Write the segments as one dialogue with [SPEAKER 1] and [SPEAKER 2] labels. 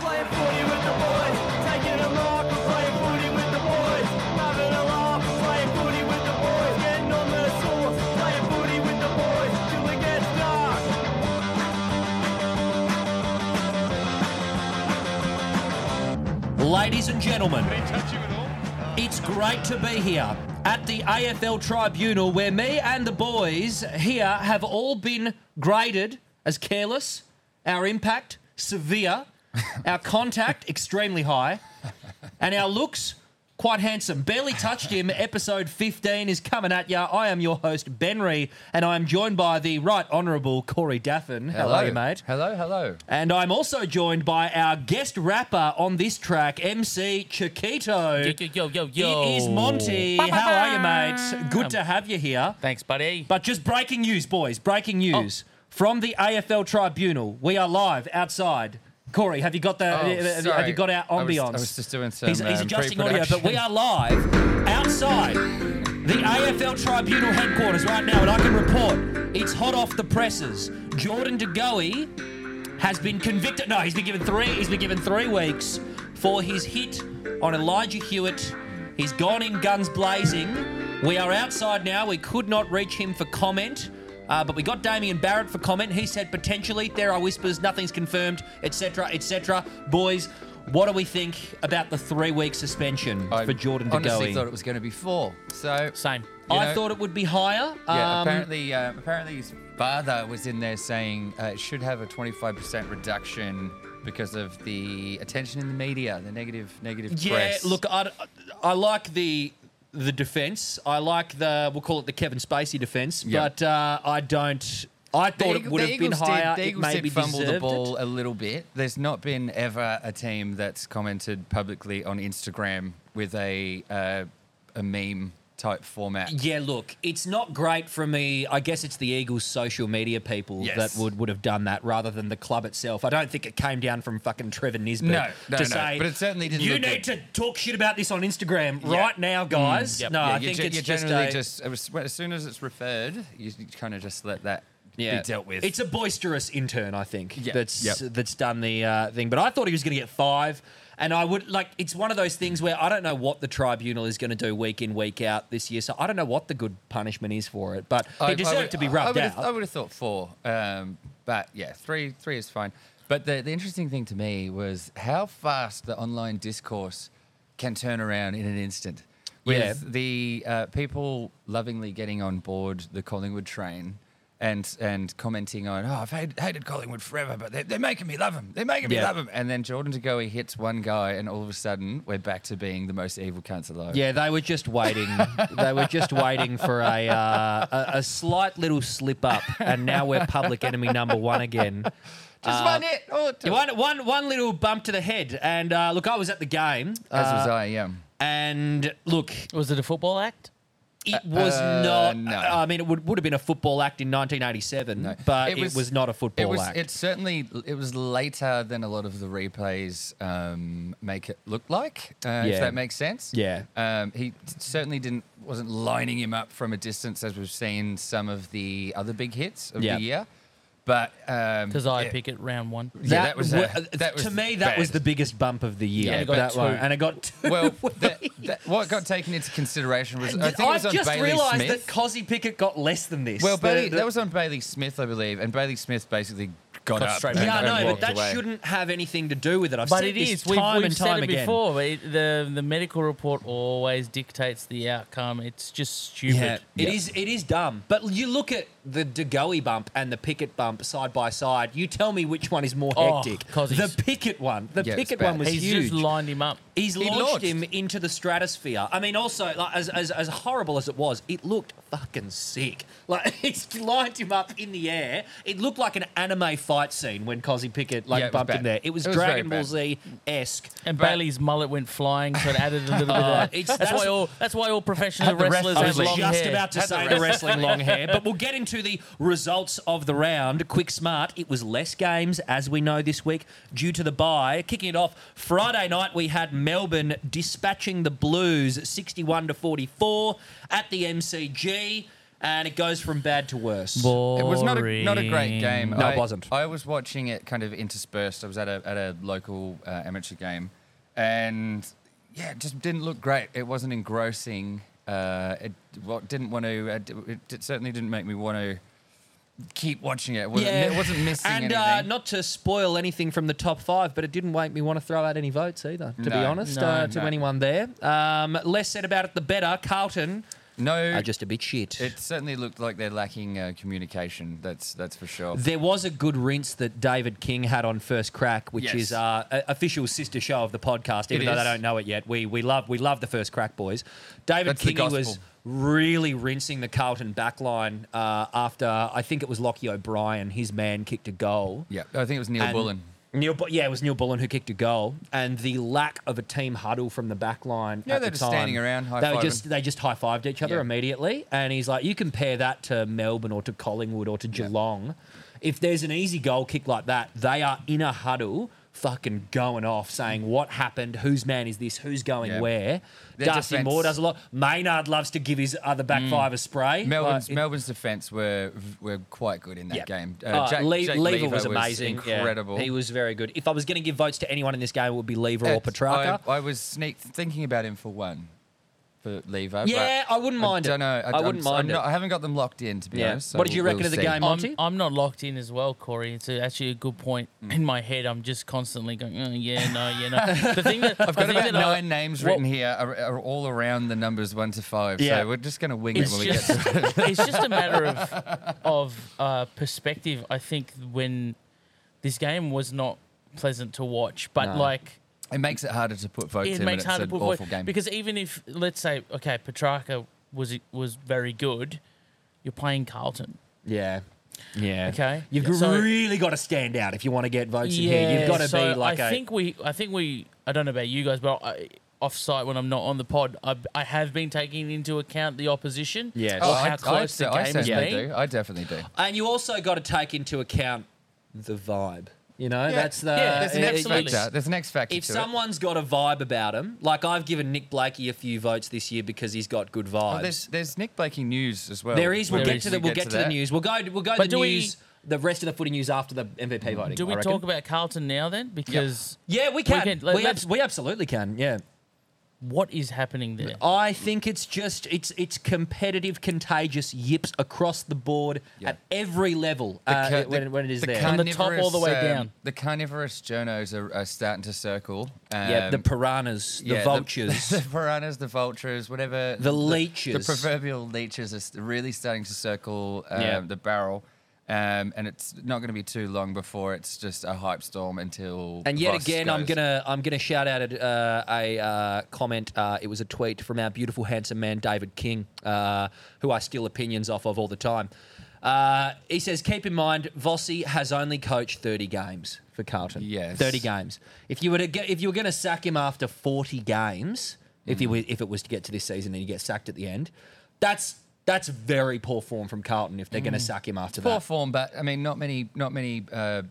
[SPEAKER 1] Playing footy with the boys, taking a mark and playing footy with the boys. Having a laugh, playing footy with the boys, getting on the source, playing footy with the boys till it gets dark.
[SPEAKER 2] Ladies and gentlemen, it's great to be here at the AFL Tribunal where me and the boys here have all been graded as careless, our impact severe, our contact extremely high, and our looks quite handsome. Barely touched him. Episode 15 is coming at ya. I am your host, Ben Ree, and I am joined by the Right Honourable Corey Daffin. Hello, you mate.
[SPEAKER 3] Hello, hello.
[SPEAKER 2] And I'm also joined by our guest rapper on this track, MC Chiquito.
[SPEAKER 4] Yo, yo, yo, yo, yo.
[SPEAKER 2] It is Monty. How are you, mate? Good to have you here.
[SPEAKER 4] Thanks, buddy.
[SPEAKER 2] But just breaking news, boys. Breaking
[SPEAKER 4] Oh.
[SPEAKER 2] news from the AFL Tribunal. We are live outside. Corey, have you got the?
[SPEAKER 3] Oh,
[SPEAKER 2] have you- have
[SPEAKER 3] sorry.
[SPEAKER 2] you got our
[SPEAKER 3] I was-
[SPEAKER 2] ambiance?
[SPEAKER 3] I was just doing some,
[SPEAKER 2] He's, he's
[SPEAKER 3] um,
[SPEAKER 2] adjusting audio, but we
[SPEAKER 3] pre-production.
[SPEAKER 2] are live outside the AFL Tribunal headquarters right now, and I can report it's hot off the presses. Jordan De Goey has been convicted. No, he's been given three. He's been given three weeks for his hit on Elijah Hewitt. He's gone in guns blazing. We are outside now. We could not reach him for comment. Uh, but we got Damien Barrett for comment. He said potentially there are whispers, nothing's confirmed, etc., etc. Boys, what do we think about the three-week suspension
[SPEAKER 3] I
[SPEAKER 2] for Jordan De
[SPEAKER 3] honestly
[SPEAKER 2] Goey?
[SPEAKER 3] thought it was going to be four. So
[SPEAKER 4] Same.
[SPEAKER 3] you
[SPEAKER 2] I
[SPEAKER 3] know,
[SPEAKER 2] thought it would be higher.
[SPEAKER 3] Yeah,
[SPEAKER 2] um,
[SPEAKER 3] apparently, uh, apparently his father was in there saying uh, it should have a 25% reduction because of the attention in the media, the negative, negative
[SPEAKER 2] Yeah,
[SPEAKER 3] press.
[SPEAKER 2] look, I, I like the the defense. I like the we'll call it the Kevin Spacey defense,
[SPEAKER 3] Yeah.
[SPEAKER 2] but uh, I don't. I
[SPEAKER 3] The
[SPEAKER 2] thought it
[SPEAKER 3] Eagle-
[SPEAKER 2] would
[SPEAKER 3] the
[SPEAKER 2] have been
[SPEAKER 3] Eagles did-
[SPEAKER 2] higher.
[SPEAKER 3] the
[SPEAKER 2] it
[SPEAKER 3] Eagles
[SPEAKER 2] maybe
[SPEAKER 3] did fumble
[SPEAKER 2] deserved
[SPEAKER 3] the
[SPEAKER 2] it.
[SPEAKER 3] ball a little bit. There's not been ever a team that's commented publicly on Instagram with a uh, a meme type format.
[SPEAKER 2] Yeah, look, it's not great for me. I guess it's the Eagles' social media people
[SPEAKER 3] Yes.
[SPEAKER 2] that would, would have done that rather than the club itself. I don't think it came down from fucking Trevor Nisbet
[SPEAKER 3] No, no,
[SPEAKER 2] to
[SPEAKER 3] no,
[SPEAKER 2] say,
[SPEAKER 3] but it certainly didn't
[SPEAKER 2] You
[SPEAKER 3] look
[SPEAKER 2] need to talk shit about this on Instagram
[SPEAKER 3] Yeah. Mm,
[SPEAKER 2] right now, guys.
[SPEAKER 4] yep.
[SPEAKER 2] No,
[SPEAKER 3] Yeah,
[SPEAKER 2] I
[SPEAKER 3] you
[SPEAKER 2] think
[SPEAKER 3] ge-
[SPEAKER 2] it's
[SPEAKER 3] you
[SPEAKER 2] just
[SPEAKER 3] generally
[SPEAKER 2] a-
[SPEAKER 3] just, as- as soon as it's referred, you kind of just let that be dealt with.
[SPEAKER 2] It's a boisterous intern, I think,
[SPEAKER 3] Yeah.
[SPEAKER 2] that's
[SPEAKER 3] Yep.
[SPEAKER 2] that's done the uh, thing. But I thought he was going to get five, and I would like. It's one of those things where I don't know what the tribunal is going to do week in week out this year, so I don't know what the good punishment is for it. But he deserved
[SPEAKER 3] would-
[SPEAKER 2] to be
[SPEAKER 3] I-
[SPEAKER 2] rubbed
[SPEAKER 3] I
[SPEAKER 2] out.
[SPEAKER 3] would've- I would have thought four, um, but yeah, three three is fine. But the, the interesting thing to me was how fast the online discourse can turn around in an instant. With
[SPEAKER 2] Yeah.
[SPEAKER 3] the uh, people lovingly getting on board the Collingwood train and and commenting on, oh, I've hated, hated Collingwood forever, but they're, they're making me love them. They're making me
[SPEAKER 2] Yeah.
[SPEAKER 3] love them. And then Jordan De Goey hits one guy, and all of a sudden, we're back to being the most evil cunts alive.
[SPEAKER 2] Yeah, they were just waiting. they were just waiting for a, uh, a a slight little slip up, and now we're public enemy number one again.
[SPEAKER 3] Just
[SPEAKER 2] Uh,
[SPEAKER 3] one hit. Oh, t-
[SPEAKER 2] One, one, one little bump to the head, and uh, look, I was at the game,
[SPEAKER 3] as
[SPEAKER 2] uh,
[SPEAKER 3] was I, yeah.
[SPEAKER 2] and look,
[SPEAKER 4] Was it a football act?
[SPEAKER 2] it was
[SPEAKER 3] uh,
[SPEAKER 2] not.
[SPEAKER 3] no.
[SPEAKER 2] I mean, it would, would have been a football act in 1987,
[SPEAKER 3] No.
[SPEAKER 2] but it was, not a football
[SPEAKER 3] it was,
[SPEAKER 2] act.
[SPEAKER 3] It certainly it was later than a lot of the replays um, make it look like. Uh,
[SPEAKER 2] Yeah.
[SPEAKER 3] If that makes sense.
[SPEAKER 2] Yeah.
[SPEAKER 3] Um, he certainly didn't wasn't lining him up from a distance as we've seen some of the other big hits of
[SPEAKER 2] Yeah.
[SPEAKER 3] the year. But um,
[SPEAKER 4] Because I
[SPEAKER 3] yeah,
[SPEAKER 4] pick it round one.
[SPEAKER 3] yeah, that was
[SPEAKER 2] wa- uh,
[SPEAKER 3] a- that was
[SPEAKER 2] to me that was
[SPEAKER 3] bad.
[SPEAKER 2] the biggest bump of the year.
[SPEAKER 3] Yeah, it got
[SPEAKER 2] that one,
[SPEAKER 4] two.
[SPEAKER 2] and it got two.
[SPEAKER 3] Well, that, that, what got taken into consideration was I think it was
[SPEAKER 2] have
[SPEAKER 3] on
[SPEAKER 2] just
[SPEAKER 3] Bailey
[SPEAKER 2] realised
[SPEAKER 3] Smith.
[SPEAKER 2] that Cosy Pickett got less than this.
[SPEAKER 3] well,
[SPEAKER 2] The-
[SPEAKER 3] Bailey,
[SPEAKER 2] the-
[SPEAKER 3] that was on Bailey Smith, I believe, and Bailey Smith basically got,
[SPEAKER 4] Got
[SPEAKER 3] up.
[SPEAKER 4] straight
[SPEAKER 3] and-
[SPEAKER 2] Yeah, I
[SPEAKER 4] back
[SPEAKER 3] and
[SPEAKER 4] up.
[SPEAKER 2] know, but
[SPEAKER 3] walked
[SPEAKER 2] that
[SPEAKER 3] away.
[SPEAKER 2] shouldn't have anything to do with it. I've
[SPEAKER 4] But
[SPEAKER 2] said
[SPEAKER 4] it
[SPEAKER 2] this
[SPEAKER 4] is. We've,
[SPEAKER 2] time
[SPEAKER 4] we've
[SPEAKER 2] and
[SPEAKER 4] said
[SPEAKER 2] time
[SPEAKER 4] it
[SPEAKER 2] again.
[SPEAKER 4] before. but It, the the medical report always dictates the outcome. It's just stupid.
[SPEAKER 2] Yeah, it is. It is dumb. But you look at the De Goey bump and the Pickett bump side by side. You tell me which one is more
[SPEAKER 4] Oh,
[SPEAKER 2] hectic.
[SPEAKER 4] 'cause he's-
[SPEAKER 2] the Pickett one. The
[SPEAKER 3] Yeah, it's
[SPEAKER 2] Pickett
[SPEAKER 3] bad.
[SPEAKER 2] one was
[SPEAKER 4] He's
[SPEAKER 2] huge.
[SPEAKER 4] just lined him up.
[SPEAKER 2] He's
[SPEAKER 3] He
[SPEAKER 2] launched,
[SPEAKER 3] launched.
[SPEAKER 2] him into the stratosphere. I mean, also like, as, as as horrible as it was, it looked fucking sick. Like he's lined him up in the air. It looked like an anime fight scene when Cosy Pickett like
[SPEAKER 3] Yeah, it was
[SPEAKER 2] bumped him
[SPEAKER 3] bad.
[SPEAKER 2] there. It was,
[SPEAKER 3] It was very
[SPEAKER 2] Dragon Ball
[SPEAKER 3] bad.
[SPEAKER 2] Z esque.
[SPEAKER 4] And
[SPEAKER 3] But-
[SPEAKER 4] Bailey's mullet went flying, so it added a little bit of that.
[SPEAKER 2] Oh, it's-
[SPEAKER 4] that's,
[SPEAKER 2] that's-
[SPEAKER 4] why all that's why all professional
[SPEAKER 3] the
[SPEAKER 4] wrestlers
[SPEAKER 3] wrestlers
[SPEAKER 4] have
[SPEAKER 3] was
[SPEAKER 4] long
[SPEAKER 2] just
[SPEAKER 4] hair.
[SPEAKER 2] about to
[SPEAKER 3] Had the
[SPEAKER 2] say the
[SPEAKER 3] wrestling.
[SPEAKER 2] wrestling long hair, but we'll get into the results of the round. Quick smart, it was less games, as we know this week, due to the bye. Kicking it off, Friday night we had Melbourne dispatching the Blues 61 to 44 at the MCG. and it goes from bad to worse.
[SPEAKER 4] Boring.
[SPEAKER 3] It was not a, not a great game.
[SPEAKER 2] No, it
[SPEAKER 3] I,
[SPEAKER 2] wasn't.
[SPEAKER 3] I was watching it kind of interspersed. I was at a, at a local uh, amateur game, and yeah, it just didn't look great. It wasn't engrossing. Uh, it well, didn't want to. Uh, d- it, d- certainly didn't make me want to keep watching it. It wasn't, it wasn't missing
[SPEAKER 2] And
[SPEAKER 3] anything.
[SPEAKER 2] Uh, not to spoil anything from the top five, but it didn't make me want to throw out any votes either, to be
[SPEAKER 3] No.
[SPEAKER 2] honest,
[SPEAKER 3] No,
[SPEAKER 2] uh, to
[SPEAKER 3] no.
[SPEAKER 2] anyone there. Um, less said about it, the better. Carlton
[SPEAKER 3] no,
[SPEAKER 2] are just a bit shit.
[SPEAKER 3] it certainly looked like they're lacking uh, communication. That's that's for sure.
[SPEAKER 2] There was a good rinse that David King had on First Crack, which
[SPEAKER 3] Yes.
[SPEAKER 2] is our uh, official sister show of the podcast. Even
[SPEAKER 3] It
[SPEAKER 2] though they
[SPEAKER 3] is.
[SPEAKER 2] don't know it yet, we we love we love the First Crack boys. David
[SPEAKER 3] That's the
[SPEAKER 2] Kingy was
[SPEAKER 3] gospel.
[SPEAKER 2] really rinsing the Carlton backline uh, after I think it was Lockie O'Brien, his man kicked a goal.
[SPEAKER 3] yeah, I think it was Neil
[SPEAKER 2] And
[SPEAKER 3] Bullen.
[SPEAKER 2] Neil, Bu- yeah, it was Neil Bullen who kicked a goal, and the lack of a team huddle from the back line.
[SPEAKER 3] Yeah,
[SPEAKER 2] at
[SPEAKER 3] they're
[SPEAKER 2] the
[SPEAKER 3] just
[SPEAKER 2] time,
[SPEAKER 3] standing around,
[SPEAKER 2] They were
[SPEAKER 3] high-fiving.
[SPEAKER 2] just they just high fived each other
[SPEAKER 3] Yeah.
[SPEAKER 2] immediately, and he's like, you compare that to Melbourne or to Collingwood or to Geelong. If there's an easy goal kick like that, they are in a huddle, fucking going off, saying what happened, whose man is this, who's going
[SPEAKER 3] Yeah.
[SPEAKER 2] where.
[SPEAKER 3] Their
[SPEAKER 2] Darcy
[SPEAKER 3] defence-
[SPEAKER 2] Moore does a lot. Maynard loves to give his other back five a spray.
[SPEAKER 3] Melbourne's
[SPEAKER 2] Like, it-
[SPEAKER 3] Melbourne's defence were were quite good in that
[SPEAKER 2] yeah.
[SPEAKER 3] game.
[SPEAKER 2] Uh,
[SPEAKER 3] Jack-
[SPEAKER 2] Le-
[SPEAKER 3] Jake
[SPEAKER 2] Lever was
[SPEAKER 3] Lever
[SPEAKER 2] amazing. yeah.
[SPEAKER 3] incredible.
[SPEAKER 2] He was very good. If I was going to give votes to anyone in this game, it would be Lever or
[SPEAKER 3] It's-
[SPEAKER 2] Petrarca.
[SPEAKER 3] Uh, I, I was sneak thinking about him for one, for Levo. but
[SPEAKER 2] Yeah, I wouldn't mind it.
[SPEAKER 3] I don't know.
[SPEAKER 2] I
[SPEAKER 3] I'm-
[SPEAKER 2] wouldn't
[SPEAKER 3] I'm
[SPEAKER 2] mind it.
[SPEAKER 3] not- I haven't got them locked in to be
[SPEAKER 2] Yeah.
[SPEAKER 3] honest. so
[SPEAKER 2] What did you
[SPEAKER 3] we'll-
[SPEAKER 2] reckon of the
[SPEAKER 3] we'll see.
[SPEAKER 2] game? Monty?
[SPEAKER 4] I'm, I'm not locked in as well, Corey. It's a- actually a good point
[SPEAKER 2] Mm.
[SPEAKER 4] in my head. I'm just constantly going, "Oh, yeah, no, yeah, no. The thing that I've
[SPEAKER 3] Got about nine names written here, are, are all around the numbers one to five.
[SPEAKER 2] Yeah.
[SPEAKER 3] So we're just going to wing it
[SPEAKER 4] It's
[SPEAKER 3] when
[SPEAKER 4] just,
[SPEAKER 3] we get to
[SPEAKER 4] it's just a matter of of uh, perspective. I think when this game was not pleasant to watch, but like
[SPEAKER 3] it. Makes it harder to put votes
[SPEAKER 4] it
[SPEAKER 3] in.
[SPEAKER 4] makes
[SPEAKER 3] when
[SPEAKER 4] hard
[SPEAKER 3] it's
[SPEAKER 4] to
[SPEAKER 3] an
[SPEAKER 4] put
[SPEAKER 3] awful
[SPEAKER 4] forward
[SPEAKER 3] game.
[SPEAKER 4] because even if let's say okay, Petrarca was was very good, you're playing Carlton.
[SPEAKER 2] yeah. Yeah.
[SPEAKER 4] Okay.
[SPEAKER 2] You've
[SPEAKER 4] Yeah. So-
[SPEAKER 2] really got to stand out if you want to get votes in here. You've got to
[SPEAKER 4] so
[SPEAKER 2] be like
[SPEAKER 4] I
[SPEAKER 2] a
[SPEAKER 4] think we. I think we. I don't know about you guys, but I, off site when I'm not on the pod, I, I have been taking into account the opposition.
[SPEAKER 2] Yes.
[SPEAKER 4] Or
[SPEAKER 2] Oh,
[SPEAKER 4] how close the
[SPEAKER 3] I
[SPEAKER 4] game has
[SPEAKER 3] certainly
[SPEAKER 4] been.
[SPEAKER 3] do. I definitely do.
[SPEAKER 2] And you also got to take into account the vibe. You know, that's the
[SPEAKER 4] Yeah,
[SPEAKER 3] There's an
[SPEAKER 4] Uh,
[SPEAKER 3] X
[SPEAKER 4] absolutely.
[SPEAKER 3] factor. There's an X factor.
[SPEAKER 2] If
[SPEAKER 3] to it.
[SPEAKER 2] someone's got a vibe about him, like I've given Nick Blakey a few votes this year because he's got good
[SPEAKER 3] Oh,
[SPEAKER 2] vibes.
[SPEAKER 3] there's there's Nick Blakey news as well.
[SPEAKER 2] There is. We'll
[SPEAKER 4] There
[SPEAKER 2] get
[SPEAKER 4] is.
[SPEAKER 2] to the. We'll get, to, the
[SPEAKER 3] that.
[SPEAKER 2] news. We'll go. We'll go to
[SPEAKER 4] But
[SPEAKER 2] the
[SPEAKER 4] do we-
[SPEAKER 2] news. The rest of the footy news after the MVP voting.
[SPEAKER 4] Do we
[SPEAKER 2] I reckon.
[SPEAKER 4] talk about Carlton now then? Because
[SPEAKER 2] Yeah, we can. We,
[SPEAKER 4] can- let-
[SPEAKER 2] abs-
[SPEAKER 4] let's-
[SPEAKER 2] we absolutely can. Yeah.
[SPEAKER 4] what is happening there?
[SPEAKER 2] I think it's just it's it's competitive, contagious yips across the board
[SPEAKER 3] Yeah.
[SPEAKER 2] at every level
[SPEAKER 3] The
[SPEAKER 2] uh,
[SPEAKER 3] ca-
[SPEAKER 2] when,
[SPEAKER 3] the-
[SPEAKER 2] when it is
[SPEAKER 3] the
[SPEAKER 2] there.
[SPEAKER 4] From the top all
[SPEAKER 3] carnivorous, um,
[SPEAKER 4] the way down.
[SPEAKER 3] The carnivorous journos are, are starting to circle. Um,
[SPEAKER 2] yeah, the piranhas, the
[SPEAKER 3] yeah,
[SPEAKER 2] vultures.
[SPEAKER 3] the, piranhas, the vultures, whatever.
[SPEAKER 2] The
[SPEAKER 3] The,
[SPEAKER 2] leeches.
[SPEAKER 3] proverbial leeches are st- really starting to circle um,
[SPEAKER 2] Yeah.
[SPEAKER 3] the barrel. Um, and it's not going to be too long before it's just a hype storm until.
[SPEAKER 2] And yet
[SPEAKER 3] Voss
[SPEAKER 2] again, I'm
[SPEAKER 3] goes.
[SPEAKER 2] gonna I'm gonna shout out a, uh, a uh, comment. Uh, it was a tweet from our beautiful, handsome man David King, uh, who I steal opinions off of all the time. Uh, he says, "Keep in mind, Vossi has only coached 30 games for Carlton.
[SPEAKER 3] Yes.
[SPEAKER 2] 30 games. If you were to get, if you were going to sack him after 40 games, if he were, if it was to get to this season and he gets sacked at the end, that's that's very poor form from Carlton if they're going to sack him after
[SPEAKER 3] Poor
[SPEAKER 2] that.
[SPEAKER 3] form, but I mean, not many, not many, uh,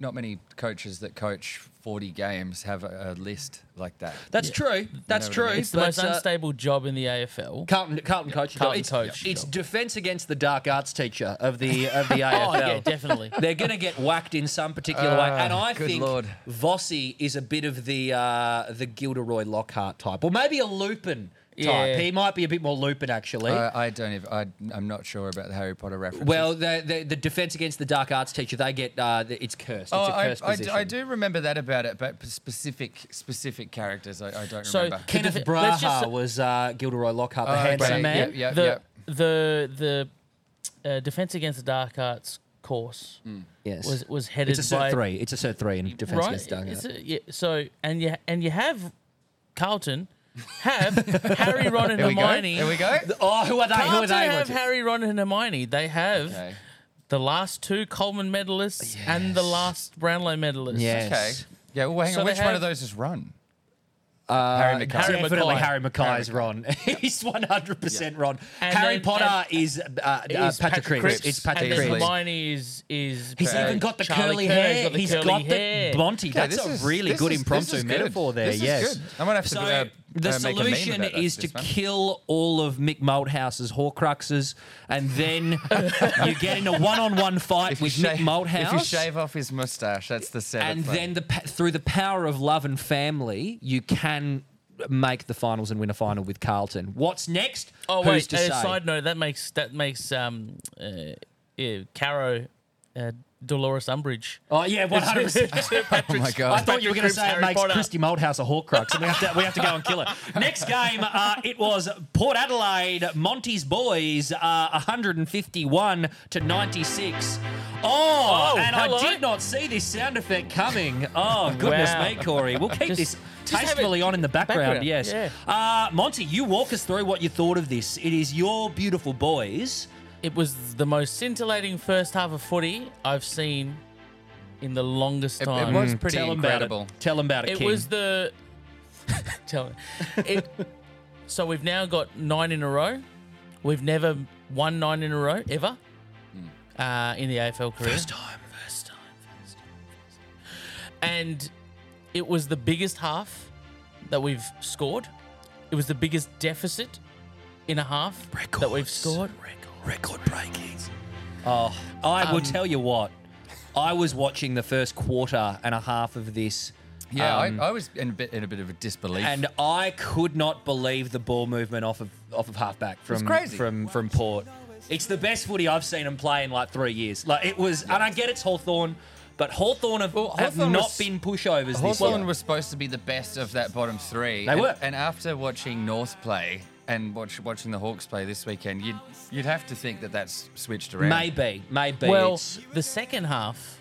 [SPEAKER 3] not many coaches that coach 40 games have a, a list like that.
[SPEAKER 2] That's true. That's
[SPEAKER 3] what I
[SPEAKER 2] true.
[SPEAKER 3] mean.
[SPEAKER 4] it's the most
[SPEAKER 2] but, uh,
[SPEAKER 4] unstable job in the AFL.
[SPEAKER 2] Carlton, Carlton coach.
[SPEAKER 4] Carlton
[SPEAKER 2] it's,
[SPEAKER 4] coach.
[SPEAKER 2] It's defense against the dark arts teacher of the of the AFL.
[SPEAKER 4] Oh yeah, definitely.
[SPEAKER 2] They're going to get whacked in some particular way,
[SPEAKER 3] Ah,
[SPEAKER 2] and I
[SPEAKER 3] good
[SPEAKER 2] think
[SPEAKER 3] Lord.
[SPEAKER 2] Vossi is a bit of the uh, the Gilderoy Lockhart type, or maybe a Lupin type.
[SPEAKER 4] Yeah. Uh,
[SPEAKER 2] He might be a bit more Lupin actually.
[SPEAKER 3] I, I don't even. I, I'm not sure about the Harry Potter reference.
[SPEAKER 2] well, the, the the defense against the dark arts teacher, they get uh, the, it's cursed. It's
[SPEAKER 3] Oh,
[SPEAKER 2] a
[SPEAKER 3] I,
[SPEAKER 2] cursed
[SPEAKER 3] I, d-
[SPEAKER 2] position.
[SPEAKER 3] I do remember that about it, but p- specific specific characters, I, I don't
[SPEAKER 4] So,
[SPEAKER 3] remember.
[SPEAKER 4] can-
[SPEAKER 2] Kenneth
[SPEAKER 4] Let's
[SPEAKER 2] Braha
[SPEAKER 4] just say-
[SPEAKER 2] was uh, Gilderoy Lockhart, the
[SPEAKER 3] Oh, okay.
[SPEAKER 2] handsome
[SPEAKER 3] Yeah,
[SPEAKER 2] man.
[SPEAKER 4] man.
[SPEAKER 3] yeah,
[SPEAKER 4] the,
[SPEAKER 3] yeah.
[SPEAKER 4] the the uh, defense against the dark arts course
[SPEAKER 3] Mm.
[SPEAKER 2] Yes,
[SPEAKER 4] was was headed
[SPEAKER 2] it's a
[SPEAKER 4] by
[SPEAKER 2] cert three. It's a cert three in defense
[SPEAKER 4] right.
[SPEAKER 2] against the dark
[SPEAKER 4] It's
[SPEAKER 2] arts.
[SPEAKER 4] a- yeah, so and you and you have Carlton have Harry, Ron, and
[SPEAKER 3] Here we go.
[SPEAKER 4] Hermione.
[SPEAKER 3] Here we go.
[SPEAKER 2] Oh, who are they?
[SPEAKER 4] Carlton
[SPEAKER 2] who are they?
[SPEAKER 4] have
[SPEAKER 2] Monty?
[SPEAKER 4] Harry, Ron, and Hermione. They have
[SPEAKER 3] Okay.
[SPEAKER 4] the last two Coleman medalists and the
[SPEAKER 3] Yes.
[SPEAKER 4] last Brownlow medalist.
[SPEAKER 2] Yes.
[SPEAKER 3] Okay. Yeah. Well, hang
[SPEAKER 4] So
[SPEAKER 3] on.
[SPEAKER 4] they
[SPEAKER 3] Which one
[SPEAKER 4] have-
[SPEAKER 3] of those is run? Uh, Harry McCall.
[SPEAKER 4] Harry-
[SPEAKER 2] Definitely
[SPEAKER 4] Mackay.
[SPEAKER 2] Harry Mackay's Ron. He's 100% Ron.
[SPEAKER 4] And
[SPEAKER 2] Harry
[SPEAKER 4] then-
[SPEAKER 2] Potter
[SPEAKER 4] and-
[SPEAKER 2] is, uh, uh,
[SPEAKER 4] It is
[SPEAKER 2] Patrick, Cripps. It's Patrick
[SPEAKER 4] and then
[SPEAKER 3] Cripps.
[SPEAKER 2] Cripps.
[SPEAKER 4] Hermione is is.
[SPEAKER 2] He's
[SPEAKER 4] uh,
[SPEAKER 2] even got the curly
[SPEAKER 4] Charlie Kerr. He's
[SPEAKER 2] hair. He's
[SPEAKER 4] curly
[SPEAKER 2] got the
[SPEAKER 4] hair.
[SPEAKER 2] Monty.
[SPEAKER 3] Okay,
[SPEAKER 2] That's
[SPEAKER 3] this
[SPEAKER 2] a
[SPEAKER 3] is-
[SPEAKER 2] really
[SPEAKER 3] this
[SPEAKER 2] good
[SPEAKER 3] is- this
[SPEAKER 2] impromptu
[SPEAKER 3] is good.
[SPEAKER 2] metaphor there.
[SPEAKER 3] This is
[SPEAKER 2] yes.
[SPEAKER 3] good. I might have to
[SPEAKER 2] So-
[SPEAKER 3] uh,
[SPEAKER 2] The
[SPEAKER 3] uh, make a meme
[SPEAKER 2] solution
[SPEAKER 3] about that,
[SPEAKER 2] is to
[SPEAKER 3] this one.
[SPEAKER 2] kill all of Mick Malthouse's Horcruxes, and then you get in a one-on-one fight with
[SPEAKER 3] you
[SPEAKER 2] Mick
[SPEAKER 3] shave-
[SPEAKER 2] Malthouse.
[SPEAKER 3] If you shave off his mustache, that's the seventh.
[SPEAKER 2] and
[SPEAKER 3] one.
[SPEAKER 2] then the pa- through the power of love and family, you can make the finals and win a final with Carlton. What's next?
[SPEAKER 4] Oh
[SPEAKER 2] Who's
[SPEAKER 4] wait,
[SPEAKER 2] to
[SPEAKER 4] uh,
[SPEAKER 2] say?
[SPEAKER 4] side note that makes that makes um uh, yeah, Caro uh, Dolores Umbridge.
[SPEAKER 2] Oh yeah, one hundred percent.
[SPEAKER 3] oh my
[SPEAKER 2] I
[SPEAKER 3] god,
[SPEAKER 2] thought you were going to
[SPEAKER 4] Uh, Patrick
[SPEAKER 2] say it
[SPEAKER 4] Harry
[SPEAKER 2] makes
[SPEAKER 4] Potter.
[SPEAKER 2] Christy Malthouse a Horcrux, and we have to we have to go and kill her. Next game, uh, it was Port Adelaide Monty's boys, uh, 151 to 96. Oh,
[SPEAKER 4] Oh,
[SPEAKER 2] and
[SPEAKER 4] hello.
[SPEAKER 2] I did not see this sound effect coming. Oh goodness
[SPEAKER 4] Wow.
[SPEAKER 2] me, Corey, we'll keep
[SPEAKER 4] Just-
[SPEAKER 2] this
[SPEAKER 4] just have it
[SPEAKER 2] tastefully on in the background.
[SPEAKER 4] background,
[SPEAKER 2] yes,
[SPEAKER 4] yeah.
[SPEAKER 2] uh, Monty, you walk us through what you thought of this. It is your beautiful boys.
[SPEAKER 4] It was the most scintillating first half of footy I've seen in the longest
[SPEAKER 3] it
[SPEAKER 4] time.
[SPEAKER 3] was pretty
[SPEAKER 2] Tell 'em
[SPEAKER 3] incredible.
[SPEAKER 2] about it. Tell them about it.
[SPEAKER 4] It
[SPEAKER 2] King.
[SPEAKER 4] was the tell me. It, so we've now got nine in a row. We've never won nine in a row ever uh, in the AFL career. First time. First time. First time. And it was the biggest half that we've scored. It was the biggest deficit in a half that we've scored.
[SPEAKER 2] record breaking. Oh, I
[SPEAKER 3] Um,
[SPEAKER 2] will tell you what. I was watching the first quarter and a half of this.
[SPEAKER 3] Yeah,
[SPEAKER 2] um,
[SPEAKER 3] I, I was in a bit in a bit of a disbelief.
[SPEAKER 2] and I could not believe the ball movement off of off of halfback from
[SPEAKER 3] crazy.
[SPEAKER 2] from from Port. It's the best footy I've seen him play in like three years. Like it was, and I get it's Hawthorn, but Hawthorn have,
[SPEAKER 3] Well,
[SPEAKER 2] have
[SPEAKER 3] Hawthorn
[SPEAKER 2] not
[SPEAKER 3] was-
[SPEAKER 2] been pushovers this
[SPEAKER 3] Hawthorn
[SPEAKER 2] year.
[SPEAKER 3] was supposed to be the best of that bottom three.
[SPEAKER 2] They
[SPEAKER 3] and,
[SPEAKER 2] were.
[SPEAKER 3] And after watching North play and watch, watching the Hawks play this weekend, you'd you'd have to think that that's switched around.
[SPEAKER 2] maybe, maybe.
[SPEAKER 4] Well,
[SPEAKER 2] it's-
[SPEAKER 4] the second half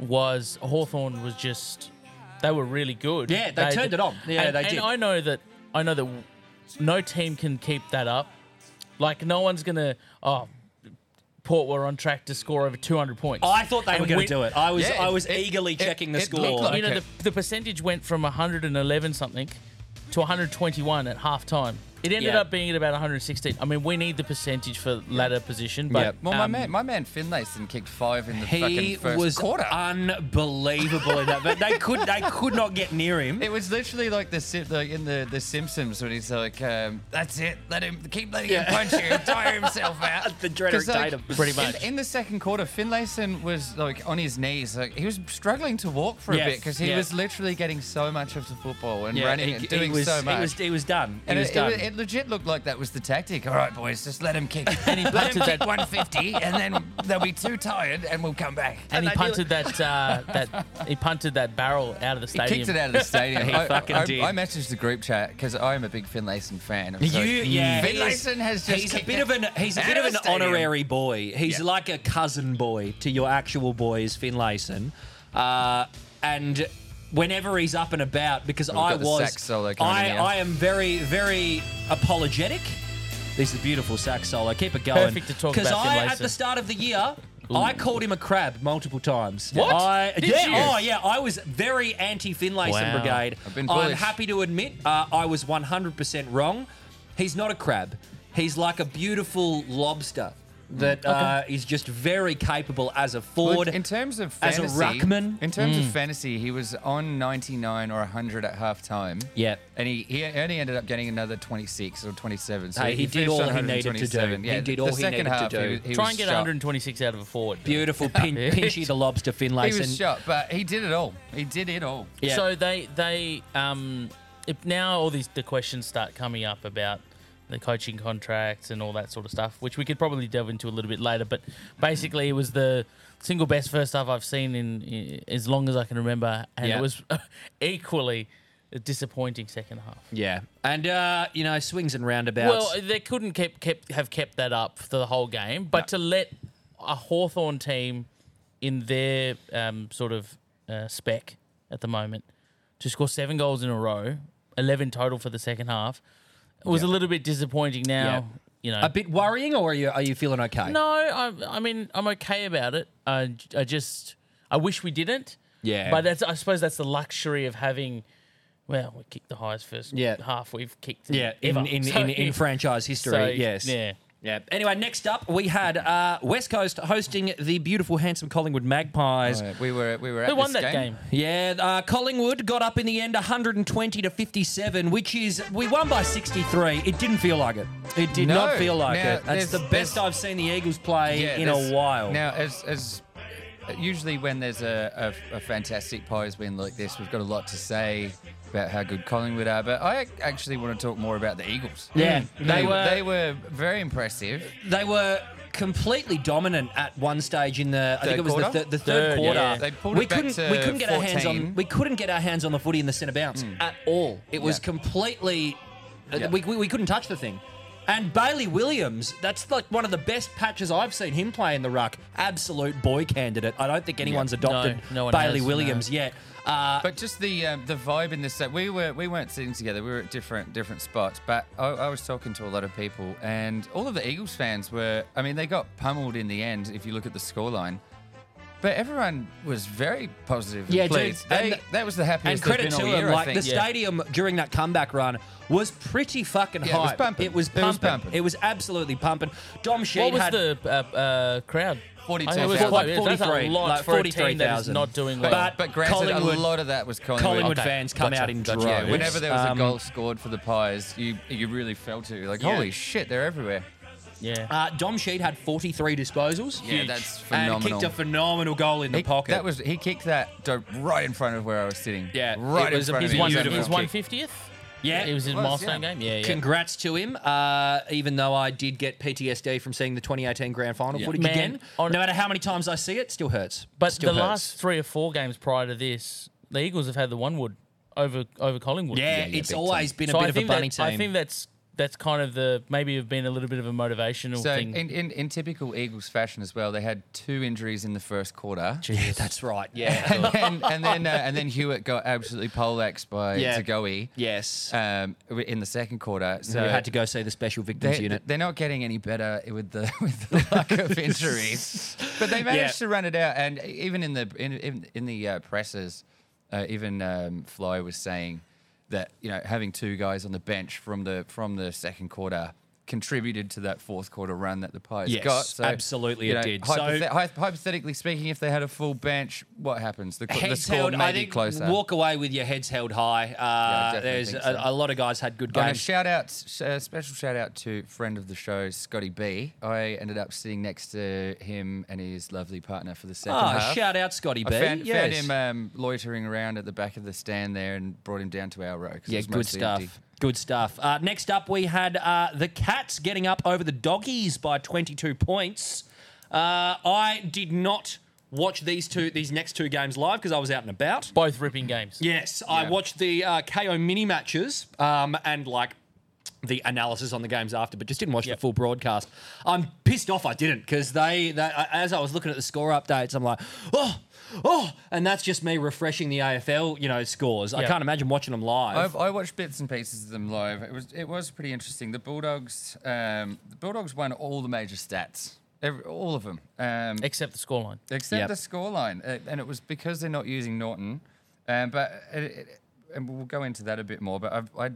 [SPEAKER 4] was Hawthorn was just they were really good.
[SPEAKER 2] Yeah, they turned it on. Yeah,
[SPEAKER 4] and,
[SPEAKER 2] they
[SPEAKER 4] and
[SPEAKER 2] did.
[SPEAKER 4] I know that I know that no team can keep that up. Like no one's gonna oh Port were on track to score over 200 points.
[SPEAKER 2] I thought they
[SPEAKER 4] And
[SPEAKER 2] were going
[SPEAKER 4] we-
[SPEAKER 2] to do it. I was
[SPEAKER 3] Yeah,
[SPEAKER 2] I was
[SPEAKER 3] it-
[SPEAKER 2] eagerly
[SPEAKER 3] it-
[SPEAKER 2] checking the
[SPEAKER 3] it
[SPEAKER 2] score.
[SPEAKER 3] looked like
[SPEAKER 4] You know
[SPEAKER 3] Okay.
[SPEAKER 4] the, the percentage went from 111 something to 121 at half time. It ended
[SPEAKER 2] Yeah.
[SPEAKER 4] up being at about 116. I mean, we need the percentage for ladder position, but
[SPEAKER 3] Well, my
[SPEAKER 4] um,
[SPEAKER 3] man, my man Finlayson kicked five in the
[SPEAKER 2] He
[SPEAKER 3] fucking first
[SPEAKER 2] was
[SPEAKER 3] quarter.
[SPEAKER 2] unbelievable in that, but they could they could not get near him.
[SPEAKER 3] it was literally like the Sim- like in the the Simpsons when he's like, um, "That's it, let him keep letting him punch you, tire himself out."
[SPEAKER 2] The Dreader
[SPEAKER 3] 'Cause, like,
[SPEAKER 2] Tatum.
[SPEAKER 4] Pretty
[SPEAKER 3] in-
[SPEAKER 4] much.
[SPEAKER 3] In, the second quarter, Finlayson was like on his knees. Like he was struggling to walk for
[SPEAKER 2] Yes,
[SPEAKER 3] a bit because he
[SPEAKER 4] yeah.
[SPEAKER 3] was literally getting so much of the football and
[SPEAKER 2] Yeah,
[SPEAKER 3] running
[SPEAKER 2] he-
[SPEAKER 3] and
[SPEAKER 2] he
[SPEAKER 3] doing
[SPEAKER 2] was-
[SPEAKER 3] so much.
[SPEAKER 2] He was, he was done. He
[SPEAKER 3] and
[SPEAKER 2] was
[SPEAKER 3] it, it,
[SPEAKER 2] done.
[SPEAKER 3] was- it legit looked like that was the tactic. All right, boys, just let him kick.
[SPEAKER 4] And he
[SPEAKER 3] let him
[SPEAKER 4] punted
[SPEAKER 3] kick
[SPEAKER 4] that-
[SPEAKER 3] 150, and then they'll be too tired, and we'll come back.
[SPEAKER 4] and, he
[SPEAKER 3] they do-
[SPEAKER 4] punted that uh, that he punted that barrel out of the
[SPEAKER 3] He
[SPEAKER 4] stadium.
[SPEAKER 3] kicked it out of the stadium.
[SPEAKER 2] He
[SPEAKER 3] I,
[SPEAKER 2] fucking
[SPEAKER 3] I,
[SPEAKER 2] did.
[SPEAKER 3] I messaged the group chat because I'm a big Finlayson fan. I was
[SPEAKER 2] you,
[SPEAKER 3] like,
[SPEAKER 2] yeah, he is-
[SPEAKER 3] Finlayson has just.
[SPEAKER 2] he's a
[SPEAKER 3] kicked
[SPEAKER 2] bit
[SPEAKER 3] it
[SPEAKER 2] of an he's a
[SPEAKER 3] out
[SPEAKER 2] bit of
[SPEAKER 3] the
[SPEAKER 2] an
[SPEAKER 3] stadium.
[SPEAKER 2] honorary boy. He's
[SPEAKER 3] Yeah.
[SPEAKER 2] like a cousin boy to your actual boys, Finlayson. Uh, and whenever he's up and about, because
[SPEAKER 3] we've
[SPEAKER 2] I
[SPEAKER 3] got the
[SPEAKER 2] was,
[SPEAKER 3] sax solo coming
[SPEAKER 2] I,
[SPEAKER 3] here.
[SPEAKER 2] I am very very apologetic. This is a beautiful sax solo. Keep it going.
[SPEAKER 4] Perfect to talk
[SPEAKER 2] Because
[SPEAKER 4] about
[SPEAKER 2] I, at
[SPEAKER 4] Finlayson.
[SPEAKER 2] the start of the year. I called him a crab multiple times.
[SPEAKER 4] What?
[SPEAKER 2] I,
[SPEAKER 4] Did
[SPEAKER 2] yeah,
[SPEAKER 4] you?
[SPEAKER 2] oh yeah, I was very anti Finlayson
[SPEAKER 4] Wow.
[SPEAKER 2] brigade.
[SPEAKER 3] I've been
[SPEAKER 2] I'm
[SPEAKER 3] bullish.
[SPEAKER 2] happy happy to admit uh, I was 100% wrong. He's not a crab. He's like a beautiful lobster
[SPEAKER 4] Mm.
[SPEAKER 2] that uh, is just very capable as a
[SPEAKER 3] Well,
[SPEAKER 2] forward.
[SPEAKER 3] in terms of
[SPEAKER 2] as a
[SPEAKER 3] fantasy,
[SPEAKER 2] ruckman. Hmm.
[SPEAKER 3] in terms of fantasy, he was on 99 or 100 at half time.
[SPEAKER 2] Yeah.
[SPEAKER 3] and he, he only ended up getting another 26 or 27. So
[SPEAKER 2] Hey, he did
[SPEAKER 3] finished
[SPEAKER 2] all
[SPEAKER 3] on
[SPEAKER 2] he needed to do.
[SPEAKER 3] 127.
[SPEAKER 2] He
[SPEAKER 3] Yeah,
[SPEAKER 2] did
[SPEAKER 3] the
[SPEAKER 2] all he
[SPEAKER 3] second
[SPEAKER 2] needed to
[SPEAKER 3] half,
[SPEAKER 2] do.
[SPEAKER 3] He was, he
[SPEAKER 4] Try
[SPEAKER 3] was
[SPEAKER 4] and get
[SPEAKER 3] shot.
[SPEAKER 4] 126 out of a forward.
[SPEAKER 2] Beautiful pin, Pinchy the lobster
[SPEAKER 3] He
[SPEAKER 2] Finlayson.
[SPEAKER 3] was shot, but he did it all. He did it all.
[SPEAKER 2] Yeah.
[SPEAKER 4] So they they um if now all these the questions start coming up about the coaching contracts and all that sort of stuff, which we could probably delve into a little bit later. But basically, it was the single best first half I've seen in, in as long as I can remember, and
[SPEAKER 2] Yeah.
[SPEAKER 4] it was equally a disappointing second half.
[SPEAKER 2] yeah. And, uh, you know, swings and roundabouts.
[SPEAKER 4] Well, they couldn't kept, kept have kept that up for the whole game, but to let a Hawthorn team in their um, sort of uh, spec at the moment to score seven goals in a row, eleven total for the second half, was a little bit disappointing. Now,
[SPEAKER 2] Yeah.
[SPEAKER 4] you know,
[SPEAKER 2] a bit worrying, or are you, are you feeling okay?
[SPEAKER 4] no, I, I mean, I'm okay about it. I, j- I just, I wish we didn't.
[SPEAKER 2] Yeah.
[SPEAKER 4] But that's, I suppose that's the luxury of having. Well, we kicked the highest first
[SPEAKER 2] Yeah.
[SPEAKER 4] half we've kicked.
[SPEAKER 2] Yeah, in,
[SPEAKER 4] ever.
[SPEAKER 2] in,
[SPEAKER 4] So-
[SPEAKER 2] in, in franchise history,
[SPEAKER 4] so,
[SPEAKER 2] yes.
[SPEAKER 4] Yeah.
[SPEAKER 2] Yeah. Anyway, next up we had uh, West Coast hosting the beautiful, handsome Collingwood Magpies.
[SPEAKER 3] Uh, we were we were at
[SPEAKER 4] Who won
[SPEAKER 3] this
[SPEAKER 4] that game?
[SPEAKER 2] Yeah, uh, Collingwood got up in the end 120 to 57, which is we won by 63. It didn't feel like it. It did
[SPEAKER 3] No.
[SPEAKER 2] not feel like
[SPEAKER 3] Now,
[SPEAKER 2] it. That's
[SPEAKER 3] there's-
[SPEAKER 2] the best
[SPEAKER 3] there's-
[SPEAKER 2] I've seen the Eagles play in
[SPEAKER 3] there's-
[SPEAKER 2] a while.
[SPEAKER 3] Now, as as usually when there's a, a, a fantastic prize win like this, we've got a lot to say about how good Collingwood are. But I ac- actually want to talk more about the Eagles.
[SPEAKER 2] Yeah, they
[SPEAKER 3] they,
[SPEAKER 2] were-
[SPEAKER 3] were they were very impressive.
[SPEAKER 2] they were completely dominant at one stage in the I think
[SPEAKER 3] Third
[SPEAKER 2] it was the,
[SPEAKER 3] quarter?
[SPEAKER 2] th- the third
[SPEAKER 4] Third,
[SPEAKER 2] quarter.
[SPEAKER 4] yeah.
[SPEAKER 3] They pulled
[SPEAKER 2] we
[SPEAKER 3] it back
[SPEAKER 2] couldn't
[SPEAKER 3] to
[SPEAKER 2] we couldn't get our hands on
[SPEAKER 3] 14.
[SPEAKER 2] we couldn't get our hands on the footy in the centre bounce at all. It was
[SPEAKER 3] Mm. Yeah.
[SPEAKER 2] completely uh,
[SPEAKER 3] Yeah.
[SPEAKER 2] we, we, we couldn't touch the thing. And Bailey Williams, that's like one of the best patches I've seen him play in the ruck. Absolute boy candidate. I don't think anyone's adopted
[SPEAKER 4] No, no one
[SPEAKER 2] Bailey
[SPEAKER 4] has, no.
[SPEAKER 2] Williams yet. Uh,
[SPEAKER 3] But just the um, the vibe in this set. We were we weren't sitting together. We were at different different spots. But I, I was talking to a lot of people, and all of the Eagles fans were. I mean, they got pummeled in the end. If you look at the scoreline. But everyone was very positive. and
[SPEAKER 2] Yeah, dude,
[SPEAKER 3] pleased.
[SPEAKER 2] and
[SPEAKER 3] They-
[SPEAKER 2] the-
[SPEAKER 3] that was the
[SPEAKER 2] and
[SPEAKER 3] happiest.
[SPEAKER 2] credit
[SPEAKER 3] they've
[SPEAKER 2] to
[SPEAKER 3] been all
[SPEAKER 2] him,
[SPEAKER 3] year, I
[SPEAKER 2] like
[SPEAKER 3] think.
[SPEAKER 2] the stadium during that comeback run was pretty fucking
[SPEAKER 3] Yeah, it was
[SPEAKER 2] hype.
[SPEAKER 3] pumping.
[SPEAKER 2] It was
[SPEAKER 3] It was
[SPEAKER 2] pumping. It was,
[SPEAKER 3] pumping.
[SPEAKER 2] absolutely pumping. Dom Sheed
[SPEAKER 4] What was
[SPEAKER 2] had
[SPEAKER 4] the uh, uh, crowd?
[SPEAKER 3] 42,000.
[SPEAKER 4] I think it was quite- yeah, That's a
[SPEAKER 2] 43,
[SPEAKER 4] lot
[SPEAKER 2] like
[SPEAKER 4] for a team that is
[SPEAKER 2] 43,000.
[SPEAKER 4] not doing well.
[SPEAKER 3] But,
[SPEAKER 2] But
[SPEAKER 3] but granted,
[SPEAKER 2] Collingwood-
[SPEAKER 3] a lot of that was Collingwood.
[SPEAKER 2] Collingwood
[SPEAKER 4] Okay,
[SPEAKER 2] fans come
[SPEAKER 4] gotcha,
[SPEAKER 2] out in
[SPEAKER 4] gotcha.
[SPEAKER 2] droves.
[SPEAKER 4] Yeah,
[SPEAKER 3] Yeah, whenever there was
[SPEAKER 2] Um,
[SPEAKER 3] a goal scored for the Pies, you you really felt it. You're like,
[SPEAKER 2] Yeah.
[SPEAKER 3] holy shit, they're everywhere.
[SPEAKER 4] yeah.
[SPEAKER 2] Uh, Dom Sheed had 43 disposals.
[SPEAKER 3] Yeah, Huge. that's
[SPEAKER 2] And kicked
[SPEAKER 3] phenomenal.
[SPEAKER 2] a phenomenal goal in the
[SPEAKER 3] He-
[SPEAKER 2] pocket.
[SPEAKER 3] That was he kicked that dope right in front of where I was sitting.
[SPEAKER 2] Yeah,
[SPEAKER 3] right
[SPEAKER 2] it was a
[SPEAKER 3] in front
[SPEAKER 2] big
[SPEAKER 3] of
[SPEAKER 4] his
[SPEAKER 3] me.
[SPEAKER 4] one,
[SPEAKER 2] beautiful
[SPEAKER 4] his
[SPEAKER 2] kick.
[SPEAKER 4] one fiftieth.
[SPEAKER 2] yeah.
[SPEAKER 4] It was his
[SPEAKER 3] was,
[SPEAKER 4] milestone
[SPEAKER 3] yeah.
[SPEAKER 4] game. Yeah, yeah.
[SPEAKER 2] Congrats to him, uh, even though I did get PTSD from seeing the 2018 grand final footage
[SPEAKER 4] Man,
[SPEAKER 2] again.
[SPEAKER 4] on-
[SPEAKER 2] no matter how many times I see it, still hurts.
[SPEAKER 4] But
[SPEAKER 2] still
[SPEAKER 4] the
[SPEAKER 2] hurts.
[SPEAKER 4] last three or four games prior to this, the Eagles have had the one wood over over Collingwood.
[SPEAKER 2] Yeah,
[SPEAKER 3] yeah,
[SPEAKER 2] it's
[SPEAKER 3] big
[SPEAKER 2] always
[SPEAKER 3] time.
[SPEAKER 2] been a
[SPEAKER 4] So
[SPEAKER 2] bit
[SPEAKER 4] I
[SPEAKER 2] of a
[SPEAKER 4] think
[SPEAKER 2] bunny
[SPEAKER 4] that,
[SPEAKER 2] team.
[SPEAKER 4] I think that's that's kind of the maybe have been a little bit of a motivational
[SPEAKER 3] So
[SPEAKER 4] thing.
[SPEAKER 3] in, in, in typical Eagles fashion as well, they had two injuries in the first quarter.
[SPEAKER 2] yeah, that's right. Yeah.
[SPEAKER 3] And, and then uh, and then Hewitt got absolutely poleaxed by
[SPEAKER 2] Yeah.
[SPEAKER 3] Tagoe
[SPEAKER 2] yes.
[SPEAKER 3] um, in the second quarter. So
[SPEAKER 2] so you had to go see the special victims
[SPEAKER 3] They,
[SPEAKER 2] unit.
[SPEAKER 3] they're not getting any better with the with the lack of injuries, but they managed to run it out. And even in the in in, in the uh, presses, uh, even um, Fly was saying that you know having two guys on the bench from the from the second quarter contributed to that fourth quarter run that the Pies
[SPEAKER 2] Yes,
[SPEAKER 3] got.
[SPEAKER 2] absolutely it did. So-
[SPEAKER 3] hypothet- hy- hypothetically speaking, if they had a full bench, what happens? The, co- the
[SPEAKER 2] heads
[SPEAKER 3] score
[SPEAKER 2] held.
[SPEAKER 3] may
[SPEAKER 2] I
[SPEAKER 3] be
[SPEAKER 2] think
[SPEAKER 3] closer.
[SPEAKER 2] walk away with your heads held high. Uh,
[SPEAKER 3] definitely
[SPEAKER 2] there's
[SPEAKER 3] think
[SPEAKER 2] a,
[SPEAKER 3] so. Oh,
[SPEAKER 2] a lot of guys had good
[SPEAKER 3] On a
[SPEAKER 2] games.
[SPEAKER 3] shout out, sh- uh, special shout out to friend of the show, Scotty B. I ended up sitting next to him and his lovely partner for the second
[SPEAKER 2] Ah,
[SPEAKER 3] half.
[SPEAKER 2] shout out Scotty B.
[SPEAKER 3] I found,
[SPEAKER 2] yes.
[SPEAKER 3] found him um, loitering around at the back of the stand there and brought him down to our row. 'cause it
[SPEAKER 2] yeah,
[SPEAKER 3] was
[SPEAKER 2] good
[SPEAKER 3] mostly
[SPEAKER 2] stuff.
[SPEAKER 3] empty.
[SPEAKER 2] Good stuff. Uh, next up, we had uh, the Cats getting up over the Doggies by 22 points. Uh, I did not watch these two, these next two games live because I was out and about.
[SPEAKER 4] Both ripping games.
[SPEAKER 2] Yes, I
[SPEAKER 3] Yeah.
[SPEAKER 2] watched the uh, KO mini matches um, and like the analysis on the games after, but just didn't watch
[SPEAKER 4] Yep.
[SPEAKER 2] the full broadcast. I'm pissed off I didn't because they, they, as I was looking at the score updates, I'm like, oh, oh, and that's just me refreshing the AFL, you know, scores. I
[SPEAKER 4] Yep.
[SPEAKER 2] can't imagine watching them live.
[SPEAKER 3] I've, I watched bits and pieces of them live. It was it was pretty interesting. The Bulldogs, um, the Bulldogs won all the major stats, every, all of them. Um,
[SPEAKER 4] Except the scoreline.
[SPEAKER 3] except
[SPEAKER 2] Yep.
[SPEAKER 3] the scoreline, uh, and it was because they're not using Norton. Um, but it, it- and we'll go into that a bit more. But I've, I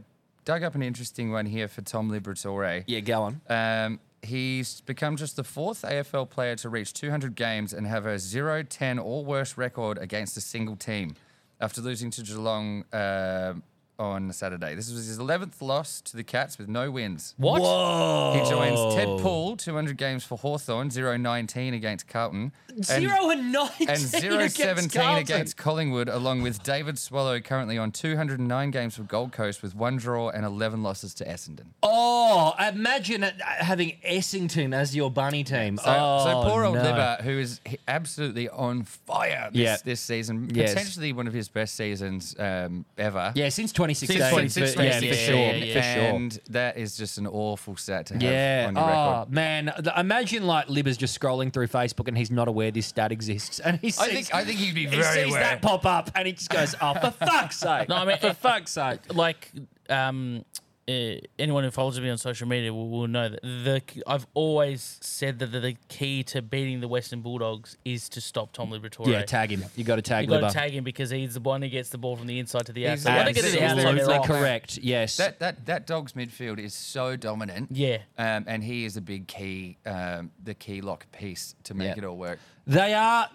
[SPEAKER 3] dug up an interesting one here for Tom Liberatore.
[SPEAKER 2] yeah, go on.
[SPEAKER 3] Um, he's become just the fourth AFL player to reach 200 games and have a 0 10 or worse record against a single team after losing to Geelong um on Saturday. This was his 11th loss to the Cats with no wins.
[SPEAKER 4] What?
[SPEAKER 2] Whoa.
[SPEAKER 3] He joins Ted Poole, 200 games for Hawthorn, 0 19 against Carlton. and-
[SPEAKER 2] Zero and nineteen
[SPEAKER 3] and 0
[SPEAKER 2] against
[SPEAKER 3] 17
[SPEAKER 2] Carlton.
[SPEAKER 3] against Collingwood, along with David Swallow, currently on 209 games for Gold Coast with one draw and 11 losses to Essendon.
[SPEAKER 2] Oh, imagine uh, having Essington as your bunny team.
[SPEAKER 3] So,
[SPEAKER 2] oh,
[SPEAKER 3] so poor old
[SPEAKER 2] no.
[SPEAKER 3] Libba, who is h- absolutely on fire this,
[SPEAKER 2] Yeah.
[SPEAKER 3] this season,
[SPEAKER 2] Yes.
[SPEAKER 3] potentially one of his best seasons um, ever.
[SPEAKER 2] Yeah, since 2016.
[SPEAKER 4] Since 2016,
[SPEAKER 2] yeah,
[SPEAKER 4] yeah,
[SPEAKER 2] for sure.
[SPEAKER 4] yeah, yeah.
[SPEAKER 2] for sure.
[SPEAKER 3] And that is just an awful stat to have
[SPEAKER 2] Yeah.
[SPEAKER 3] on your
[SPEAKER 2] Oh
[SPEAKER 3] record.
[SPEAKER 2] man, Th- imagine like Libba's just scrolling through Facebook and he's not aware this stat exists, and he sees,
[SPEAKER 3] I think I think he'd be
[SPEAKER 2] he
[SPEAKER 3] very
[SPEAKER 2] sees
[SPEAKER 3] aware.
[SPEAKER 2] that pop up, and he just goes, "Oh, for fuck's sake!
[SPEAKER 4] No, I mean-
[SPEAKER 2] for fuck's sake!"
[SPEAKER 4] Like um, uh, anyone who follows me on social media will, will know that the I've always said that the, the key to beating the Western Bulldogs is to stop Tom Liberatore.
[SPEAKER 2] Yeah, tag him. You got to tag
[SPEAKER 4] you got
[SPEAKER 2] Libba.
[SPEAKER 4] to tag him because he's the one who gets the ball from the inside to the
[SPEAKER 3] He's
[SPEAKER 4] outside. When they get to the outside, they're
[SPEAKER 2] Absolutely
[SPEAKER 4] off.
[SPEAKER 2] correct. Yes.
[SPEAKER 3] That that that dog's midfield is so dominant.
[SPEAKER 4] Yeah.
[SPEAKER 3] Um, and he is a big key, um, the key lock piece to make
[SPEAKER 2] Yeah.
[SPEAKER 3] it all work.
[SPEAKER 2] They are.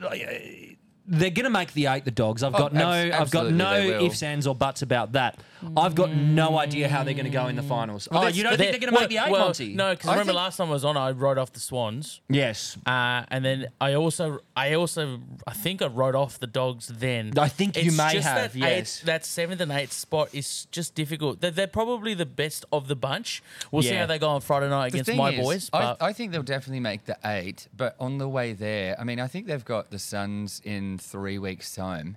[SPEAKER 2] They're going to make the eight. The dogs. I've
[SPEAKER 3] Oh,
[SPEAKER 2] got no.
[SPEAKER 3] abs-
[SPEAKER 2] I've got
[SPEAKER 3] absolutely
[SPEAKER 2] no
[SPEAKER 3] they will.
[SPEAKER 2] ifs, ands, or buts about that. I've got no idea how they're going to go in the finals. oh,
[SPEAKER 4] that's-
[SPEAKER 2] you don't think they're going to make the eight,
[SPEAKER 4] well,
[SPEAKER 2] Monty?
[SPEAKER 4] No, because
[SPEAKER 3] I
[SPEAKER 4] remember
[SPEAKER 3] think-
[SPEAKER 4] last time I was on, I wrote off the Swans.
[SPEAKER 2] Yes.
[SPEAKER 4] Uh, and then I also, I also, I think I wrote off the dogs. Then
[SPEAKER 2] I think you may
[SPEAKER 4] just
[SPEAKER 2] have,
[SPEAKER 4] That
[SPEAKER 2] yes.
[SPEAKER 4] eighth, that seventh and eighth spot is just difficult. They're, they're probably the best of the bunch. We'll see
[SPEAKER 2] Yeah.
[SPEAKER 4] how they go on Friday night
[SPEAKER 3] The
[SPEAKER 4] against
[SPEAKER 3] thing
[SPEAKER 4] my
[SPEAKER 3] is,
[SPEAKER 4] boys.
[SPEAKER 3] I,
[SPEAKER 4] But
[SPEAKER 3] I think they'll definitely make the eight, but on the way there, I mean, I think they've got the Suns in three weeks' time,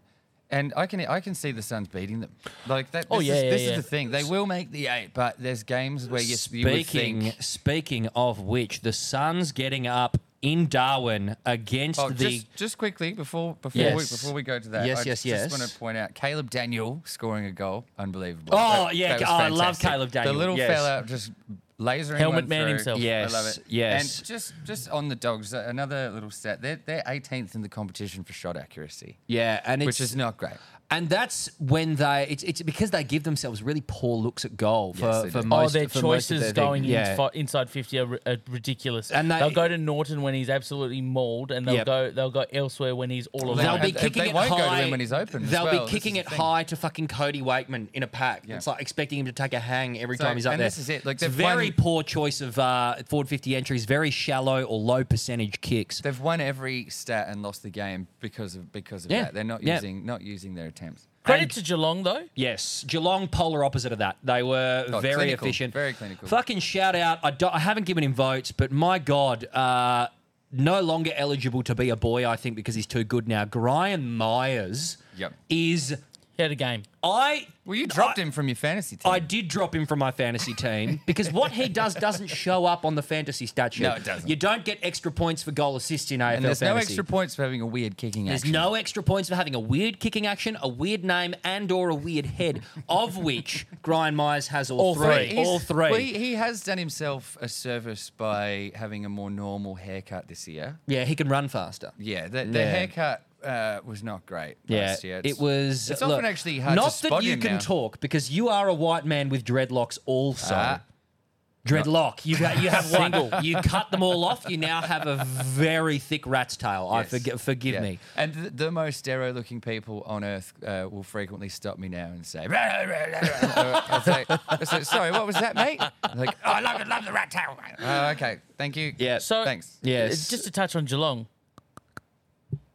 [SPEAKER 3] and I can I can see the Suns beating them. Like that. This
[SPEAKER 4] Oh, yeah,
[SPEAKER 3] is,
[SPEAKER 4] yeah,
[SPEAKER 3] this
[SPEAKER 4] yeah.
[SPEAKER 3] is the thing. They will make the eight, but there's games where you, you would
[SPEAKER 2] Speaking
[SPEAKER 3] think.
[SPEAKER 2] speaking of which, the Suns getting up in Darwin against
[SPEAKER 3] Oh,
[SPEAKER 2] the
[SPEAKER 3] just, just quickly before before we
[SPEAKER 2] Yes.
[SPEAKER 3] before we go to that,
[SPEAKER 2] Yes,
[SPEAKER 3] I
[SPEAKER 2] yes,
[SPEAKER 3] just, want
[SPEAKER 2] yes.
[SPEAKER 3] to point out Caleb Daniel scoring a goal, unbelievable.
[SPEAKER 2] Oh, yeah,
[SPEAKER 3] was
[SPEAKER 2] oh, I love
[SPEAKER 3] fantastic.
[SPEAKER 2] Caleb Daniel,
[SPEAKER 3] The little
[SPEAKER 2] yes.
[SPEAKER 3] fella just lasering
[SPEAKER 4] Helmet
[SPEAKER 3] one
[SPEAKER 4] man
[SPEAKER 3] through.
[SPEAKER 4] himself.
[SPEAKER 2] Yes,
[SPEAKER 3] I love it.
[SPEAKER 2] yes.
[SPEAKER 3] and just just on the dogs, uh, another little stat. They're they're 18th in the competition for shot accuracy,
[SPEAKER 2] yeah, and it's
[SPEAKER 3] which is not great.
[SPEAKER 2] And that's when they it's, it's because they give themselves really poor looks at goal for,
[SPEAKER 3] Yes, they
[SPEAKER 2] for
[SPEAKER 3] do.
[SPEAKER 2] most
[SPEAKER 4] oh, their
[SPEAKER 2] for most of
[SPEAKER 4] choices
[SPEAKER 2] their big-
[SPEAKER 4] going in
[SPEAKER 2] yeah.
[SPEAKER 4] fi- inside fifty are, ri- are ridiculous.
[SPEAKER 2] And
[SPEAKER 4] And
[SPEAKER 2] they-
[SPEAKER 4] they, will go to Norton when he's absolutely mauled, and they'll
[SPEAKER 2] Yep.
[SPEAKER 4] go they'll go elsewhere when he's all alone.
[SPEAKER 3] They'll
[SPEAKER 2] They'll be
[SPEAKER 3] And they-
[SPEAKER 2] kicking
[SPEAKER 3] they
[SPEAKER 2] it
[SPEAKER 3] won't go to
[SPEAKER 2] high
[SPEAKER 3] him when he's open as
[SPEAKER 2] They'll
[SPEAKER 3] well,
[SPEAKER 2] be
[SPEAKER 3] this
[SPEAKER 2] kicking
[SPEAKER 3] is
[SPEAKER 2] it
[SPEAKER 3] the thing.
[SPEAKER 2] high to fucking Cody Wakeman in a pack. It's like expecting him to take a hang every
[SPEAKER 3] So-
[SPEAKER 2] time he's up
[SPEAKER 3] and
[SPEAKER 2] there.
[SPEAKER 3] this is it, like,
[SPEAKER 2] it's
[SPEAKER 3] they've
[SPEAKER 2] very
[SPEAKER 3] won-
[SPEAKER 2] poor choice of uh, forward fifty entries. Very shallow or low percentage kicks.
[SPEAKER 3] They've won every stat and lost the game because of because of
[SPEAKER 2] Yeah,
[SPEAKER 3] that. They're not
[SPEAKER 2] yeah.
[SPEAKER 3] using not using their attempts.
[SPEAKER 4] Credit to Geelong though.
[SPEAKER 2] Yes, Geelong, polar opposite of that. They were
[SPEAKER 3] Oh,
[SPEAKER 2] very
[SPEAKER 3] clinical,
[SPEAKER 2] efficient,
[SPEAKER 3] very clinical.
[SPEAKER 2] Fucking shout out! I, don't- I haven't given him votes, but my god, uh, no longer eligible to be a boy. I think because he's too good now. Brian Myers
[SPEAKER 3] Yep.
[SPEAKER 2] is
[SPEAKER 4] He had a game.
[SPEAKER 2] I.
[SPEAKER 3] Well, you dropped
[SPEAKER 2] I,
[SPEAKER 3] him from your fantasy team.
[SPEAKER 2] I did drop him from my fantasy team because what he does doesn't show up on the fantasy stat sheet.
[SPEAKER 3] No, it doesn't.
[SPEAKER 2] You don't get extra points for goal assist in AFL
[SPEAKER 3] and there's no
[SPEAKER 2] fantasy.
[SPEAKER 3] extra points for having a weird kicking
[SPEAKER 2] There's
[SPEAKER 3] action.
[SPEAKER 2] no extra points for having a weird kicking action, a weird name, and or a weird head, of which Brian Myers has all,
[SPEAKER 4] All
[SPEAKER 2] three.
[SPEAKER 4] three.
[SPEAKER 3] He's-
[SPEAKER 2] All three.
[SPEAKER 3] well, he, he has done himself a service by having a more normal haircut this year.
[SPEAKER 2] yeah, he can run faster.
[SPEAKER 3] Yeah, the, the
[SPEAKER 2] Yeah.
[SPEAKER 3] haircut uh, was not great
[SPEAKER 2] Yeah,
[SPEAKER 3] last year.
[SPEAKER 2] it was.
[SPEAKER 3] It's
[SPEAKER 2] look,
[SPEAKER 3] often actually hard
[SPEAKER 2] Not
[SPEAKER 3] to
[SPEAKER 2] that
[SPEAKER 3] spot
[SPEAKER 2] you
[SPEAKER 3] him
[SPEAKER 2] can
[SPEAKER 3] now.
[SPEAKER 2] talk because you are a white man with dreadlocks. Also,
[SPEAKER 3] Ah.
[SPEAKER 2] dreadlock. You got, you have one. you cut them all off. You now have a very thick rat's tail. I
[SPEAKER 3] Yes.
[SPEAKER 2] forgive forgive
[SPEAKER 3] Yeah.
[SPEAKER 2] me.
[SPEAKER 3] And th- the most stereotypical looking people on earth uh, will frequently stop me now and say, "Rah, rah, rah, rah, rah." I'll say, I say, sorry, what was that, mate? I'm like, oh, I love, it, love the rat tail. Oh, okay, thank you.
[SPEAKER 2] Yeah.
[SPEAKER 4] So uh,
[SPEAKER 3] Thanks.
[SPEAKER 2] Yes.
[SPEAKER 4] Just to touch on Geelong.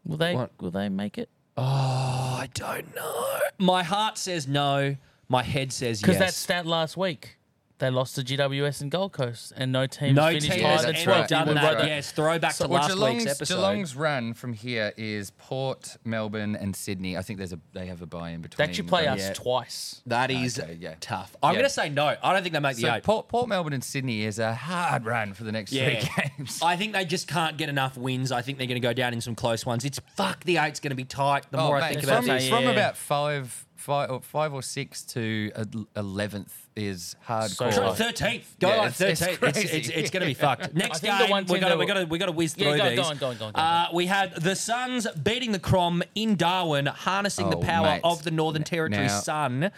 [SPEAKER 4] Will they
[SPEAKER 2] What?
[SPEAKER 4] will they make it?
[SPEAKER 2] I don't know. My heart says no. My head says yes.
[SPEAKER 4] Because that stat last week, they lost to GWS and Gold Coast, and no team
[SPEAKER 2] no
[SPEAKER 4] finished
[SPEAKER 2] team
[SPEAKER 3] Yeah,
[SPEAKER 4] higher
[SPEAKER 2] has
[SPEAKER 4] than
[SPEAKER 3] that's
[SPEAKER 2] ever
[SPEAKER 3] right.
[SPEAKER 4] 12.
[SPEAKER 2] done
[SPEAKER 3] That's
[SPEAKER 2] that.
[SPEAKER 3] right.
[SPEAKER 2] Yes, throwback
[SPEAKER 3] So
[SPEAKER 2] to
[SPEAKER 3] well,
[SPEAKER 2] last
[SPEAKER 3] Geelong's,
[SPEAKER 2] week's episode.
[SPEAKER 3] Geelong's run from here is Port, Melbourne, and Sydney. I think there's a they have a buy in between.
[SPEAKER 4] That you play
[SPEAKER 3] don't
[SPEAKER 4] us
[SPEAKER 3] they?
[SPEAKER 4] twice.
[SPEAKER 2] That is
[SPEAKER 3] Okay, yeah.
[SPEAKER 2] tough. I'm
[SPEAKER 3] Yeah.
[SPEAKER 2] going to say no. I don't think they make the
[SPEAKER 3] So
[SPEAKER 2] eight.
[SPEAKER 3] Port, Port, Melbourne, and Sydney is a hard run for the next three games.
[SPEAKER 2] I think they just can't get enough wins. I think they're going to go down in some close ones. It's fuck the eight's going to be tight. The more I think about
[SPEAKER 3] Oh, from,
[SPEAKER 2] this,
[SPEAKER 4] this-
[SPEAKER 3] from
[SPEAKER 4] Yeah.
[SPEAKER 3] about five, five or five or six to eleventh is hardcore.
[SPEAKER 4] So-
[SPEAKER 2] thirteenth, go
[SPEAKER 3] Yeah,
[SPEAKER 2] on
[SPEAKER 3] it's- it's
[SPEAKER 2] thirteenth. It's, it's,
[SPEAKER 3] crazy.
[SPEAKER 2] it's going to be fucked. Next
[SPEAKER 4] think
[SPEAKER 2] game,
[SPEAKER 4] the one
[SPEAKER 2] we're going
[SPEAKER 4] team
[SPEAKER 2] to
[SPEAKER 4] that
[SPEAKER 2] we
[SPEAKER 4] will-
[SPEAKER 2] got to we got to whiz
[SPEAKER 4] Yeah,
[SPEAKER 2] through
[SPEAKER 4] go- go
[SPEAKER 2] these.
[SPEAKER 4] on, go on, go on, go on.
[SPEAKER 2] Uh, we had the Suns beating the Crom in Darwin, harnessing the
[SPEAKER 3] Oh,
[SPEAKER 2] power
[SPEAKER 3] mate.
[SPEAKER 2] of the Northern Territory
[SPEAKER 3] now-
[SPEAKER 2] sun.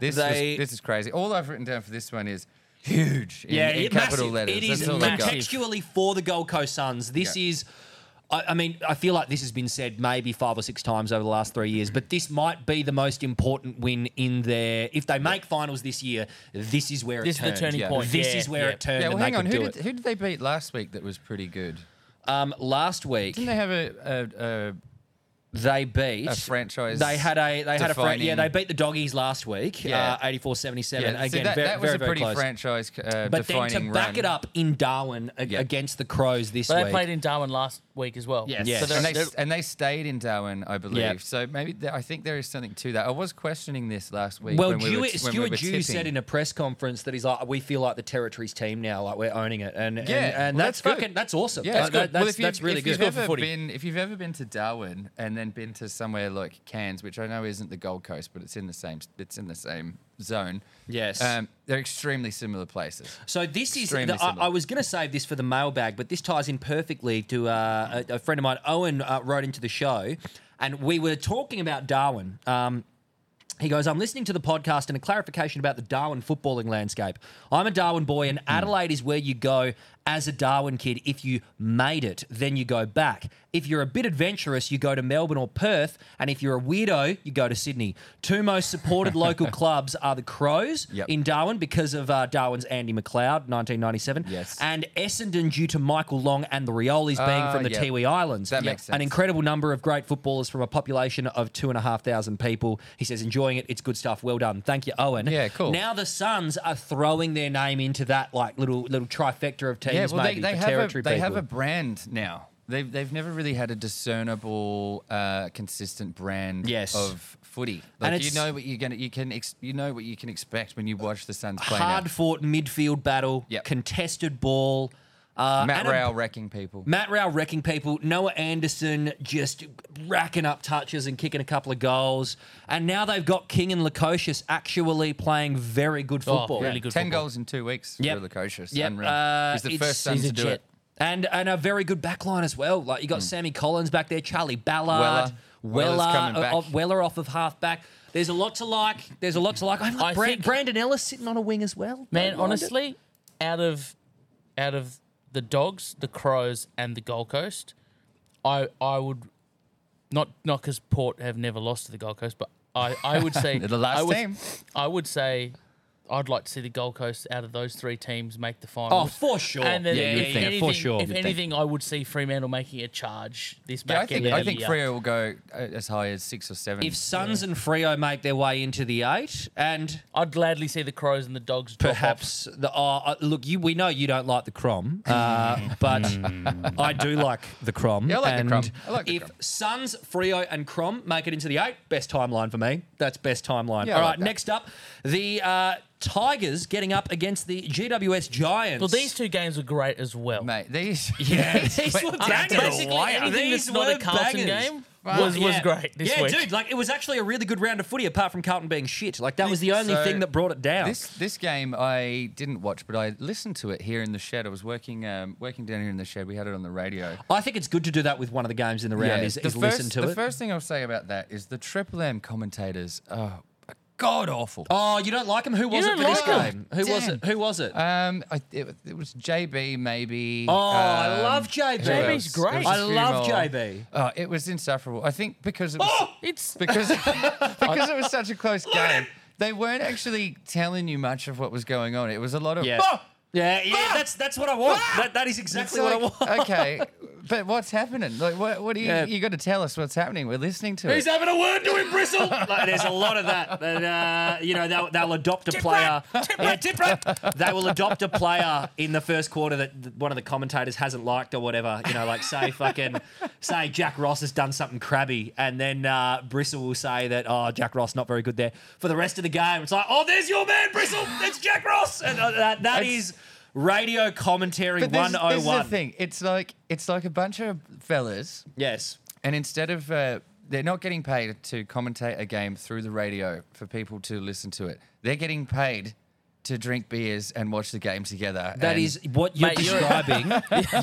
[SPEAKER 3] This,
[SPEAKER 2] They-
[SPEAKER 3] is, this is crazy. All I've written down for this one is huge in,
[SPEAKER 2] yeah,
[SPEAKER 3] in
[SPEAKER 2] it-
[SPEAKER 3] capital
[SPEAKER 2] massive.
[SPEAKER 3] letters.
[SPEAKER 2] It
[SPEAKER 3] That's
[SPEAKER 2] is
[SPEAKER 3] all I've got.
[SPEAKER 2] contextually for the Gold Coast Suns. This
[SPEAKER 3] Yeah.
[SPEAKER 2] is. I I mean, I feel like this has been said maybe five or six times over the last three years, but this might be the most important win in their. If they make finals this year, this is where it
[SPEAKER 4] This is the
[SPEAKER 2] turned.
[SPEAKER 4] turning
[SPEAKER 3] yeah.
[SPEAKER 4] point.
[SPEAKER 2] This
[SPEAKER 4] Yeah,
[SPEAKER 2] is where
[SPEAKER 4] yeah.
[SPEAKER 2] it turned.
[SPEAKER 3] Yeah, well,
[SPEAKER 2] and
[SPEAKER 3] hang
[SPEAKER 2] they
[SPEAKER 3] on.
[SPEAKER 2] could
[SPEAKER 3] Who
[SPEAKER 2] do
[SPEAKER 3] did,
[SPEAKER 2] it.
[SPEAKER 3] who did they beat last week that was pretty good?
[SPEAKER 2] Um, last week
[SPEAKER 3] Didn't they have a, a, a
[SPEAKER 2] they beat
[SPEAKER 3] a franchise
[SPEAKER 2] They had a they had a fran- yeah
[SPEAKER 3] defining-
[SPEAKER 2] they beat the doggies last week.
[SPEAKER 3] Yeah.
[SPEAKER 2] uh, 84-77.
[SPEAKER 3] yeah,
[SPEAKER 2] Again,
[SPEAKER 3] see, that,
[SPEAKER 2] very,
[SPEAKER 3] that was
[SPEAKER 2] very,
[SPEAKER 3] a
[SPEAKER 2] very
[SPEAKER 3] pretty
[SPEAKER 2] close.
[SPEAKER 3] franchise uh,
[SPEAKER 2] But then
[SPEAKER 3] defining
[SPEAKER 2] to back
[SPEAKER 3] run.
[SPEAKER 2] it up in Darwin a-
[SPEAKER 3] Yeah.
[SPEAKER 2] against the Crows this
[SPEAKER 4] But
[SPEAKER 2] week.
[SPEAKER 4] they played in Darwin last week as well.
[SPEAKER 2] Yes.
[SPEAKER 4] So they're-
[SPEAKER 3] and, they,
[SPEAKER 4] they're-
[SPEAKER 3] and they stayed in Darwin, I believe.
[SPEAKER 2] Yeah.
[SPEAKER 3] So maybe there, I think there is something to that. I was questioning this last week.
[SPEAKER 2] Well,
[SPEAKER 3] when we
[SPEAKER 2] Jew-
[SPEAKER 3] were, when we
[SPEAKER 2] Stuart
[SPEAKER 3] were
[SPEAKER 2] Jew
[SPEAKER 3] tipping.
[SPEAKER 2] said in a press conference that he's like, we feel like the territory's team now, like we're owning it, and and,
[SPEAKER 3] Yeah,
[SPEAKER 2] and
[SPEAKER 3] well,
[SPEAKER 2] that's,
[SPEAKER 3] that's good.
[SPEAKER 2] fucking that's awesome.
[SPEAKER 3] Yeah,
[SPEAKER 2] That-
[SPEAKER 3] it's good.
[SPEAKER 2] that- that's,
[SPEAKER 3] well, if you've,
[SPEAKER 2] that's really
[SPEAKER 3] if
[SPEAKER 2] good.
[SPEAKER 3] You've
[SPEAKER 2] Good for
[SPEAKER 3] ever
[SPEAKER 2] footy.
[SPEAKER 3] been, if you've ever been to Darwin and then been to somewhere like Cairns, which I know isn't the Gold Coast, but it's in the same it's in the same zone.
[SPEAKER 2] Yes.
[SPEAKER 3] Um, they're extremely similar places.
[SPEAKER 2] So this is.
[SPEAKER 3] Extremely
[SPEAKER 2] The, I, I
[SPEAKER 3] similar.
[SPEAKER 2] was going to save this for the mailbag, but this ties in perfectly to uh, a, a friend of mine, Owen, uh, wrote into the show, and we were talking about Darwin. Um, he goes, I'm listening to the podcast and a clarification about the Darwin footballing landscape. I'm a Darwin boy,
[SPEAKER 3] Hmm.
[SPEAKER 2] and Adelaide is where you go as a Darwin kid. If you made it, then you go back. If you're a bit adventurous, you go to Melbourne or Perth. And if you're a weirdo, you go to Sydney. Two most supported local clubs are the Crows
[SPEAKER 3] Yep.
[SPEAKER 2] in Darwin because of uh, Darwin's Andy McLeod, 1997.
[SPEAKER 3] Yes.
[SPEAKER 2] And Essendon due to Michael Long and the Riolis being
[SPEAKER 3] Ah,
[SPEAKER 2] from the
[SPEAKER 3] yep.
[SPEAKER 2] Tiwi Islands.
[SPEAKER 3] That makes
[SPEAKER 2] An
[SPEAKER 3] sense.
[SPEAKER 2] incredible number of great footballers from a population of two and a half thousand people. He says, enjoying it. It's good stuff. Well done. Thank you, Owen.
[SPEAKER 3] Yeah, cool.
[SPEAKER 2] Now the Suns are throwing their name into that like little little trifecta of teams,
[SPEAKER 3] Yeah, well,
[SPEAKER 2] maybe
[SPEAKER 3] they, they,
[SPEAKER 2] for
[SPEAKER 3] have,
[SPEAKER 2] territory
[SPEAKER 3] a, they have
[SPEAKER 2] people.
[SPEAKER 3] a brand now. They've, they've never really had a discernible, uh, consistent brand
[SPEAKER 2] Yes.
[SPEAKER 3] of footy.
[SPEAKER 2] And
[SPEAKER 3] Like you
[SPEAKER 2] it's-
[SPEAKER 3] know what you're gonna, you can, ex- you know what you can expect when you watch the Suns play.
[SPEAKER 2] hard fought midfield battle,
[SPEAKER 3] Yep.
[SPEAKER 2] contested ball. Uh,
[SPEAKER 3] now. Matt
[SPEAKER 2] and a-
[SPEAKER 3] Rowell wrecking people.
[SPEAKER 2] Matt Rao wrecking people. Noah Anderson just racking up touches and kicking a couple of goals. And now they've got King and Lukosius actually playing very good
[SPEAKER 4] Oh,
[SPEAKER 2] football.
[SPEAKER 4] really good
[SPEAKER 3] Ten
[SPEAKER 4] football.
[SPEAKER 3] goals in two weeks.
[SPEAKER 2] Yep.
[SPEAKER 3] Really cautious.
[SPEAKER 2] Yep.
[SPEAKER 3] Unreal.
[SPEAKER 2] Uh,
[SPEAKER 3] he's the
[SPEAKER 2] it's-
[SPEAKER 3] first Sun
[SPEAKER 2] he's
[SPEAKER 3] to
[SPEAKER 2] a
[SPEAKER 3] do
[SPEAKER 2] jet.
[SPEAKER 3] it. Hmm.
[SPEAKER 2] And and a very good back line as well. Like you got Sammy Collins back there, Charlie Ballard, Weller,
[SPEAKER 3] Weller's coming
[SPEAKER 2] Weller,
[SPEAKER 3] back.
[SPEAKER 2] off, Weller off of halfback. There's a lot to like. There's a lot to like. I like
[SPEAKER 4] I
[SPEAKER 2] Bran-
[SPEAKER 4] think-
[SPEAKER 2] Brandon Ellis sitting on a wing as well. Don't
[SPEAKER 4] Man,
[SPEAKER 2] mind it.
[SPEAKER 4] honestly, out of out of the dogs, the crows, and the Gold Coast, I I would not not because Port have never lost to the Gold Coast, but I I would say
[SPEAKER 3] They're the last
[SPEAKER 4] I would,
[SPEAKER 3] team.
[SPEAKER 4] I would say. I'd like to see the Gold Coast out of those three teams make the
[SPEAKER 2] Oh,
[SPEAKER 4] finals.
[SPEAKER 2] for sure.
[SPEAKER 4] And then
[SPEAKER 2] Yeah,
[SPEAKER 4] if
[SPEAKER 2] you'd think.
[SPEAKER 4] anything,
[SPEAKER 2] For sure.
[SPEAKER 4] If
[SPEAKER 2] You'd think.
[SPEAKER 4] anything, I would see Fremantle making a charge this
[SPEAKER 3] Yeah, I
[SPEAKER 4] back
[SPEAKER 3] think
[SPEAKER 4] end.
[SPEAKER 3] I
[SPEAKER 4] of
[SPEAKER 3] think
[SPEAKER 4] the year.
[SPEAKER 3] Freo will go uh, as high as six or seven.
[SPEAKER 2] if Suns and Frio make their way into the eight, and
[SPEAKER 4] I'd gladly see the crows and the dogs. drop off.
[SPEAKER 2] perhaps the oh, uh, look you we know you don't like the crom uh, but i do like the crom
[SPEAKER 3] Mm. Yeah, I like the
[SPEAKER 2] and
[SPEAKER 3] Crom. I like the
[SPEAKER 2] if
[SPEAKER 3] Crom.
[SPEAKER 2] suns frio and crom make it into the eight best timeline for me that's best timeline
[SPEAKER 3] Yeah, I
[SPEAKER 2] all
[SPEAKER 3] like
[SPEAKER 2] right
[SPEAKER 3] that.
[SPEAKER 2] next up the uh, tigers getting up against the gws giants
[SPEAKER 4] Well, these two games were great as well. Uh,
[SPEAKER 3] mate, these
[SPEAKER 2] these were bangers.
[SPEAKER 4] Basically, anything
[SPEAKER 2] These
[SPEAKER 4] that's not a
[SPEAKER 2] were
[SPEAKER 4] Carlton
[SPEAKER 2] bangers.
[SPEAKER 4] game
[SPEAKER 2] Well,
[SPEAKER 4] was, was
[SPEAKER 2] yeah.
[SPEAKER 4] great this
[SPEAKER 2] yeah,
[SPEAKER 4] week.
[SPEAKER 2] dude, like it was actually a really good round of footy, apart from Carlton being shit. Like that was the only
[SPEAKER 3] So,
[SPEAKER 2] thing that brought it down.
[SPEAKER 3] This this game I didn't watch, but I listened to it here in the shed. I was working um, working down here in the shed. We had it on the radio.
[SPEAKER 2] I think it's good to do that with one of the games in the round. Is,
[SPEAKER 3] the
[SPEAKER 2] is
[SPEAKER 3] first,
[SPEAKER 2] listen to
[SPEAKER 3] the
[SPEAKER 2] it.
[SPEAKER 3] first thing I'll say about that is the Triple M commentators are god awful.
[SPEAKER 2] Oh, you don't like Uh, him? Who was
[SPEAKER 4] You
[SPEAKER 2] it for
[SPEAKER 4] don't
[SPEAKER 2] this
[SPEAKER 4] like
[SPEAKER 2] game?
[SPEAKER 4] him.
[SPEAKER 2] Who was
[SPEAKER 3] Damn.
[SPEAKER 2] it? Who was it?
[SPEAKER 3] Um, I, it, it was JB maybe.
[SPEAKER 2] Oh, I
[SPEAKER 3] um,
[SPEAKER 2] love JB.
[SPEAKER 3] who
[SPEAKER 2] JB's
[SPEAKER 3] else?
[SPEAKER 4] great.
[SPEAKER 3] There was a
[SPEAKER 2] I
[SPEAKER 3] few
[SPEAKER 2] love Oh!
[SPEAKER 3] more.
[SPEAKER 2] JB.
[SPEAKER 3] Oh, it was insufferable. I think because it was.
[SPEAKER 4] It's
[SPEAKER 3] because because it was such a close game. They weren't actually telling you much of what was going on. It was a lot of
[SPEAKER 2] Yeah.
[SPEAKER 3] "Ah!"
[SPEAKER 2] Yeah, yeah, that's that's what I want. That, that is
[SPEAKER 3] It's
[SPEAKER 2] exactly what I
[SPEAKER 3] like,
[SPEAKER 2] want.
[SPEAKER 3] okay, but what's happening? Like, what, what do you?
[SPEAKER 2] Yeah.
[SPEAKER 3] You got to tell us what's happening. We're listening to
[SPEAKER 2] Who's
[SPEAKER 3] it.
[SPEAKER 2] having a word to him, Bristle? like, there's a lot of that. That uh, you know they'll, they'll adopt a player. Yeah, tip rap. They will adopt a player in the first quarter that th- one of the commentators hasn't liked or whatever. You know, like say fucking say Jack Ross has done something crabby, and then uh, Bristle will say that oh Jack Ross not very good there for the rest of the game. It's like oh there's your man Bristle, that's Jack Ross, and uh, that that
[SPEAKER 3] It's-
[SPEAKER 2] is radio commentary
[SPEAKER 3] But this, is- this is the
[SPEAKER 2] 101.
[SPEAKER 3] thing. It's like it's like a bunch of fellas,
[SPEAKER 2] Yes.
[SPEAKER 3] and instead of uh, they're not getting paid to commentate a game through the radio for people to listen to it. They're getting paid to drink beers and watch the game together.
[SPEAKER 2] That
[SPEAKER 3] and-
[SPEAKER 2] is what you're
[SPEAKER 4] Mate, you're-
[SPEAKER 2] describing.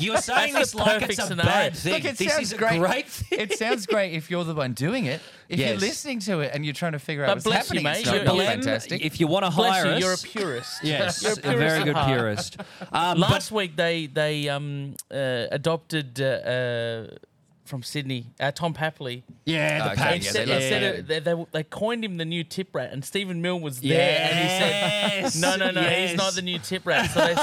[SPEAKER 2] you're saying
[SPEAKER 4] That's
[SPEAKER 2] this
[SPEAKER 4] the
[SPEAKER 2] like
[SPEAKER 4] perfect
[SPEAKER 2] it's a
[SPEAKER 4] scenario.
[SPEAKER 2] bad thing.
[SPEAKER 3] Look, it
[SPEAKER 2] this
[SPEAKER 3] sounds
[SPEAKER 2] is a
[SPEAKER 3] great.
[SPEAKER 2] great thing.
[SPEAKER 3] It sounds great if you're the one doing it. If
[SPEAKER 2] Yes.
[SPEAKER 3] you're listening to it and you're trying to figure out
[SPEAKER 4] But
[SPEAKER 3] what's
[SPEAKER 4] bless you,
[SPEAKER 3] happening,
[SPEAKER 4] mate.
[SPEAKER 3] it's not,
[SPEAKER 4] You're-
[SPEAKER 3] not
[SPEAKER 4] you're-
[SPEAKER 3] fantastic.
[SPEAKER 2] If you want to
[SPEAKER 4] bless
[SPEAKER 2] hire
[SPEAKER 4] you,
[SPEAKER 2] us,
[SPEAKER 4] you're a purist.
[SPEAKER 2] yes,
[SPEAKER 4] you're a
[SPEAKER 2] a
[SPEAKER 4] purist
[SPEAKER 2] very
[SPEAKER 4] at
[SPEAKER 2] good
[SPEAKER 4] heart.
[SPEAKER 2] purist. Um,
[SPEAKER 4] Last week they they um uh, adopted uh, uh, from Sydney uh, Tom Papley.
[SPEAKER 2] yeah, the
[SPEAKER 3] Okay,
[SPEAKER 2] pack.
[SPEAKER 3] yeah,
[SPEAKER 4] Instead-
[SPEAKER 3] love
[SPEAKER 4] instead
[SPEAKER 3] that.
[SPEAKER 4] of- they, they, they coined him the new tip rat, and Stephen Mill was there, and he
[SPEAKER 2] Yes,
[SPEAKER 4] said, "No, no, no,
[SPEAKER 2] yes.
[SPEAKER 4] he's not the new tip rat." So they,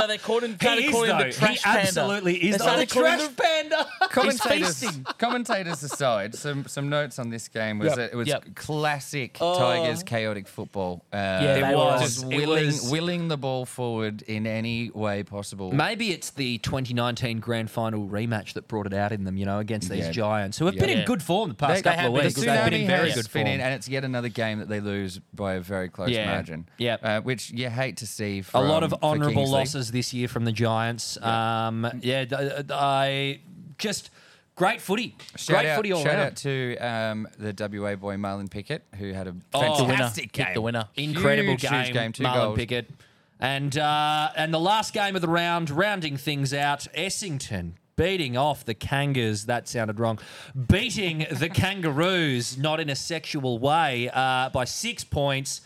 [SPEAKER 4] so they called him,
[SPEAKER 2] He
[SPEAKER 4] started
[SPEAKER 2] is,
[SPEAKER 4] calling him
[SPEAKER 2] though.
[SPEAKER 4] the trash
[SPEAKER 2] he
[SPEAKER 4] panda.
[SPEAKER 2] absolutely is.
[SPEAKER 4] They
[SPEAKER 2] though.
[SPEAKER 4] started
[SPEAKER 2] the
[SPEAKER 4] calling him
[SPEAKER 2] trash panda.
[SPEAKER 3] commentators, commentators aside, some some notes on this game was
[SPEAKER 4] Yep,
[SPEAKER 3] that it was
[SPEAKER 4] yep.
[SPEAKER 3] classic Tigers chaotic football. Uh,
[SPEAKER 4] they were.
[SPEAKER 3] Just
[SPEAKER 2] Oh. It
[SPEAKER 3] willing,
[SPEAKER 2] was-
[SPEAKER 3] willing the ball forward in any way possible.
[SPEAKER 2] Maybe it's the 2019 grand final rematch that brought it out in them, you know, against these
[SPEAKER 3] Yeah.
[SPEAKER 2] giants who have been
[SPEAKER 4] Yeah.
[SPEAKER 2] in good form the past
[SPEAKER 3] They-
[SPEAKER 2] couple of
[SPEAKER 4] they have
[SPEAKER 2] weeks.
[SPEAKER 3] The
[SPEAKER 4] been- the
[SPEAKER 2] They've
[SPEAKER 3] tsunami
[SPEAKER 2] been in very
[SPEAKER 3] has
[SPEAKER 2] good
[SPEAKER 3] been
[SPEAKER 2] form.
[SPEAKER 3] in, and it's yet another game that they lose by a very close
[SPEAKER 2] Yeah.
[SPEAKER 3] margin.
[SPEAKER 2] Yep.
[SPEAKER 3] Uh, which you hate to see.
[SPEAKER 2] a
[SPEAKER 3] From,
[SPEAKER 2] lot of
[SPEAKER 3] for
[SPEAKER 2] honourable
[SPEAKER 3] Kingsley.
[SPEAKER 2] losses this year from the Giants. Yeah, um, yeah th- th- I just Great footy.
[SPEAKER 3] Shout
[SPEAKER 2] Great
[SPEAKER 3] out,
[SPEAKER 2] footy all
[SPEAKER 3] shout
[SPEAKER 2] round.
[SPEAKER 3] out to um, the WA boy Marlon Pickett, who had a
[SPEAKER 2] Oh,
[SPEAKER 4] winner.
[SPEAKER 3] fantastic
[SPEAKER 4] Pick
[SPEAKER 3] game.
[SPEAKER 4] the winner.
[SPEAKER 2] Incredible
[SPEAKER 3] Huge,
[SPEAKER 2] game,
[SPEAKER 3] huge game, two
[SPEAKER 2] Marlon
[SPEAKER 3] goals.
[SPEAKER 2] Pickett. And uh, and the last game of the round, rounding things out, Essington beating off the Kangas. That sounded wrong. Beating the Kangaroos, not in a sexual way, uh, by six points.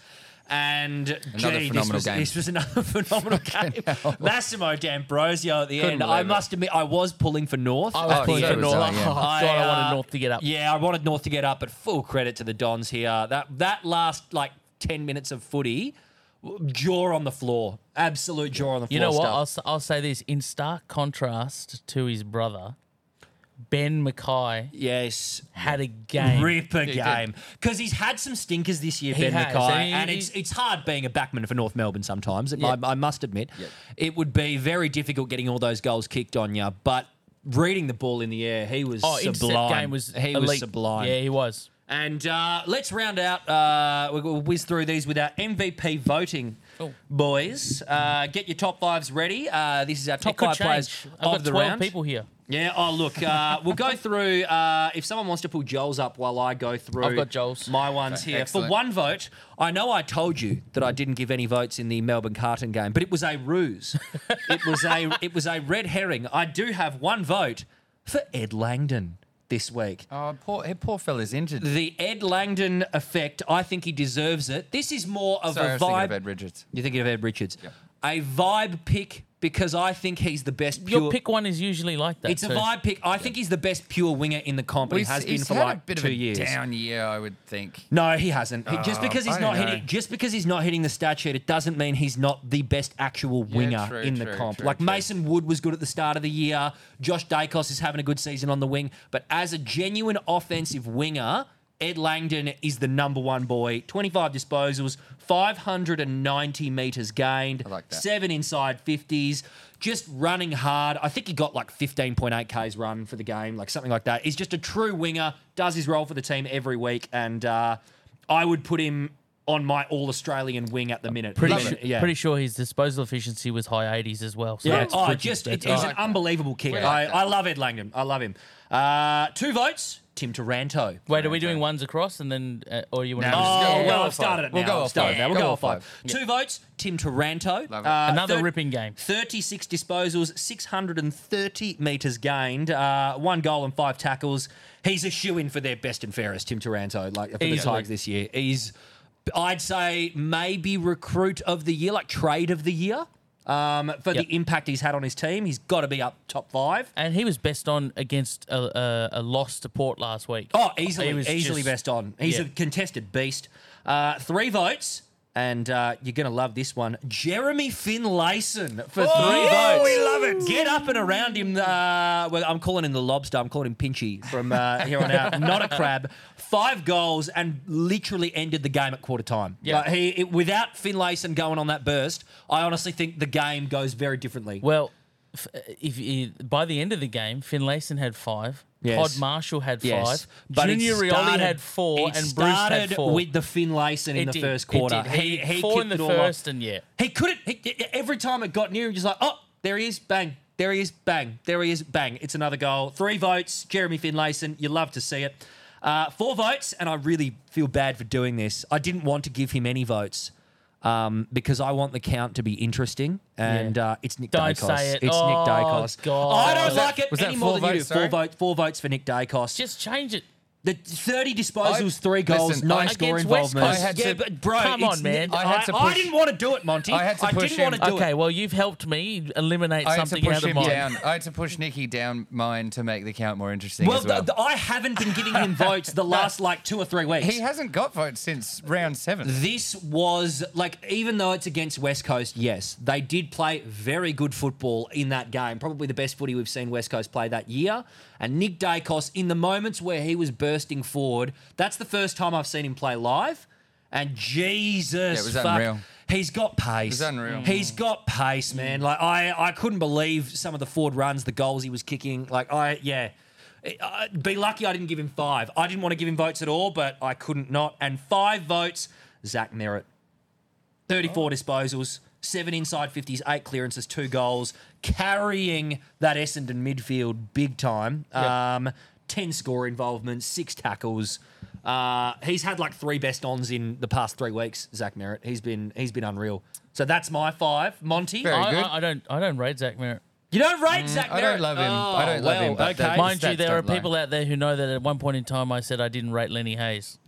[SPEAKER 2] And gee, this
[SPEAKER 3] phenomenal
[SPEAKER 2] was,
[SPEAKER 3] game.
[SPEAKER 2] this was another phenomenal game. Massimo D'Ambrosio at the end. I
[SPEAKER 3] believe it.
[SPEAKER 2] must admit, I was pulling for North.
[SPEAKER 4] I was
[SPEAKER 3] Oh,
[SPEAKER 4] pulling
[SPEAKER 3] yeah,
[SPEAKER 4] for
[SPEAKER 3] it
[SPEAKER 4] North.
[SPEAKER 3] was, uh, yeah.
[SPEAKER 4] Oh, God, I
[SPEAKER 2] uh,
[SPEAKER 4] wanted North to get up.
[SPEAKER 2] Yeah, I wanted North to get up, but full credit to the Dons here. That that last like ten minutes of footy, w- jaw on the floor, absolute jaw on the floor.
[SPEAKER 4] You know what?
[SPEAKER 2] stuff.
[SPEAKER 4] I'll, s- I'll say this in stark contrast to his brother, Ben Mackay
[SPEAKER 2] yes,
[SPEAKER 4] had a game.
[SPEAKER 2] rip a game because he's had some stinkers this year,
[SPEAKER 4] He
[SPEAKER 2] Ben
[SPEAKER 4] has,
[SPEAKER 2] Mackay,
[SPEAKER 4] and he-
[SPEAKER 2] and
[SPEAKER 4] he-
[SPEAKER 2] it's it's hard being a backman for North Melbourne sometimes. It-
[SPEAKER 4] Yeah.
[SPEAKER 2] I, I must admit, it would be very difficult getting all those goals kicked on you, but. Reading the ball in the air, he was
[SPEAKER 4] Oh, intercept
[SPEAKER 2] sublime.
[SPEAKER 4] game was
[SPEAKER 2] he
[SPEAKER 4] elite.
[SPEAKER 2] was sublime.
[SPEAKER 4] Yeah, he was.
[SPEAKER 2] And uh, let's round out, uh, we- we'll whiz through these with our MVP voting,
[SPEAKER 4] Oh.
[SPEAKER 2] boys. Uh, get your top fives ready. Uh, this is our top
[SPEAKER 4] It could
[SPEAKER 2] five players
[SPEAKER 4] change. I've
[SPEAKER 2] of
[SPEAKER 4] got
[SPEAKER 2] the
[SPEAKER 4] 12
[SPEAKER 2] round.
[SPEAKER 4] people here.
[SPEAKER 2] Yeah, oh, look, uh, we'll go through, uh, if someone wants to pull Joel's up while I go through
[SPEAKER 4] I've got Joel's.
[SPEAKER 2] my ones here. For
[SPEAKER 3] excellent.
[SPEAKER 2] one vote, I know I told you that I didn't give any votes in the Melbourne Carton game, but it was a ruse. it, was a, it was a red herring. I do have one vote for Ed Langdon this week.
[SPEAKER 3] Oh, poor, eh, poor fella's injured.
[SPEAKER 2] The Ed Langdon effect, I think he deserves it. This is more of
[SPEAKER 3] Sorry, I
[SPEAKER 2] a
[SPEAKER 3] was thinking
[SPEAKER 2] vibe.
[SPEAKER 3] of Ed Richards.
[SPEAKER 2] You're thinking of Ed Richards. A vibe pick because I think he's the best pure.
[SPEAKER 4] Your pick one is usually like that.
[SPEAKER 2] it's a
[SPEAKER 4] too.
[SPEAKER 2] vibe pick. I think he's the best pure winger in the comp, and he
[SPEAKER 3] He's-
[SPEAKER 2] has been
[SPEAKER 3] he's
[SPEAKER 2] for
[SPEAKER 3] had
[SPEAKER 2] like
[SPEAKER 3] a bit
[SPEAKER 2] two
[SPEAKER 3] of a
[SPEAKER 2] years.
[SPEAKER 3] down year, I would think.
[SPEAKER 2] No, he hasn't. He- just
[SPEAKER 3] Oh,
[SPEAKER 2] because he's
[SPEAKER 3] I
[SPEAKER 2] not
[SPEAKER 3] don't
[SPEAKER 2] hitting,
[SPEAKER 3] know.
[SPEAKER 2] just because he's not hitting the stat sheet, it doesn't mean he's not the best actual winger
[SPEAKER 3] true,
[SPEAKER 2] in the
[SPEAKER 3] true,
[SPEAKER 2] comp.
[SPEAKER 3] true,
[SPEAKER 2] like
[SPEAKER 3] true.
[SPEAKER 2] Mason Wood was good at the start of the year. Josh Dacos is having a good season on the wing, but as a genuine offensive winger, Ed Langdon is the number one boy. Twenty-five disposals, five hundred and ninety meters gained,
[SPEAKER 3] I like that.
[SPEAKER 2] seven inside fifties. Just running hard. I think he got like 15.8 Ks run for the game, like something like that. He's just a true winger, does his role for the team every week, and uh, I would put him on my all Australian wing at the minute.
[SPEAKER 4] Pretty,
[SPEAKER 2] Love
[SPEAKER 4] su-
[SPEAKER 2] it. yeah.
[SPEAKER 4] pretty sure his disposal efficiency was high 80s as well. So
[SPEAKER 2] yeah.
[SPEAKER 4] that's
[SPEAKER 2] Oh,
[SPEAKER 4] pretty-
[SPEAKER 2] just
[SPEAKER 4] that's
[SPEAKER 2] it, he's
[SPEAKER 4] all
[SPEAKER 2] an
[SPEAKER 4] right.
[SPEAKER 2] unbelievable kicker.
[SPEAKER 3] We like
[SPEAKER 2] I, I love Ed Langdon. I love him. Uh, two votes, Tim Taranto.
[SPEAKER 4] Wait, are we doing ones across and then, uh, or you want
[SPEAKER 3] No,
[SPEAKER 4] to?
[SPEAKER 3] just
[SPEAKER 2] Oh,
[SPEAKER 3] go-
[SPEAKER 2] well, I've
[SPEAKER 3] go off five.
[SPEAKER 2] started it now.
[SPEAKER 3] We'll go
[SPEAKER 2] I've
[SPEAKER 3] off
[SPEAKER 2] started
[SPEAKER 3] five.
[SPEAKER 2] now. We'll
[SPEAKER 3] Go
[SPEAKER 2] go
[SPEAKER 3] off
[SPEAKER 2] off five. Two votes, Tim Taranto. Uh,
[SPEAKER 3] Love it.
[SPEAKER 4] Another
[SPEAKER 2] thir-
[SPEAKER 4] ripping game.
[SPEAKER 2] 36 disposals, 630 metres gained, uh, one goal and five tackles. He's a shoe in for their best and fairest, Tim Taranto, like for the
[SPEAKER 4] Easily.
[SPEAKER 2] Tigers this year. He's, I'd say, maybe recruit of the year, like trade of the year. Um, for
[SPEAKER 4] Yep.
[SPEAKER 2] the impact he's had on his team, he's got to be up top five.
[SPEAKER 4] And he was best on against a, a, a loss to Port last week.
[SPEAKER 2] Oh, easily,
[SPEAKER 4] He was
[SPEAKER 2] easily
[SPEAKER 4] just-
[SPEAKER 2] best on. He's
[SPEAKER 4] yeah.
[SPEAKER 2] a contested beast. Uh, three votes, and uh, you're going to love this one. Jeremy Finlayson for
[SPEAKER 4] Oh,
[SPEAKER 2] three
[SPEAKER 3] yeah,
[SPEAKER 2] votes.
[SPEAKER 3] we love it.
[SPEAKER 2] Get up and around him. Uh, well, I'm calling him the lobster. I'm calling him Pinchy from uh, here on out. Not a crab. Five goals and literally ended the game at quarter time.
[SPEAKER 4] Yeah.
[SPEAKER 2] Like, he it, without Finlayson going on that burst, I honestly think the game goes very differently.
[SPEAKER 4] Well, f- uh, if you, by the end of the game, Finlayson had five,
[SPEAKER 2] Yes.
[SPEAKER 4] Todd Marshall had
[SPEAKER 2] Yes,
[SPEAKER 4] five,
[SPEAKER 2] but it
[SPEAKER 4] Junior Rioli
[SPEAKER 2] started-
[SPEAKER 4] had four,
[SPEAKER 2] it
[SPEAKER 4] and Bruce had
[SPEAKER 2] started
[SPEAKER 4] four.
[SPEAKER 2] with the Finlayson in the
[SPEAKER 4] It did,
[SPEAKER 2] first
[SPEAKER 4] it
[SPEAKER 2] quarter.
[SPEAKER 4] did. He, four in the
[SPEAKER 2] kicked it all off.
[SPEAKER 4] first, and yeah,
[SPEAKER 2] He couldn't. He, he- every time it got near him, just like, oh, there he is, bang, there he is, bang, there he is, bang. It's another goal. Three votes, Jeremy Finlayson. You love to see it. Uh, four votes, and I really feel bad for doing this. I didn't want to give him any votes um, because I want the count to be interesting, and uh, it's Nick
[SPEAKER 4] Don't
[SPEAKER 2] Dacos.
[SPEAKER 4] say it.
[SPEAKER 2] It's
[SPEAKER 4] Oh,
[SPEAKER 2] Nick Dacos.
[SPEAKER 4] God.
[SPEAKER 2] I don't
[SPEAKER 4] Was
[SPEAKER 2] like
[SPEAKER 4] that-
[SPEAKER 2] it
[SPEAKER 3] was that
[SPEAKER 2] any more
[SPEAKER 3] four
[SPEAKER 2] than you do.
[SPEAKER 3] votes,
[SPEAKER 2] Four,
[SPEAKER 3] sorry?
[SPEAKER 2] vote, four votes for Nick Dacos.
[SPEAKER 4] just change it.
[SPEAKER 2] The 30 disposals,
[SPEAKER 3] I-
[SPEAKER 2] three goals,
[SPEAKER 3] listen,
[SPEAKER 2] nine
[SPEAKER 3] I-
[SPEAKER 2] score
[SPEAKER 4] Against West
[SPEAKER 2] involvement.
[SPEAKER 4] Coast.
[SPEAKER 3] I had
[SPEAKER 2] yeah,
[SPEAKER 3] to-
[SPEAKER 2] but bro,
[SPEAKER 4] Come
[SPEAKER 2] it's-
[SPEAKER 4] on, man.
[SPEAKER 2] I,
[SPEAKER 3] I had to
[SPEAKER 2] I
[SPEAKER 3] push-
[SPEAKER 2] didn't want to do it, Monty. I,
[SPEAKER 3] I had to push
[SPEAKER 2] didn't
[SPEAKER 3] him.
[SPEAKER 2] want to do
[SPEAKER 4] okay,
[SPEAKER 2] it.
[SPEAKER 4] well, you've helped me eliminate
[SPEAKER 3] I had to
[SPEAKER 4] something
[SPEAKER 3] push
[SPEAKER 4] out of
[SPEAKER 3] him
[SPEAKER 4] mine.
[SPEAKER 3] down. I had to push Nicky down mine to make the count more interesting
[SPEAKER 2] Well,
[SPEAKER 3] as well.
[SPEAKER 2] th- th- I haven't been giving him votes the last like two or three weeks.
[SPEAKER 3] he hasn't got votes since round seven.
[SPEAKER 2] this was like even though it's against West Coast, yes, they did play very good football in that game. Probably the best footy we've seen West Coast play that year. And Nick Dacos, in the moments where he was bursting forward, that's the first time I've seen him play live. And Jesus,
[SPEAKER 3] it was
[SPEAKER 2] fuck,
[SPEAKER 3] unreal.
[SPEAKER 2] He's got pace. Mm.
[SPEAKER 3] was unreal.
[SPEAKER 2] He's got pace, man. Like I, I couldn't believe some of the forward runs, the goals he was kicking. Like I, yeah. I- I'd be lucky I didn't give him five. I didn't want to give him votes at all, but
[SPEAKER 3] Oh.
[SPEAKER 2] I couldn't not. And five votes, Zach Merritt. 34 disposals, seven inside 50s, eight clearances, two goals, carrying that Essendon midfield big time. Um, 10 score involvements, six tackles. Uh, he's had like three best ons in the past three weeks, Zach Merritt. He's been he's been unreal. So that's my five. Monty.
[SPEAKER 3] Very
[SPEAKER 4] I,
[SPEAKER 3] good.
[SPEAKER 4] I, I don't. I don't rate Zach Merritt.
[SPEAKER 2] You don't rate Zach
[SPEAKER 3] I
[SPEAKER 2] Merritt.
[SPEAKER 3] don't love him. I
[SPEAKER 2] Oh,
[SPEAKER 3] don't love him.
[SPEAKER 2] well,
[SPEAKER 3] But the-
[SPEAKER 2] okay.
[SPEAKER 3] the
[SPEAKER 4] Mind you,
[SPEAKER 3] stats
[SPEAKER 4] there are
[SPEAKER 3] don't lie.
[SPEAKER 4] people out there who know that at one point in time I said I didn't rate Lenny Hayes.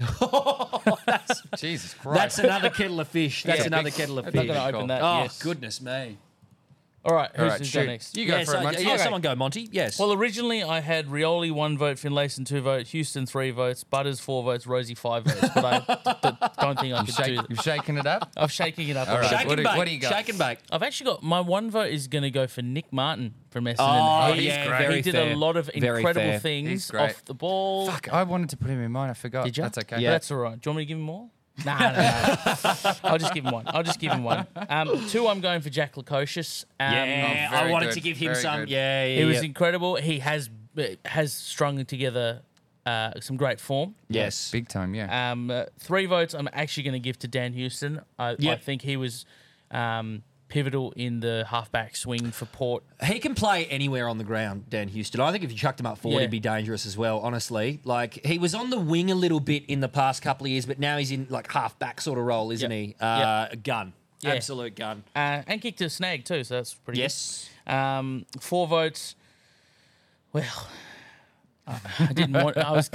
[SPEAKER 3] Jesus Christ.
[SPEAKER 2] That's another kettle of fish. That's
[SPEAKER 3] Yeah,
[SPEAKER 2] another
[SPEAKER 3] big-
[SPEAKER 2] kettle of
[SPEAKER 3] I'm not
[SPEAKER 2] fish.
[SPEAKER 3] gonna
[SPEAKER 4] Open
[SPEAKER 3] Cool.
[SPEAKER 4] that.
[SPEAKER 2] Oh,
[SPEAKER 4] yes.
[SPEAKER 2] goodness me.
[SPEAKER 4] All right. Who's
[SPEAKER 3] All right,
[SPEAKER 4] who's
[SPEAKER 3] shoot.
[SPEAKER 4] got next?
[SPEAKER 3] You go
[SPEAKER 2] yeah,
[SPEAKER 3] for it,
[SPEAKER 2] so-
[SPEAKER 3] Munch.
[SPEAKER 2] yeah,
[SPEAKER 3] Okay.
[SPEAKER 2] someone go, Monty. Yes.
[SPEAKER 4] Well, originally I had Rioli one vote, Finlayson two votes, Houston three votes, Butters four votes, Rosie five votes. But I but don't think I could
[SPEAKER 3] Shake,
[SPEAKER 4] do that.
[SPEAKER 3] you've shaken it up.
[SPEAKER 4] I'm shaking it up.
[SPEAKER 3] All
[SPEAKER 4] already.
[SPEAKER 3] right.
[SPEAKER 2] shake
[SPEAKER 3] what
[SPEAKER 2] and
[SPEAKER 3] do-
[SPEAKER 2] bake.
[SPEAKER 3] what do you got?
[SPEAKER 2] Shake and bake.
[SPEAKER 4] I've actually got my one vote is going to go for Nick Martin from Essendon.
[SPEAKER 2] Oh,
[SPEAKER 4] he,
[SPEAKER 2] yeah,
[SPEAKER 4] he
[SPEAKER 2] very
[SPEAKER 4] did
[SPEAKER 2] fair.
[SPEAKER 4] a lot of
[SPEAKER 2] Very
[SPEAKER 4] incredible
[SPEAKER 2] fair.
[SPEAKER 4] things
[SPEAKER 3] He's great.
[SPEAKER 4] off the ball.
[SPEAKER 3] Fuck, I wanted to put him in mine. I forgot.
[SPEAKER 4] Did you?
[SPEAKER 3] That's okay.
[SPEAKER 4] But That's all right. Do you want me to give him more? Nah, no, no. I'll just give him one. I'll just give him one. Um, two, I'm going for Jack Lukosius. Um,
[SPEAKER 2] Yeah,
[SPEAKER 3] Oh,
[SPEAKER 2] I
[SPEAKER 3] very
[SPEAKER 2] wanted
[SPEAKER 3] good,
[SPEAKER 2] to give him
[SPEAKER 3] very
[SPEAKER 2] some.
[SPEAKER 3] good.
[SPEAKER 2] Yeah, yeah,
[SPEAKER 4] He was
[SPEAKER 2] yeah.
[SPEAKER 4] incredible. He has has strung together uh, some great form.
[SPEAKER 2] yes.
[SPEAKER 3] Big time, yeah.
[SPEAKER 4] Um, uh, three votes I'm actually going to give to Dan Houston. I, I
[SPEAKER 2] Yep.
[SPEAKER 4] think he was um, pivotal in the halfback swing for Port.
[SPEAKER 2] He can play anywhere on the ground, Dan Houston. I think if you chucked him up forward,
[SPEAKER 4] Yeah.
[SPEAKER 2] he'd be dangerous as well, honestly. Like, he was on the wing a little bit in the past couple of years, but now he's in, like, half-back sort of role, isn't
[SPEAKER 4] Yeah.
[SPEAKER 2] he? Uh, a Gun.
[SPEAKER 4] Yeah.
[SPEAKER 2] Absolute gun.
[SPEAKER 4] Uh, and kicked a snag too, so that's pretty
[SPEAKER 2] Yes.
[SPEAKER 4] good. Um, four votes. Well, I, I didn't want. I was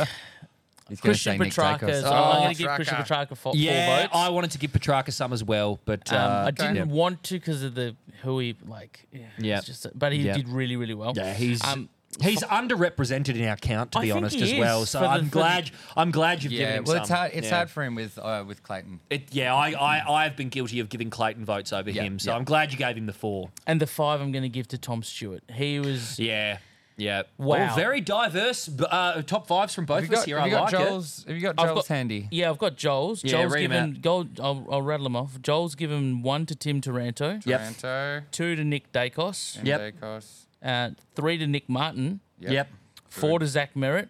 [SPEAKER 3] He's gonna
[SPEAKER 4] Christian
[SPEAKER 3] say Nick
[SPEAKER 4] Petrarca.
[SPEAKER 3] Dacos.
[SPEAKER 4] So I'm going to
[SPEAKER 3] Oh,
[SPEAKER 4] give Christian
[SPEAKER 3] Petrarca.
[SPEAKER 4] Petrarca four, four
[SPEAKER 2] Yeah,
[SPEAKER 4] votes.
[SPEAKER 2] I um, wanted to give Petrarca some as well, but...
[SPEAKER 4] um,
[SPEAKER 2] uh,
[SPEAKER 4] I didn't
[SPEAKER 3] okay.
[SPEAKER 4] want to because of the who he like. Yeah, it's
[SPEAKER 2] Yeah.
[SPEAKER 4] just- but he
[SPEAKER 2] Yeah.
[SPEAKER 4] did really, really well.
[SPEAKER 2] Yeah, he's
[SPEAKER 4] Um,
[SPEAKER 2] he's underrepresented in our count, to
[SPEAKER 4] I
[SPEAKER 2] be
[SPEAKER 4] think
[SPEAKER 2] honest,
[SPEAKER 4] he
[SPEAKER 2] as well.
[SPEAKER 4] is
[SPEAKER 2] So
[SPEAKER 4] for the-
[SPEAKER 2] I'm
[SPEAKER 4] for the-
[SPEAKER 2] glad I'm glad you've given
[SPEAKER 3] yeah,
[SPEAKER 2] him
[SPEAKER 3] well,
[SPEAKER 2] some.
[SPEAKER 3] it's hard. It's
[SPEAKER 2] yeah.
[SPEAKER 3] hard for him with uh, with Clayton.
[SPEAKER 2] It, yeah, I, I I've been guilty of giving Clayton votes over
[SPEAKER 3] Yeah,
[SPEAKER 2] him, so
[SPEAKER 3] yeah.
[SPEAKER 2] I'm glad you gave him the four.
[SPEAKER 4] and the five I'm going to give to Tom Stewart. He was.
[SPEAKER 2] Yeah, yeah.
[SPEAKER 4] Wow.
[SPEAKER 2] Well, very diverse b- uh, top fives from both
[SPEAKER 3] Have you
[SPEAKER 2] of us
[SPEAKER 3] got,
[SPEAKER 2] here.
[SPEAKER 3] have you
[SPEAKER 2] I like
[SPEAKER 3] got
[SPEAKER 2] it.
[SPEAKER 3] Joel's? Have you got
[SPEAKER 4] I've
[SPEAKER 3] Joel's
[SPEAKER 4] got-
[SPEAKER 3] handy?
[SPEAKER 4] Yeah, I've got Joel's.
[SPEAKER 2] Yeah,
[SPEAKER 4] Joel's
[SPEAKER 2] read 'em
[SPEAKER 4] given
[SPEAKER 2] out.
[SPEAKER 4] gold. I'll, I'll rattle them off. Joel's given one to Tim Taranto,
[SPEAKER 2] Yep.
[SPEAKER 3] Toronto,
[SPEAKER 4] two to Nick Dacos,
[SPEAKER 2] Yep.
[SPEAKER 3] Dacos.
[SPEAKER 4] uh, three to Nick Martin,
[SPEAKER 2] Yep. Yep.
[SPEAKER 4] four to Zach Merritt,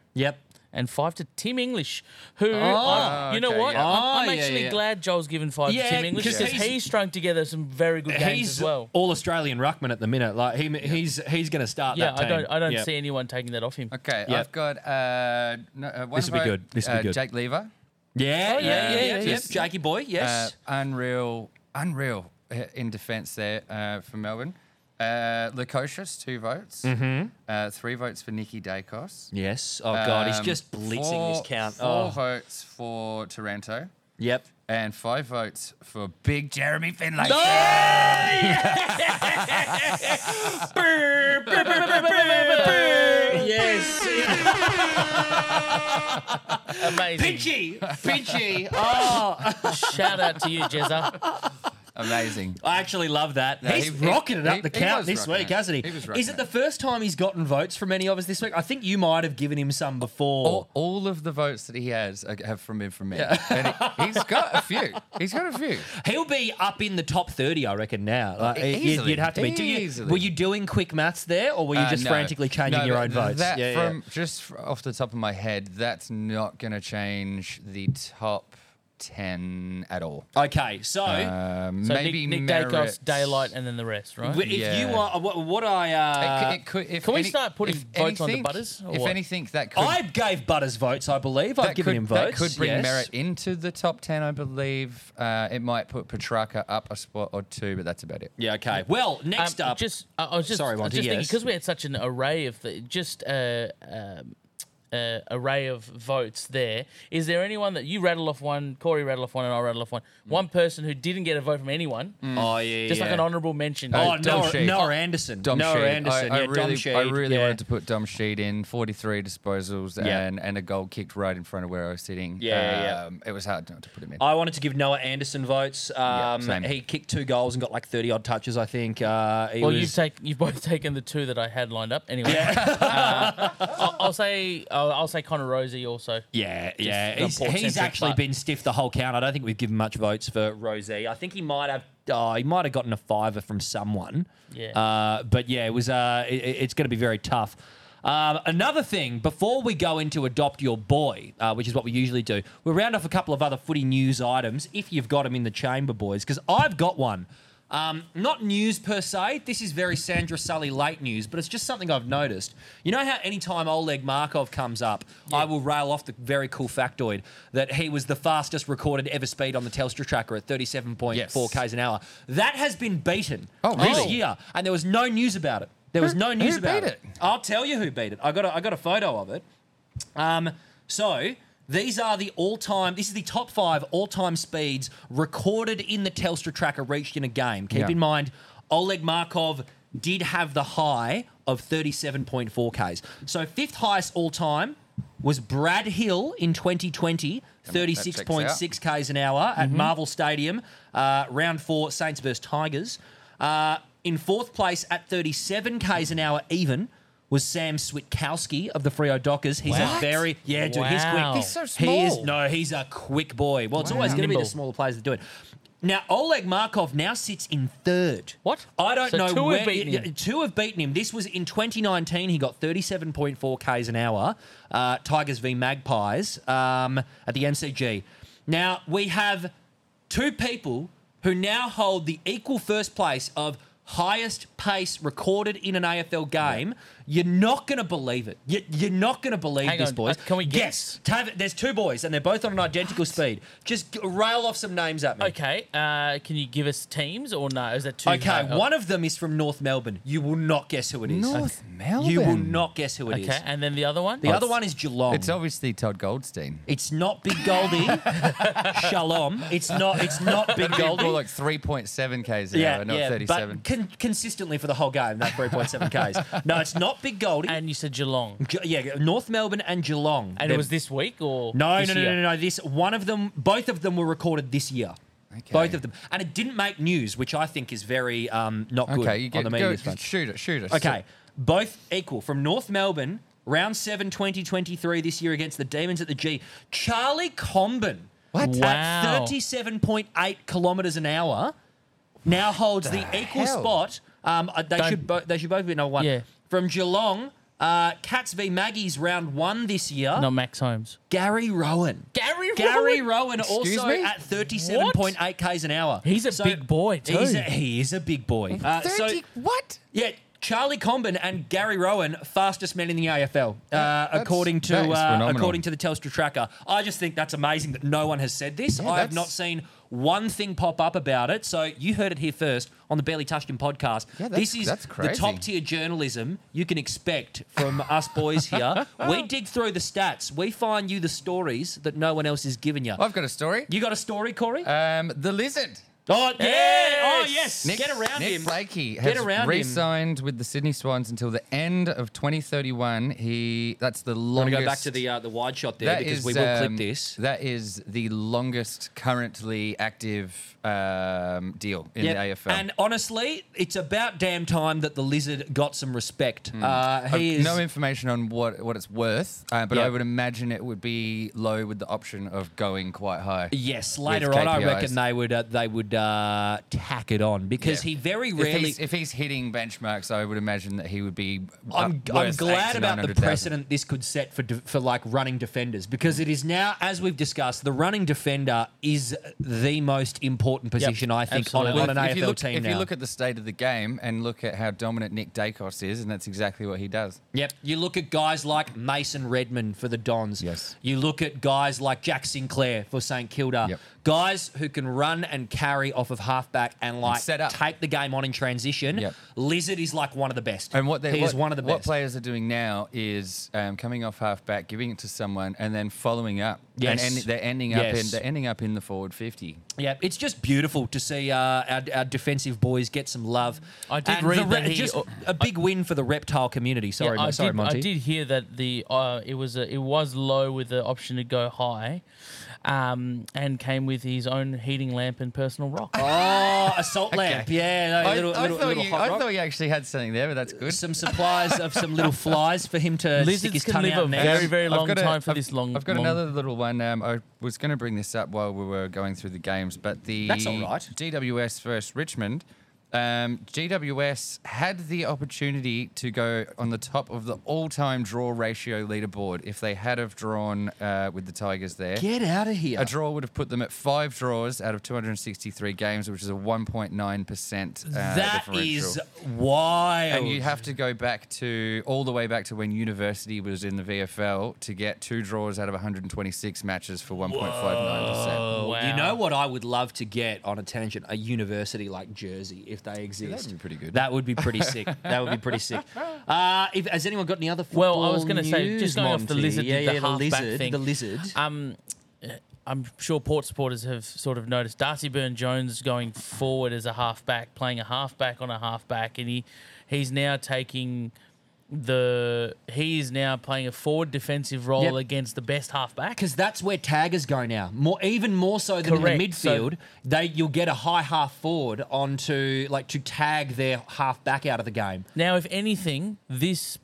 [SPEAKER 4] and five to Tim English, who I- you know
[SPEAKER 3] okay,
[SPEAKER 4] what?
[SPEAKER 3] yeah.
[SPEAKER 4] I'm, I'm
[SPEAKER 2] Oh, yeah,
[SPEAKER 4] actually
[SPEAKER 2] yeah.
[SPEAKER 4] glad Joel's given five
[SPEAKER 2] Yeah,
[SPEAKER 4] to Tim English
[SPEAKER 2] 'cause
[SPEAKER 4] because
[SPEAKER 2] he's-
[SPEAKER 4] he strung together some very good games
[SPEAKER 2] He's
[SPEAKER 4] as well.
[SPEAKER 2] all Australian ruckman at the minute. Like he, he's he's going to start.
[SPEAKER 4] Yeah,
[SPEAKER 2] that
[SPEAKER 4] I don't
[SPEAKER 2] team.
[SPEAKER 4] I don't
[SPEAKER 2] Yep.
[SPEAKER 4] see anyone taking that off him.
[SPEAKER 3] Okay,
[SPEAKER 2] Yep.
[SPEAKER 3] I've got uh, no, uh, one
[SPEAKER 2] This'll be
[SPEAKER 3] vote,
[SPEAKER 2] good. This'll be
[SPEAKER 3] uh,
[SPEAKER 2] good.
[SPEAKER 3] Jake Lever,
[SPEAKER 2] Yeah, yeah,
[SPEAKER 4] Oh, yeah,
[SPEAKER 2] yeah,
[SPEAKER 4] yeah,
[SPEAKER 2] yeah,
[SPEAKER 4] yeah,
[SPEAKER 2] yep.
[SPEAKER 3] yeah.
[SPEAKER 2] Jakey boy,
[SPEAKER 3] uh,
[SPEAKER 2] yes.
[SPEAKER 3] unreal, unreal uh, in defence there uh, for Melbourne. Uh, Lukosius, two votes,
[SPEAKER 2] Mm-hmm.
[SPEAKER 3] uh, three votes for Nikki Dacos.
[SPEAKER 2] yes. Oh god, he's
[SPEAKER 3] Um,
[SPEAKER 2] just blitzing this
[SPEAKER 3] four-
[SPEAKER 2] count.
[SPEAKER 3] Four
[SPEAKER 2] Oh,
[SPEAKER 3] votes for Toronto
[SPEAKER 2] yep.
[SPEAKER 3] and five votes for Big Jeremy Finlay.
[SPEAKER 2] yes.
[SPEAKER 4] Amazing.
[SPEAKER 2] Pinchy, pinchy. Oh,
[SPEAKER 4] Shout out to you, Jezza.
[SPEAKER 3] Amazing.
[SPEAKER 2] I actually love that. he's
[SPEAKER 3] he-
[SPEAKER 2] rocking it up
[SPEAKER 3] he-
[SPEAKER 2] the
[SPEAKER 3] he
[SPEAKER 2] count
[SPEAKER 3] was
[SPEAKER 2] this
[SPEAKER 3] rocking
[SPEAKER 2] week,
[SPEAKER 3] it.
[SPEAKER 2] hasn't he?
[SPEAKER 3] He was rocking
[SPEAKER 2] Is it
[SPEAKER 3] it.
[SPEAKER 2] the first time he's gotten votes from any of us this week? I think you might have given him some before.
[SPEAKER 3] All, all of the votes that he has are, have from him from me. And he, he's got a few. He's got a few.
[SPEAKER 2] He'll be up in the top thirty, I reckon. Now, like,
[SPEAKER 3] E-
[SPEAKER 2] you-
[SPEAKER 3] easily,
[SPEAKER 2] you'd have to be. Do you-
[SPEAKER 3] easily.
[SPEAKER 2] were you doing quick maths there, or were you
[SPEAKER 3] Uh,
[SPEAKER 2] just
[SPEAKER 3] no.
[SPEAKER 2] frantically changing
[SPEAKER 3] No,
[SPEAKER 2] your
[SPEAKER 3] but
[SPEAKER 2] own votes?
[SPEAKER 3] That
[SPEAKER 2] yeah,
[SPEAKER 3] from just fr- off the top of my head, that's not going to change the top ten at all.
[SPEAKER 2] yeah. Okay, so.
[SPEAKER 3] Um,
[SPEAKER 4] So
[SPEAKER 3] maybe
[SPEAKER 4] Nick, Nick
[SPEAKER 3] Merritt-
[SPEAKER 4] Dacos, Daylight, and then the rest, right?
[SPEAKER 2] if you
[SPEAKER 3] yeah.
[SPEAKER 2] are, what, what I
[SPEAKER 3] It
[SPEAKER 2] uh,
[SPEAKER 3] could- it could- if
[SPEAKER 4] Can we
[SPEAKER 3] any-
[SPEAKER 4] start putting
[SPEAKER 3] if
[SPEAKER 4] votes onto
[SPEAKER 3] anything-
[SPEAKER 4] Butters, or
[SPEAKER 3] If
[SPEAKER 4] what?
[SPEAKER 3] anything, that could
[SPEAKER 2] I gave Butters votes, I believe. I've
[SPEAKER 3] that
[SPEAKER 2] given
[SPEAKER 3] could,
[SPEAKER 2] him votes.
[SPEAKER 3] That could bring
[SPEAKER 2] yes.
[SPEAKER 3] Merritt into the top 10, I believe. Uh, it might put Petrarca up a spot or two, but that's about it.
[SPEAKER 2] Yeah. Okay. Well,
[SPEAKER 4] Um,
[SPEAKER 2] next up,
[SPEAKER 4] just I, I was just,
[SPEAKER 2] Sorry,
[SPEAKER 4] I was
[SPEAKER 2] Monty,
[SPEAKER 4] just thinking
[SPEAKER 2] yes.
[SPEAKER 4] because we had such an array of the, just uh, um, uh, array of votes. There is there anyone that you rattle off one, Corey rattle off one, and I rattle off one.
[SPEAKER 2] Mm.
[SPEAKER 4] One person who didn't get a vote from anyone,
[SPEAKER 2] oh yeah,
[SPEAKER 4] just like
[SPEAKER 2] yeah.
[SPEAKER 4] an honourable mention.
[SPEAKER 2] Oh,
[SPEAKER 3] Dom
[SPEAKER 2] Noah,
[SPEAKER 3] Sheed.
[SPEAKER 2] Noah Anderson.
[SPEAKER 3] Dom
[SPEAKER 2] Noah
[SPEAKER 3] Sheed.
[SPEAKER 2] Anderson.
[SPEAKER 3] I, I
[SPEAKER 2] yeah,
[SPEAKER 3] really,
[SPEAKER 2] Dom
[SPEAKER 3] I
[SPEAKER 2] Sheed.
[SPEAKER 3] really
[SPEAKER 2] yeah.
[SPEAKER 3] wanted to put Dom Sheed in. 43 disposals
[SPEAKER 2] Yeah.
[SPEAKER 3] and, and a goal kicked right in front of where I was sitting.
[SPEAKER 2] Yeah, yeah, yeah.
[SPEAKER 3] um, It was hard not to put him in.
[SPEAKER 2] I wanted to give Noah Anderson votes. Um,
[SPEAKER 3] same.
[SPEAKER 2] he kicked two goals and got like thirty odd touches, I think. Uh, he
[SPEAKER 4] well,
[SPEAKER 2] was-
[SPEAKER 4] you've taken you've both taken the two that I had lined up. Anyway, uh, I'll, I'll say I'll, I'll say Connor Rosie also.
[SPEAKER 2] yeah, yeah.
[SPEAKER 4] the
[SPEAKER 2] He's,
[SPEAKER 4] port
[SPEAKER 2] he's
[SPEAKER 4] centric,
[SPEAKER 2] actually
[SPEAKER 4] but-
[SPEAKER 2] been stiff the whole count. I don't think we've given much votes for Rosie. I think he might have. Oh, he might have gotten a fiver from someone.
[SPEAKER 4] Yeah.
[SPEAKER 2] Uh, but yeah, it was. Uh, it, it- it's going to be very tough. Um, another thing, before we go into adopt your boy, uh, which is what we usually do, we'll round off a couple of other footy news items if you've got them in the chamber, boys, because I've got one. Um, not news per se. This is very Sandra Sully late news, but it's just something I've noticed. You know how anytime Oleg Markov comes up, I will rail off the very cool factoid that he was the fastest recorded ever speed on the Telstra tracker at 37.4 k's an hour. That has been beaten
[SPEAKER 3] Oh,
[SPEAKER 2] this
[SPEAKER 3] really?
[SPEAKER 2] year, and there was no news about it. There was
[SPEAKER 3] Who-
[SPEAKER 2] no news
[SPEAKER 3] who
[SPEAKER 2] about
[SPEAKER 3] beat
[SPEAKER 2] it.
[SPEAKER 3] it?
[SPEAKER 2] I'll tell you who beat it. I got a, I got a photo of it. Um, so these are the all-time. This is the top five all-time speeds recorded in the Telstra tracker reached in a game. Keep
[SPEAKER 3] Yeah.
[SPEAKER 2] in mind, Oleg Markov did have the high of 37.4 k's. So fifth highest all-time was Brad Hill in 2020,
[SPEAKER 3] checks out.
[SPEAKER 2] 36.6 k's an hour at Marvel Stadium, uh, round four, Saints versus Tigers. Uh, in fourth place at 37 k's an hour, even. Was Sam Switkowski of the Frio Dockers? He's a
[SPEAKER 4] What?
[SPEAKER 2] very yeah, dude. He's
[SPEAKER 4] Wow.
[SPEAKER 2] quick.
[SPEAKER 4] He's
[SPEAKER 3] so
[SPEAKER 2] He is
[SPEAKER 3] small.
[SPEAKER 2] no, he's a quick boy. Well, it's
[SPEAKER 3] Wow.
[SPEAKER 2] always going to be the
[SPEAKER 4] Nimble.
[SPEAKER 2] smaller players that do it. Now Oleg Markov now sits in third.
[SPEAKER 4] What?
[SPEAKER 2] I don't
[SPEAKER 4] So
[SPEAKER 2] know.
[SPEAKER 4] two have
[SPEAKER 2] where,
[SPEAKER 4] beaten
[SPEAKER 2] yeah,
[SPEAKER 4] him.
[SPEAKER 2] Two have beaten him. This was in 2019. He got 37.4 k's an hour. Uh, Tigers v Magpies um, at the MCG. Now we have two people who now hold the equal first place of highest pace recorded in an AFL game. You're not going to believe it. You, you're not going to believe
[SPEAKER 4] Hang
[SPEAKER 2] this,
[SPEAKER 4] on,
[SPEAKER 2] boys.
[SPEAKER 4] uh, can we
[SPEAKER 2] Yes. Tav- there's two boys, and they're both on an identical speed. Just g- rail off some names at me.
[SPEAKER 4] Okay, uh, can you give us teams or no? Is that too?
[SPEAKER 2] Okay,
[SPEAKER 4] high?
[SPEAKER 2] one of them is from North Melbourne. You will not guess who it is.
[SPEAKER 3] North
[SPEAKER 2] You will
[SPEAKER 3] Melbourne?
[SPEAKER 2] not guess who it is.
[SPEAKER 4] Oh, Okay, and then the other one.
[SPEAKER 2] The other one is Geelong.
[SPEAKER 3] It's obviously Todd Goldstein.
[SPEAKER 2] It's not Big Goldie. Shalom. It's not. It's not Big Goldie.
[SPEAKER 3] More like 3.7 k's an hour, not 37.
[SPEAKER 2] but con- consistently for the whole game, that 3.7 Ks. No, it's not Big Goldie.
[SPEAKER 4] and you said Geelong,
[SPEAKER 2] Ge- yeah, North Melbourne and Geelong.
[SPEAKER 4] and
[SPEAKER 2] They're-
[SPEAKER 4] it was this week or
[SPEAKER 2] No,
[SPEAKER 4] this
[SPEAKER 2] no, no,
[SPEAKER 4] year?
[SPEAKER 2] no, no, no. This one of them, both of them were recorded this year.
[SPEAKER 3] Okay.
[SPEAKER 2] Both of them, and it didn't make news, which I think is very um, not good
[SPEAKER 3] okay, you get
[SPEAKER 2] on the
[SPEAKER 3] go,
[SPEAKER 2] media front.
[SPEAKER 3] shoot it, shoot it.
[SPEAKER 2] Okay, both equal from North Melbourne, round 7, 2023 this year against the Demons at the G. Charlie Comben
[SPEAKER 3] What?
[SPEAKER 2] at
[SPEAKER 4] Wow.
[SPEAKER 2] 37.8 kilometres an hour now holds the, equal
[SPEAKER 3] hell?
[SPEAKER 2] spot. Um, uh, they,
[SPEAKER 4] Don't-
[SPEAKER 2] should bo- they should both be number one.
[SPEAKER 4] Yeah.
[SPEAKER 2] From Geelong, uh, Cats v Maggie's round one this year.
[SPEAKER 4] Not Max Holmes.
[SPEAKER 2] Gary Rowan.
[SPEAKER 4] Gary
[SPEAKER 2] Gary
[SPEAKER 4] Rowan?
[SPEAKER 2] Rowan
[SPEAKER 3] Excuse
[SPEAKER 2] also
[SPEAKER 3] me?
[SPEAKER 2] at 37.8 k's an hour.
[SPEAKER 4] He's a big boy too.
[SPEAKER 2] He's a, he is a big boy. Uh, so-
[SPEAKER 3] 30, what?
[SPEAKER 2] yeah, Charlie Comben and Gary Rowan, fastest men in the AFL, uh, according
[SPEAKER 3] that
[SPEAKER 2] to
[SPEAKER 3] is
[SPEAKER 2] uh,
[SPEAKER 3] phenomenal.
[SPEAKER 2] according to the Telstra tracker. I just think that's amazing that no one has said this. I have
[SPEAKER 3] that's-
[SPEAKER 2] not seen one thing pop up about it. So you heard it here first on the Barely Touched Him podcast.
[SPEAKER 3] Yeah, that's-
[SPEAKER 2] this is
[SPEAKER 3] that's
[SPEAKER 2] the
[SPEAKER 3] crazy.
[SPEAKER 2] top tier journalism you can expect from us boys here. We dig through the stats. We find you the stories that no one else is giving you.
[SPEAKER 3] I've got a story.
[SPEAKER 2] you got a story, Corey?
[SPEAKER 3] Um, the lizard.
[SPEAKER 2] oh yeah!
[SPEAKER 4] Yes.
[SPEAKER 2] Oh yes!
[SPEAKER 3] Nick,
[SPEAKER 2] Get around
[SPEAKER 3] Nick
[SPEAKER 2] him.
[SPEAKER 3] Blakey has
[SPEAKER 2] around him.
[SPEAKER 3] re-signed with the Sydney Swans until the end of 2031. He that's the
[SPEAKER 2] I'm
[SPEAKER 3] longest.
[SPEAKER 2] gonna go back to the uh, the wide shot there
[SPEAKER 3] That
[SPEAKER 2] because
[SPEAKER 3] is,
[SPEAKER 2] we will
[SPEAKER 3] um,
[SPEAKER 2] clip this.
[SPEAKER 3] That is the longest currently active um, deal in
[SPEAKER 2] Yep.
[SPEAKER 3] the AFL.
[SPEAKER 2] And honestly, it's about damn time that the lizard got some respect. Uh,
[SPEAKER 3] Hmm. I've
[SPEAKER 2] he is.
[SPEAKER 3] no information on what what it's worth, uh, but I
[SPEAKER 2] Yep.
[SPEAKER 3] would imagine it would be low with the option of going quite high.
[SPEAKER 2] Yes,
[SPEAKER 3] with
[SPEAKER 2] later on, I
[SPEAKER 3] KPIs.
[SPEAKER 2] reckon they would uh, they would uh, tack it on because
[SPEAKER 3] Yeah.
[SPEAKER 2] he very
[SPEAKER 3] If
[SPEAKER 2] rarely.
[SPEAKER 3] he's, if he's hitting benchmarks, I would imagine that he would be.
[SPEAKER 2] I'm,
[SPEAKER 3] up
[SPEAKER 2] I'm
[SPEAKER 3] worth eight
[SPEAKER 2] glad
[SPEAKER 3] to
[SPEAKER 2] about the
[SPEAKER 3] 900,000.
[SPEAKER 2] precedent this could set for de- for like running defenders because it is now, as we've discussed, the running defender is the most important position I think on, a-
[SPEAKER 4] absolutely.
[SPEAKER 2] on an
[SPEAKER 3] Well,
[SPEAKER 2] AFL
[SPEAKER 3] you look,
[SPEAKER 2] team
[SPEAKER 3] if
[SPEAKER 2] now.
[SPEAKER 3] you look at the state of the game and look at how dominant Nick Dacos is, and that's exactly what he does.
[SPEAKER 2] Yep. You look at guys like Mason Redmond for the Dons.
[SPEAKER 3] Yes.
[SPEAKER 2] You look at guys like Jack Sinclair for St Kilda.
[SPEAKER 3] Yep.
[SPEAKER 2] Guys who can run and carry off of halfback and like
[SPEAKER 3] set up.
[SPEAKER 2] take the game on in transition.
[SPEAKER 3] Yep.
[SPEAKER 2] Lizard is like one of the best.
[SPEAKER 3] And what they
[SPEAKER 2] he
[SPEAKER 3] what,
[SPEAKER 2] is one of the
[SPEAKER 3] what
[SPEAKER 2] best.
[SPEAKER 3] players are doing now is um, coming off half back, giving it to someone, and then following up. And
[SPEAKER 2] Yes.
[SPEAKER 3] end, they're ending up in
[SPEAKER 2] Yes.
[SPEAKER 3] they're ending up in the forward fifty.
[SPEAKER 2] Yeah, it's just beautiful to see uh, our, our defensive boys get some love.
[SPEAKER 4] I did
[SPEAKER 2] And
[SPEAKER 4] read
[SPEAKER 2] the
[SPEAKER 4] that he-
[SPEAKER 2] just a big win for the reptile community. Sorry,
[SPEAKER 4] Yeah,
[SPEAKER 2] Mo-
[SPEAKER 4] I
[SPEAKER 2] sorry,
[SPEAKER 4] did,
[SPEAKER 2] Monty.
[SPEAKER 4] I did hear that the uh, it was a, it was low with the option to go high, um, and came with his own heating lamp and personal rock.
[SPEAKER 2] Oh, assault lamp. Yeah, no,
[SPEAKER 3] I,
[SPEAKER 2] little,
[SPEAKER 3] I
[SPEAKER 2] little,
[SPEAKER 3] thought
[SPEAKER 2] little
[SPEAKER 3] you,
[SPEAKER 2] hot
[SPEAKER 3] I
[SPEAKER 2] rock.
[SPEAKER 3] thought you actually had something there, but that's good.
[SPEAKER 2] some supplies of some little flies for him to stick his
[SPEAKER 4] Lizards can
[SPEAKER 2] tongue
[SPEAKER 4] live
[SPEAKER 2] out.
[SPEAKER 4] a
[SPEAKER 2] and eat.
[SPEAKER 4] very very
[SPEAKER 3] I've
[SPEAKER 4] long
[SPEAKER 3] got a-
[SPEAKER 4] time for
[SPEAKER 3] I've-
[SPEAKER 4] this long.
[SPEAKER 3] I've got
[SPEAKER 4] long-
[SPEAKER 3] another little one. Um, I was going to bring this up while we were going through the games, but the
[SPEAKER 2] That's all right.
[SPEAKER 3] DWS versus Richmond. Um, GWS had the opportunity to go on the top of the all-time draw ratio leaderboard if they had have drawn uh, with the Tigers there.
[SPEAKER 2] Get out of here.
[SPEAKER 3] A draw would have put them at five draws out of 263 games, which is a 1.9 percent uh,
[SPEAKER 2] that
[SPEAKER 3] differential.
[SPEAKER 2] is wild.
[SPEAKER 3] and you have to go back to all the way back to when university was in the VFL to get two draws out of 126 matches for 1.59 percent.
[SPEAKER 4] Wow.
[SPEAKER 2] You know what I would love to get on a tangent? A university like Jersey, if they exist.
[SPEAKER 3] that'd be pretty good.
[SPEAKER 2] That would be pretty sick. That would be pretty sick. Uh, if, has anyone got any other football
[SPEAKER 4] Well, I was
[SPEAKER 2] going to
[SPEAKER 4] say, just going off the lizard,
[SPEAKER 2] yeah, yeah,
[SPEAKER 4] the,
[SPEAKER 2] the
[SPEAKER 4] halfback
[SPEAKER 2] lizard,
[SPEAKER 4] thing.
[SPEAKER 2] the lizard.
[SPEAKER 4] Um, uh, I'm sure Port supporters have sort of noticed Darcy Byrne Jones going forward as a halfback, playing a halfback on a halfback, and he he's now taking the he is now playing a forward defensive role
[SPEAKER 2] Yep.
[SPEAKER 4] against the best halfback.
[SPEAKER 2] because that's where taggers go now. More, even more so than in the
[SPEAKER 4] Correct. So-
[SPEAKER 2] midfield, they you'll get a high half forward onto like to tag their half back out of the game.
[SPEAKER 4] Now, if anything, this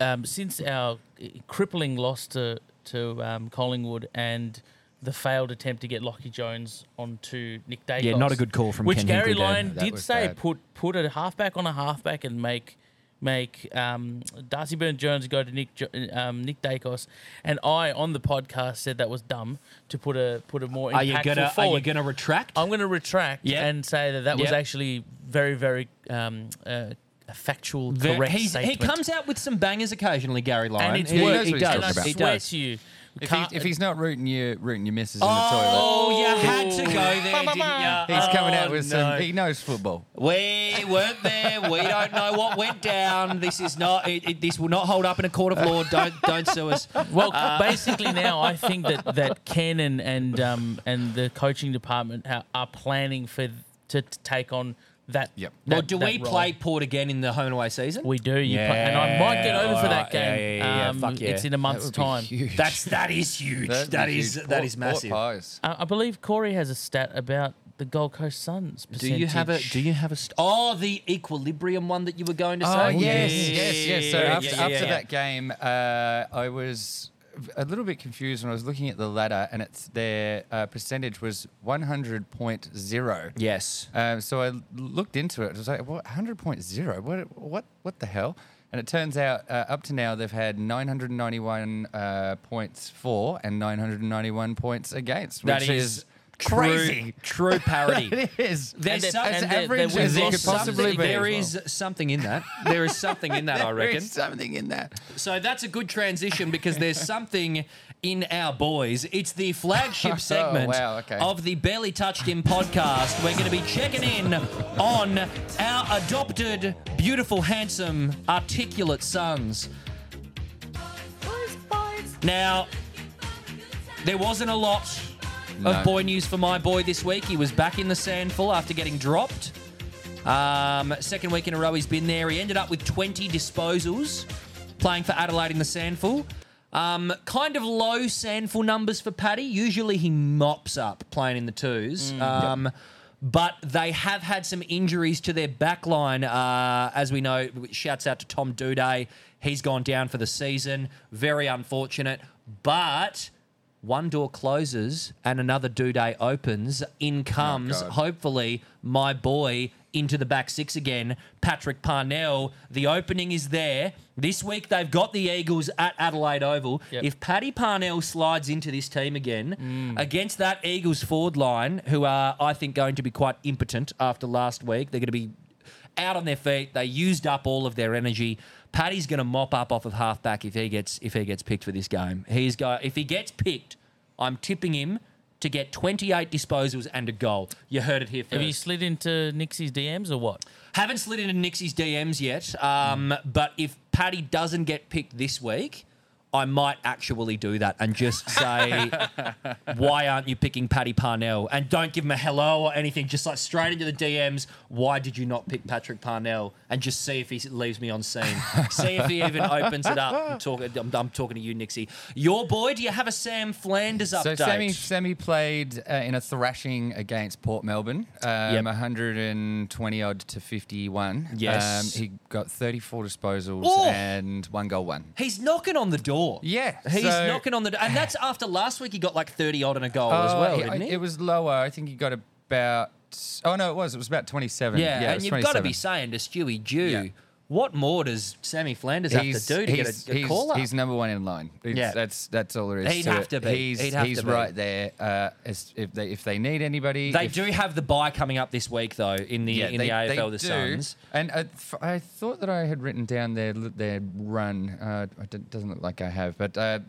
[SPEAKER 4] um, since our crippling loss to to um, Collingwood and the failed attempt to get Lockie Jones onto Nick Dacos.
[SPEAKER 2] not a good call from
[SPEAKER 4] which
[SPEAKER 2] Ken
[SPEAKER 4] Gary
[SPEAKER 2] Hinckley there.
[SPEAKER 4] Lyon
[SPEAKER 3] That
[SPEAKER 4] did
[SPEAKER 3] was
[SPEAKER 4] say
[SPEAKER 3] bad.
[SPEAKER 4] put put a halfback on a halfback and make make um, Darcy Byrne Jones go to Nick jo- um, Nick Dacos, and I on the podcast said that was dumb to put a put a more impactful
[SPEAKER 2] Are you gonna are you
[SPEAKER 4] forward.
[SPEAKER 2] gonna retract?
[SPEAKER 4] I'm going to retract
[SPEAKER 2] Yeah.
[SPEAKER 4] and say that that was
[SPEAKER 2] Yeah.
[SPEAKER 4] actually very, very um, uh, a factual,
[SPEAKER 2] Ver-
[SPEAKER 4] correct
[SPEAKER 2] he's- he
[SPEAKER 4] statement.
[SPEAKER 2] comes out with some bangers occasionally, Gary Lyon.
[SPEAKER 4] and it's
[SPEAKER 2] He-
[SPEAKER 4] worked.
[SPEAKER 3] knows
[SPEAKER 2] He
[SPEAKER 3] what he's
[SPEAKER 2] does.
[SPEAKER 4] and
[SPEAKER 3] talking
[SPEAKER 4] I
[SPEAKER 3] about.
[SPEAKER 2] He
[SPEAKER 4] swear
[SPEAKER 2] does.
[SPEAKER 4] to you,
[SPEAKER 3] If,
[SPEAKER 4] Car-
[SPEAKER 3] he, if he's not rooting you, rooting your misses
[SPEAKER 2] Oh,
[SPEAKER 3] in the toilet,
[SPEAKER 2] you had to go there, didn't ya?
[SPEAKER 3] he's coming out
[SPEAKER 2] Oh, no.
[SPEAKER 3] with some. He knows football.
[SPEAKER 2] We weren't there. We don't know what went down. This is not. It, it, this will not hold up in a court of law. Don't don't sue us.
[SPEAKER 4] well,
[SPEAKER 2] uh,
[SPEAKER 4] basically now I think that that Ken and and um, and the coaching department ha- are planning for to, to take on that.
[SPEAKER 3] Yep.
[SPEAKER 2] Well,
[SPEAKER 4] that-
[SPEAKER 2] do
[SPEAKER 4] that
[SPEAKER 2] we
[SPEAKER 4] role.
[SPEAKER 2] play Port again in the home and away season?
[SPEAKER 4] We do. You play, and I
[SPEAKER 2] Yeah,
[SPEAKER 4] might get over for that
[SPEAKER 2] alright.
[SPEAKER 4] game.
[SPEAKER 2] Yeah, yeah, yeah,
[SPEAKER 4] um,
[SPEAKER 2] fuck yeah.
[SPEAKER 4] It's in a month's time.
[SPEAKER 3] Huge.
[SPEAKER 2] That's that is huge.
[SPEAKER 3] That'd
[SPEAKER 2] that
[SPEAKER 3] be
[SPEAKER 2] is
[SPEAKER 3] huge.
[SPEAKER 2] that
[SPEAKER 3] Port-
[SPEAKER 2] is
[SPEAKER 3] Port
[SPEAKER 2] massive.
[SPEAKER 3] pies.
[SPEAKER 4] Uh, I believe Corey has a stat about the Gold Coast Suns.
[SPEAKER 2] Do you have a? Do you have a? St- oh, the equilibrium one that you were going to say.
[SPEAKER 3] Oh yes, yes, yes. So
[SPEAKER 2] Yeah,
[SPEAKER 3] after,
[SPEAKER 2] yeah, yeah,
[SPEAKER 3] after
[SPEAKER 2] yeah.
[SPEAKER 3] that game, uh, I was a little bit confused when I was looking at the ladder, and it's their uh, percentage was one hundred point zero.
[SPEAKER 2] Yes.
[SPEAKER 3] Um, so I looked into it. I was like, "What? Hundred point zero? What? What? What the hell?" And it turns out, uh, up to now, they've had 991 uh, points for and 991 points against, which
[SPEAKER 2] That is True-
[SPEAKER 3] crazy.
[SPEAKER 2] True parody.
[SPEAKER 3] it is.
[SPEAKER 2] There's
[SPEAKER 4] And
[SPEAKER 2] some,
[SPEAKER 4] they're-
[SPEAKER 3] as
[SPEAKER 4] and they're-
[SPEAKER 3] average
[SPEAKER 4] they're-
[SPEAKER 3] as
[SPEAKER 4] we've
[SPEAKER 3] it could
[SPEAKER 4] lost
[SPEAKER 3] possibly
[SPEAKER 4] something
[SPEAKER 3] be.
[SPEAKER 2] There is something in that. There is something in that. I
[SPEAKER 3] There
[SPEAKER 2] reckon.
[SPEAKER 3] is something in that.
[SPEAKER 2] So that's a good transition because there's something in our boys. It's the flagship segment
[SPEAKER 3] Oh, wow, okay.
[SPEAKER 2] of the Barely Touched In podcast. We're going to be checking in on our adopted, beautiful, handsome, articulate sons. Now, there wasn't a lot
[SPEAKER 3] No.
[SPEAKER 2] of boy news for my boy this week. He was back in the sand full after getting dropped. Um, second week in a row, he's been there. He ended up with 20 disposals playing for Adelaide in the Sandful. Um, kind of low Sandful numbers for Paddy. Usually he mops up playing in the twos. um, But they have had some injuries to their back line. Uh, as we know, shouts out to Tom Duday. He's gone down for the season. Very unfortunate. But one door closes and another Duday opens. In comes,
[SPEAKER 3] God.
[SPEAKER 2] hopefully, my boy into the back six again, Patrick Parnell. The opening is there. This week they've got the Eagles at Adelaide Oval.
[SPEAKER 4] Yep. Mm.
[SPEAKER 2] If Paddy Parnell slides into this team again against that Eagles forward line, who are, I think, going to be quite impotent after last week, they're going to be out on their feet. They used up all of their energy. Paddy's going to mop up off of halfback if he gets if he gets picked for this game. He's go if he gets picked, I'm tipping him to get 28 disposals and a goal. You heard it here first.
[SPEAKER 4] Have you slid into Nixie's DMs or what?
[SPEAKER 2] Haven't slid into Nixie's DMs yet, um, but if Paddy doesn't get picked this week, I might actually do that and just say, "Why aren't you picking Paddy Parnell?" And don't give him a hello or anything. Just like straight into the DMs. Why did you not pick Patrick Parnell? And just see if he leaves me on scene. see if he even opens it up. I'm, talking. I'm, I'm talking to you, Nixie. Your boy. Do you have a Sam Flanders update?
[SPEAKER 3] So Sammy, Sammy played uh, in a thrashing against Port Melbourne, um,
[SPEAKER 2] Yep.
[SPEAKER 3] 120 odd to 51.
[SPEAKER 2] Yes.
[SPEAKER 3] um, he got 34 disposals
[SPEAKER 2] Oof.
[SPEAKER 3] and one goal one.
[SPEAKER 2] He's knocking on the door.
[SPEAKER 3] Yeah,
[SPEAKER 2] He's
[SPEAKER 3] so-
[SPEAKER 2] knocking on the door. And that's after last week he got like 30 odd and a goal as
[SPEAKER 3] Uh,
[SPEAKER 2] well,
[SPEAKER 3] he-
[SPEAKER 2] didn't
[SPEAKER 3] I-
[SPEAKER 2] he?
[SPEAKER 3] It was lower. I think he got about Oh no, it was. It was about 27.
[SPEAKER 2] Yeah,
[SPEAKER 3] it
[SPEAKER 2] and
[SPEAKER 3] was
[SPEAKER 2] you've got to
[SPEAKER 3] 27.
[SPEAKER 2] be saying to Stewie Jew,
[SPEAKER 3] Yeah.
[SPEAKER 2] what more does Sammy Flanders have to do to get a, a
[SPEAKER 3] he's,
[SPEAKER 2] call up?
[SPEAKER 3] he's number one in line. It's-
[SPEAKER 2] Yeah.
[SPEAKER 3] that's that's all there is.
[SPEAKER 2] He'd
[SPEAKER 3] to
[SPEAKER 2] have
[SPEAKER 3] it.
[SPEAKER 2] to be.
[SPEAKER 3] He's,
[SPEAKER 2] He'd have
[SPEAKER 3] he's
[SPEAKER 2] to be.
[SPEAKER 3] right there. Uh, as- if they if they need anybody,
[SPEAKER 2] they
[SPEAKER 3] if-
[SPEAKER 2] do have the bye coming up this week though in the in the AFL the
[SPEAKER 3] do.
[SPEAKER 2] Suns.
[SPEAKER 3] And I, f- I thought that I had written down their l- their run. Uh, it didn't- doesn't look like I have, but uh,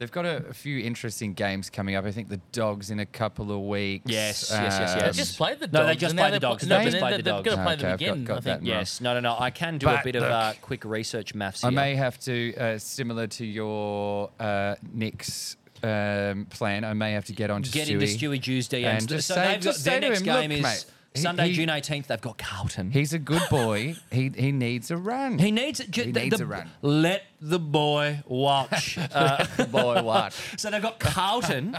[SPEAKER 3] they've got a, a few interesting games coming up. I think the Dogs in a couple of weeks.
[SPEAKER 2] Yes, yes, yes,
[SPEAKER 3] Um,
[SPEAKER 2] yes.
[SPEAKER 4] They just played the dogs.
[SPEAKER 2] No, they just
[SPEAKER 4] and now
[SPEAKER 2] played the
[SPEAKER 4] they're pl-
[SPEAKER 2] dogs.
[SPEAKER 4] No,
[SPEAKER 2] They
[SPEAKER 4] but
[SPEAKER 2] just
[SPEAKER 4] then
[SPEAKER 2] played
[SPEAKER 4] they're
[SPEAKER 2] the
[SPEAKER 4] going to
[SPEAKER 2] dogs.
[SPEAKER 4] play them
[SPEAKER 3] Okay, I've got-
[SPEAKER 4] again.
[SPEAKER 3] got
[SPEAKER 4] I think.
[SPEAKER 3] that.
[SPEAKER 2] Yes, no, no, no. I can do a
[SPEAKER 3] But
[SPEAKER 2] bit of
[SPEAKER 3] look,
[SPEAKER 2] uh, quick research maths.
[SPEAKER 3] I
[SPEAKER 2] Here.
[SPEAKER 3] may have to, uh, similar to your uh, Nick's um, plan, I may have to get on to
[SPEAKER 2] get
[SPEAKER 3] Stewie.
[SPEAKER 2] into Stewie Jew's DMs.
[SPEAKER 3] And just
[SPEAKER 2] so
[SPEAKER 3] say-
[SPEAKER 2] they've got
[SPEAKER 3] just
[SPEAKER 2] their
[SPEAKER 3] say to
[SPEAKER 2] next
[SPEAKER 3] him, "Look,
[SPEAKER 2] game is
[SPEAKER 3] mate, he-
[SPEAKER 2] Sunday,
[SPEAKER 3] he-
[SPEAKER 2] June eighteenth. They've got Carlton.
[SPEAKER 3] He's a good boy. he he needs a run.
[SPEAKER 2] He needs it. ju-
[SPEAKER 3] He
[SPEAKER 2] the-
[SPEAKER 3] needs
[SPEAKER 2] the-
[SPEAKER 3] a run.
[SPEAKER 2] Let the boy watch. Uh,
[SPEAKER 3] boy watch.
[SPEAKER 2] so they've got Carlton,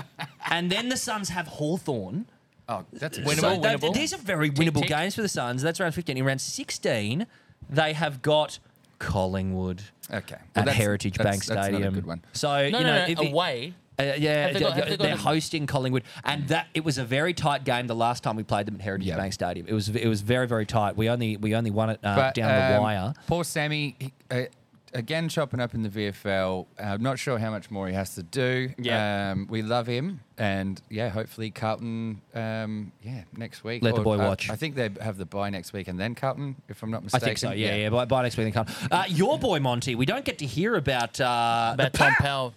[SPEAKER 2] and then the Suns have Hawthorn.
[SPEAKER 3] Oh, that's
[SPEAKER 2] So
[SPEAKER 3] winnable.
[SPEAKER 2] they-
[SPEAKER 3] winnable.
[SPEAKER 2] These are very winnable
[SPEAKER 3] tick.
[SPEAKER 2] games for the Suns. That's round 15. In round 16, they have got Collingwood
[SPEAKER 3] okay. Well,
[SPEAKER 2] at
[SPEAKER 3] that's-
[SPEAKER 2] Heritage
[SPEAKER 3] that's-
[SPEAKER 2] Bank
[SPEAKER 3] that's not a
[SPEAKER 2] Stadium.
[SPEAKER 3] good one.
[SPEAKER 2] So,
[SPEAKER 4] No,
[SPEAKER 2] you
[SPEAKER 4] no,
[SPEAKER 2] know,
[SPEAKER 4] no,
[SPEAKER 2] if it-
[SPEAKER 4] away.
[SPEAKER 2] uh, yeah,
[SPEAKER 4] Have they got-
[SPEAKER 2] they
[SPEAKER 4] have they got
[SPEAKER 2] are
[SPEAKER 4] an-
[SPEAKER 2] hosting Collingwood, and that it was a very tight game the last time we played them at Heritage
[SPEAKER 3] Yeah.
[SPEAKER 2] Bank Stadium. It was it was very very tight. We only we only won it uh, down the
[SPEAKER 3] um,
[SPEAKER 2] wire.
[SPEAKER 3] Poor Sammy, he, uh, again chopping up in the VFL. Uh, I'm not sure how much more he has to do.
[SPEAKER 2] Yeah.
[SPEAKER 3] um, we love him, and yeah, hopefully Carlton. Um, yeah, next week.
[SPEAKER 2] Let the boy
[SPEAKER 3] uh,
[SPEAKER 2] watch.
[SPEAKER 3] I think they have the bye next week, and then Carlton, if I'm not
[SPEAKER 2] I
[SPEAKER 3] mistaken.
[SPEAKER 2] think so. Yeah, yeah. By, by next week they come. Uh, your boy Monty, we don't get to hear about uh,
[SPEAKER 4] About Tom Powell.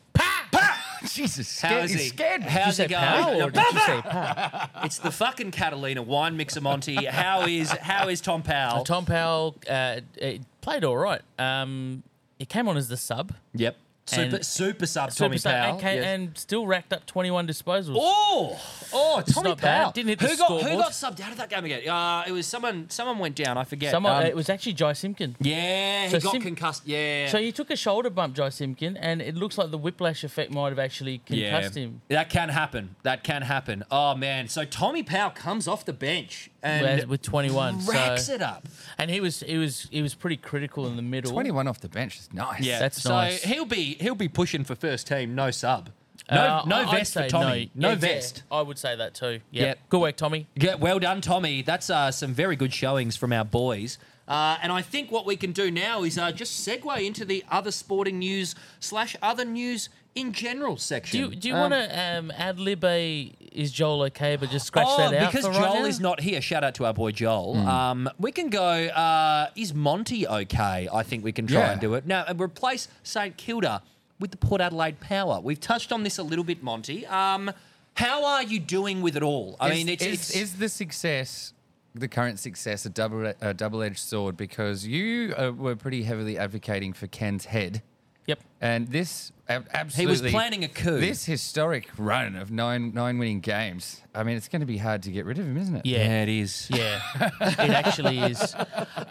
[SPEAKER 3] Jesus,
[SPEAKER 2] How
[SPEAKER 3] scared,
[SPEAKER 2] is
[SPEAKER 3] he's
[SPEAKER 2] he?
[SPEAKER 3] scared.
[SPEAKER 2] How's it
[SPEAKER 4] Did you say
[SPEAKER 2] going?
[SPEAKER 4] Powell or did you say Powell?
[SPEAKER 2] It's the fucking Catalina wine mixer, Monty. How is how is Tom Powell?
[SPEAKER 4] Tom Powell uh, it played all right. Um, he came on as the sub.
[SPEAKER 2] Yep. Super
[SPEAKER 4] And-
[SPEAKER 2] super sub Tommy
[SPEAKER 4] Super sub,
[SPEAKER 2] Powell.
[SPEAKER 4] and ca-
[SPEAKER 2] Yes.
[SPEAKER 4] and still racked up 21 disposals.
[SPEAKER 2] Oh, oh, Tommy
[SPEAKER 4] not bad.
[SPEAKER 2] Powell
[SPEAKER 4] Didn't hit
[SPEAKER 2] who
[SPEAKER 4] the
[SPEAKER 2] got who
[SPEAKER 4] scoreboard.
[SPEAKER 2] got subbed out of that game again? Uh, it was someone. Someone went down. I forget.
[SPEAKER 4] Someone,
[SPEAKER 2] Um,
[SPEAKER 4] it was actually Jai Simpkin.
[SPEAKER 2] yeah, he
[SPEAKER 4] So
[SPEAKER 2] got
[SPEAKER 4] Sim-
[SPEAKER 2] concussed. Yeah,
[SPEAKER 4] So he took a shoulder bump, Jai Simpkin, and it looks like the whiplash effect might have actually concussed him.
[SPEAKER 2] That can happen. That can happen. Oh man. So Tommy Powell comes off the bench
[SPEAKER 4] whereas
[SPEAKER 2] and
[SPEAKER 4] with 21,
[SPEAKER 2] racks
[SPEAKER 4] so,
[SPEAKER 2] it up.
[SPEAKER 4] and he was he was he was pretty critical in the middle.
[SPEAKER 3] 21 off the bench is nice.
[SPEAKER 2] Yeah,
[SPEAKER 4] That's
[SPEAKER 2] so
[SPEAKER 4] nice.
[SPEAKER 2] he'll be he'll be pushing for first team, no sub. No,
[SPEAKER 4] Uh,
[SPEAKER 2] no
[SPEAKER 4] I- I'd
[SPEAKER 2] vest for
[SPEAKER 4] say
[SPEAKER 2] Tommy. No,
[SPEAKER 4] no Yeah,
[SPEAKER 2] vest.
[SPEAKER 4] yeah, I would say that too. Yeah.
[SPEAKER 2] Yep.
[SPEAKER 4] Good work, Tommy.
[SPEAKER 2] Yeah, well done, Tommy. That's uh, some very good showings from our boys. Uh, and I think what we can do now is uh, just segue into the other sporting news slash other news in general
[SPEAKER 4] Do
[SPEAKER 2] section.
[SPEAKER 4] you, do you
[SPEAKER 2] Um, Oh,
[SPEAKER 4] want to um, ad lib a is Joel okay, but just scratch that out
[SPEAKER 2] because
[SPEAKER 4] for right
[SPEAKER 2] Joel
[SPEAKER 4] now?
[SPEAKER 2] is not here. Shout out to our boy Joel. Um, we can go. Uh, is Monty okay? I think we can try
[SPEAKER 3] Yeah.
[SPEAKER 2] and do it now and replace St Kilda with the Port Adelaide Power. We've touched on this a little bit, Monty. Um, how are you doing with it all? I
[SPEAKER 3] is,
[SPEAKER 2] mean, it's,
[SPEAKER 3] is,
[SPEAKER 2] it's
[SPEAKER 3] is the success, the current success, a double a double-edged sword because you uh, were pretty heavily advocating for Ken's head,
[SPEAKER 4] Yep.
[SPEAKER 3] and this ab-
[SPEAKER 2] he
[SPEAKER 3] absolutely
[SPEAKER 2] was planning a coup.
[SPEAKER 3] This historic run of nine nine winning games. I mean, it's going to be hard to get rid of him, isn't it?
[SPEAKER 4] Yeah.
[SPEAKER 2] it is.
[SPEAKER 4] Yeah, it actually is.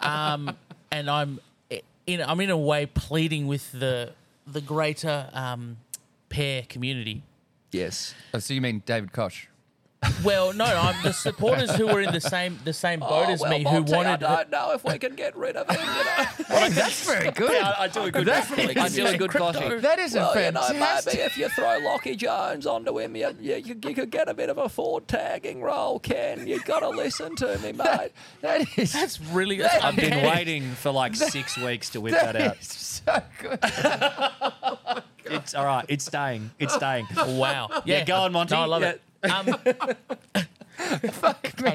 [SPEAKER 4] Um, and I'm in I'm in a way pleading with the the greater um, pair community.
[SPEAKER 2] Yes.
[SPEAKER 3] Oh, so you mean David Koch?
[SPEAKER 4] Well, no, I'm the supporters who were in the same the same
[SPEAKER 2] Oh,
[SPEAKER 4] boat as me who wanted.
[SPEAKER 2] know if we can get rid of him.
[SPEAKER 3] that's very good.
[SPEAKER 2] Yeah, I do a good.
[SPEAKER 3] That's
[SPEAKER 2] I do a good gossip.
[SPEAKER 3] That is
[SPEAKER 2] Oh,
[SPEAKER 3] a fantastic.
[SPEAKER 2] if you throw Lockie Jones onto him, you, you, you, you could get a bit of a forward tagging role, Ken. you got to listen to me, mate.
[SPEAKER 3] that is.
[SPEAKER 4] That's really. That's
[SPEAKER 2] I've been
[SPEAKER 4] uncanny.
[SPEAKER 2] waiting for like six weeks to whip that,
[SPEAKER 3] that
[SPEAKER 2] out.
[SPEAKER 3] is so good.
[SPEAKER 2] It's all right. It's staying. It's staying.
[SPEAKER 4] Wow. Yeah,
[SPEAKER 2] go on, Monty.
[SPEAKER 4] No, I love
[SPEAKER 2] Yeah.
[SPEAKER 4] it. Um,
[SPEAKER 3] Fuck me.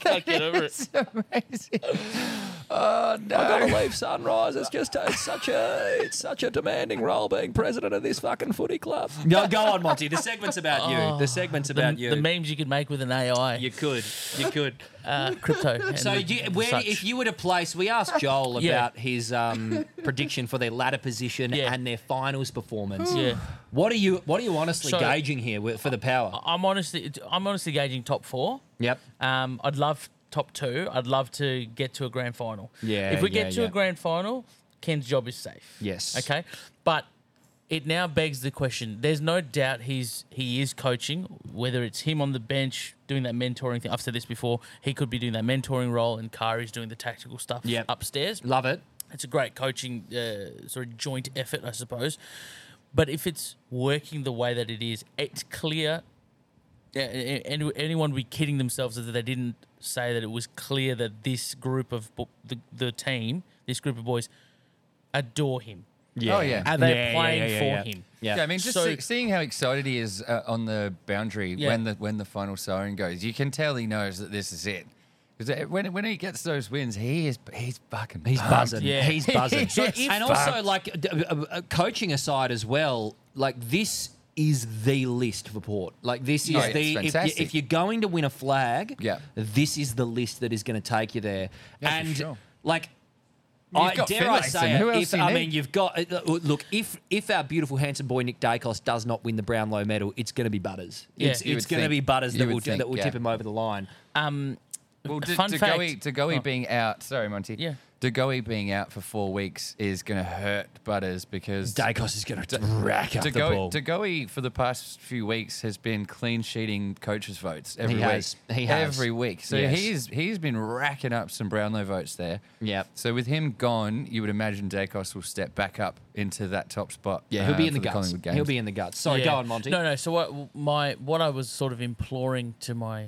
[SPEAKER 4] can't get over it.
[SPEAKER 3] It's amazing. Oh no.
[SPEAKER 2] Gotta leave Sunrise. It's just it's such a it's such a demanding role being president of this fucking footy club. No, go on, Monty. The segment's about you. The segment's
[SPEAKER 4] the,
[SPEAKER 2] about you.
[SPEAKER 4] the memes you could make with an AI,
[SPEAKER 2] you could. You could.
[SPEAKER 4] uh, crypto. and
[SPEAKER 2] So, you, where,
[SPEAKER 4] such.
[SPEAKER 2] if you were to place, we asked Joel about
[SPEAKER 4] Yeah.
[SPEAKER 2] his um, prediction for their ladder position
[SPEAKER 4] Yeah.
[SPEAKER 2] and their finals performance.
[SPEAKER 4] Yeah.
[SPEAKER 2] What are you What are you honestly
[SPEAKER 4] So-
[SPEAKER 2] gauging here with- for the power?
[SPEAKER 4] I'm honestly, I'm honestly gauging top four.
[SPEAKER 2] Yep.
[SPEAKER 4] Um, I'd love top two. I'd love to get to a grand final.
[SPEAKER 2] Yeah,
[SPEAKER 4] If we
[SPEAKER 2] yeah,
[SPEAKER 4] get to
[SPEAKER 2] yeah.
[SPEAKER 4] a grand final, Ken's job is safe.
[SPEAKER 2] Yes.
[SPEAKER 4] Okay. But it now begs the question. There's no doubt he's he is coaching. Whether it's him on the bench doing that mentoring thing. I've said this before. He could be doing that mentoring role, and Kari's doing the tactical stuff
[SPEAKER 2] Yep.
[SPEAKER 4] upstairs
[SPEAKER 2] Love it.
[SPEAKER 4] it's a great coaching uh, sort of joint effort, I suppose. But if it's working the way that it is, it's clear Yeah, a- a- any- anyone would be kidding themselves that they didn't say that it was clear that this group of bo- the, the team, this group of boys, adore him.
[SPEAKER 3] Oh, yeah.
[SPEAKER 4] Are they
[SPEAKER 2] Yeah, yeah,
[SPEAKER 4] playing
[SPEAKER 2] yeah, yeah,
[SPEAKER 4] for
[SPEAKER 2] yeah.
[SPEAKER 4] him?
[SPEAKER 2] Yeah.
[SPEAKER 3] Yeah, I mean, just
[SPEAKER 4] So-
[SPEAKER 3] see- seeing how excited he is uh, on the boundary
[SPEAKER 4] Yeah.
[SPEAKER 3] when the when the final siren goes, you can tell he knows that this is it. 'Cause, uh, When, when he gets those wins, he is he's fucking
[SPEAKER 2] He's
[SPEAKER 3] pumped.
[SPEAKER 2] buzzing.
[SPEAKER 4] Yeah.
[SPEAKER 2] He's buzzing.
[SPEAKER 3] So if-
[SPEAKER 2] Oh, and also, like, d- uh, uh, coaching aside as well, like, this is the list for Port. Like, this is
[SPEAKER 3] Yeah, it's
[SPEAKER 2] the. If, you,
[SPEAKER 3] fantastic.
[SPEAKER 2] if you're going to win a flag,
[SPEAKER 3] Yeah.
[SPEAKER 2] this is the list that is going to take you there.
[SPEAKER 3] Yeah, for
[SPEAKER 2] and,
[SPEAKER 3] sure.
[SPEAKER 2] like,
[SPEAKER 3] You've
[SPEAKER 2] I,
[SPEAKER 3] got
[SPEAKER 2] dare I
[SPEAKER 3] Finlayson.
[SPEAKER 2] say
[SPEAKER 3] Who
[SPEAKER 2] it,
[SPEAKER 3] else
[SPEAKER 2] if,
[SPEAKER 3] do you
[SPEAKER 2] I
[SPEAKER 3] need?
[SPEAKER 2] mean, you've got. uh, uh, Look, if if our beautiful, handsome boy, Nick Dacos, does not win the Brownlow medal, it's going to be Butters.
[SPEAKER 4] Yeah.
[SPEAKER 2] It's,
[SPEAKER 4] You
[SPEAKER 2] it's
[SPEAKER 3] would
[SPEAKER 2] going to be
[SPEAKER 3] think.
[SPEAKER 2] Butters
[SPEAKER 3] You
[SPEAKER 2] that
[SPEAKER 3] would
[SPEAKER 2] will,
[SPEAKER 3] think,
[SPEAKER 2] that will
[SPEAKER 3] yeah.
[SPEAKER 2] tip him over the line.
[SPEAKER 4] Um,
[SPEAKER 3] Well, D-
[SPEAKER 4] fun fact. Oh.
[SPEAKER 3] Dugowie, Dugowie being out, sorry, Monty.
[SPEAKER 4] Yeah.
[SPEAKER 3] Dugowie being out for four weeks is going to hurt Butters because
[SPEAKER 2] Dacos is going to rack up the ball.
[SPEAKER 3] Dugowie, Dugowie for the past few weeks has been clean sheeting coaches' votes every
[SPEAKER 2] He
[SPEAKER 3] week.
[SPEAKER 2] has. He has.
[SPEAKER 3] every week. So
[SPEAKER 2] Yes.
[SPEAKER 3] he's he's been racking up some Brownlow votes there.
[SPEAKER 2] Yep.
[SPEAKER 3] So with him gone, you would imagine Dacos will step back up into that top spot.
[SPEAKER 2] Yeah, he'll be
[SPEAKER 3] uh,
[SPEAKER 2] in the
[SPEAKER 3] for
[SPEAKER 2] guts.
[SPEAKER 3] Collingwood
[SPEAKER 2] He'll
[SPEAKER 3] games.
[SPEAKER 2] be in the guts. Sorry,
[SPEAKER 4] Yeah.
[SPEAKER 2] go on, Monty.
[SPEAKER 4] No, no. So what my what I was sort of imploring to my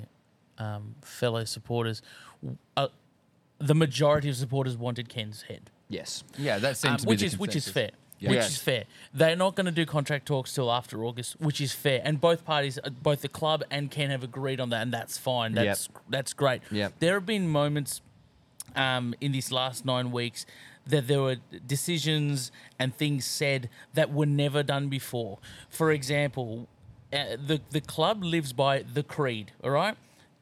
[SPEAKER 4] um, fellow supporters, uh, the majority of supporters wanted Ken's head,
[SPEAKER 2] Yes.
[SPEAKER 3] Yeah, that seems
[SPEAKER 4] um,
[SPEAKER 3] to be
[SPEAKER 4] which
[SPEAKER 3] the
[SPEAKER 4] is which is
[SPEAKER 3] consensus.
[SPEAKER 4] fair.
[SPEAKER 3] Yeah.
[SPEAKER 4] Which
[SPEAKER 3] Yes.
[SPEAKER 4] is fair. They're not going to do contract talks till after August, which is fair. And both parties, uh, both the club and Ken, have agreed on that, and that's fine. That's that's great.
[SPEAKER 3] Yep.
[SPEAKER 4] There have been moments um, in these last nine weeks that there were decisions and things said that were never done before. For example, uh, the the club lives by the creed. All right,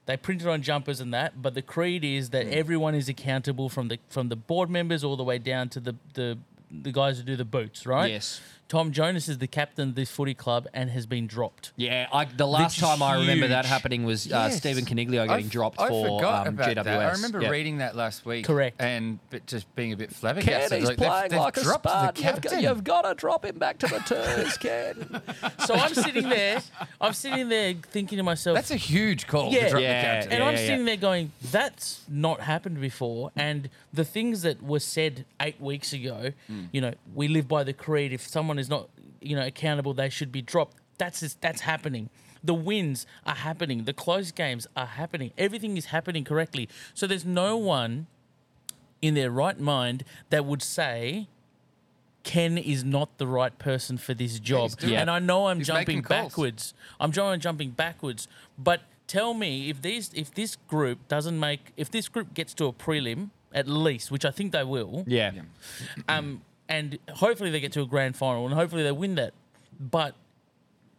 [SPEAKER 4] they printed on jumpers and that, but the creed is that everyone is accountable from the from the board members all the way down to the the the guys who do the boots. Right.
[SPEAKER 2] Yes.
[SPEAKER 4] Tom Jonas is the captain of this footy club and has been dropped.
[SPEAKER 2] Yeah, I, the last
[SPEAKER 4] is
[SPEAKER 2] time I remember that
[SPEAKER 4] huge.
[SPEAKER 2] happening was uh,
[SPEAKER 3] Yes.
[SPEAKER 2] Stephen Caniglio getting
[SPEAKER 3] I've-
[SPEAKER 2] dropped
[SPEAKER 3] I
[SPEAKER 2] for
[SPEAKER 3] forgot
[SPEAKER 2] um,
[SPEAKER 3] about
[SPEAKER 2] GWS.
[SPEAKER 3] That. I remember
[SPEAKER 2] Yeah.
[SPEAKER 3] reading that last week.
[SPEAKER 4] Correct.
[SPEAKER 3] And but just being a bit flabbergasted.
[SPEAKER 2] Ken, he's
[SPEAKER 3] like, they've-
[SPEAKER 2] playing
[SPEAKER 3] they've
[SPEAKER 2] like a
[SPEAKER 3] dropped the
[SPEAKER 2] spud. You've got,
[SPEAKER 3] captain.
[SPEAKER 2] you've got to drop him back to the tours, Ken.
[SPEAKER 4] So I'm sitting there, I'm sitting there thinking to myself,
[SPEAKER 3] That's a huge call
[SPEAKER 4] Yeah.
[SPEAKER 3] to drop
[SPEAKER 2] Yeah.
[SPEAKER 3] the captain.
[SPEAKER 4] And
[SPEAKER 2] Yeah,
[SPEAKER 4] I'm
[SPEAKER 2] yeah, yeah.
[SPEAKER 4] sitting there going, that's not happened before. And the things that were said eight weeks ago,
[SPEAKER 3] Mm.
[SPEAKER 4] you know, we live by the creed. If someone is not, you know, accountable, they should be dropped. That's just, that's happening. The wins are happening. The close games are happening. Everything is happening correctly. So there's no one in their right mind that would say. Ken is not the right person for this job,
[SPEAKER 3] doing
[SPEAKER 4] and
[SPEAKER 3] it.
[SPEAKER 4] I know I'm
[SPEAKER 3] He's
[SPEAKER 4] jumping
[SPEAKER 3] making calls.
[SPEAKER 4] backwards backwards. I'm trying jumping backwards. But tell me if these if this group doesn't make if this group gets to a prelim at least, which I think they will.
[SPEAKER 2] yeah.
[SPEAKER 4] Um, and hopefully they get to a grand final and hopefully they win that. But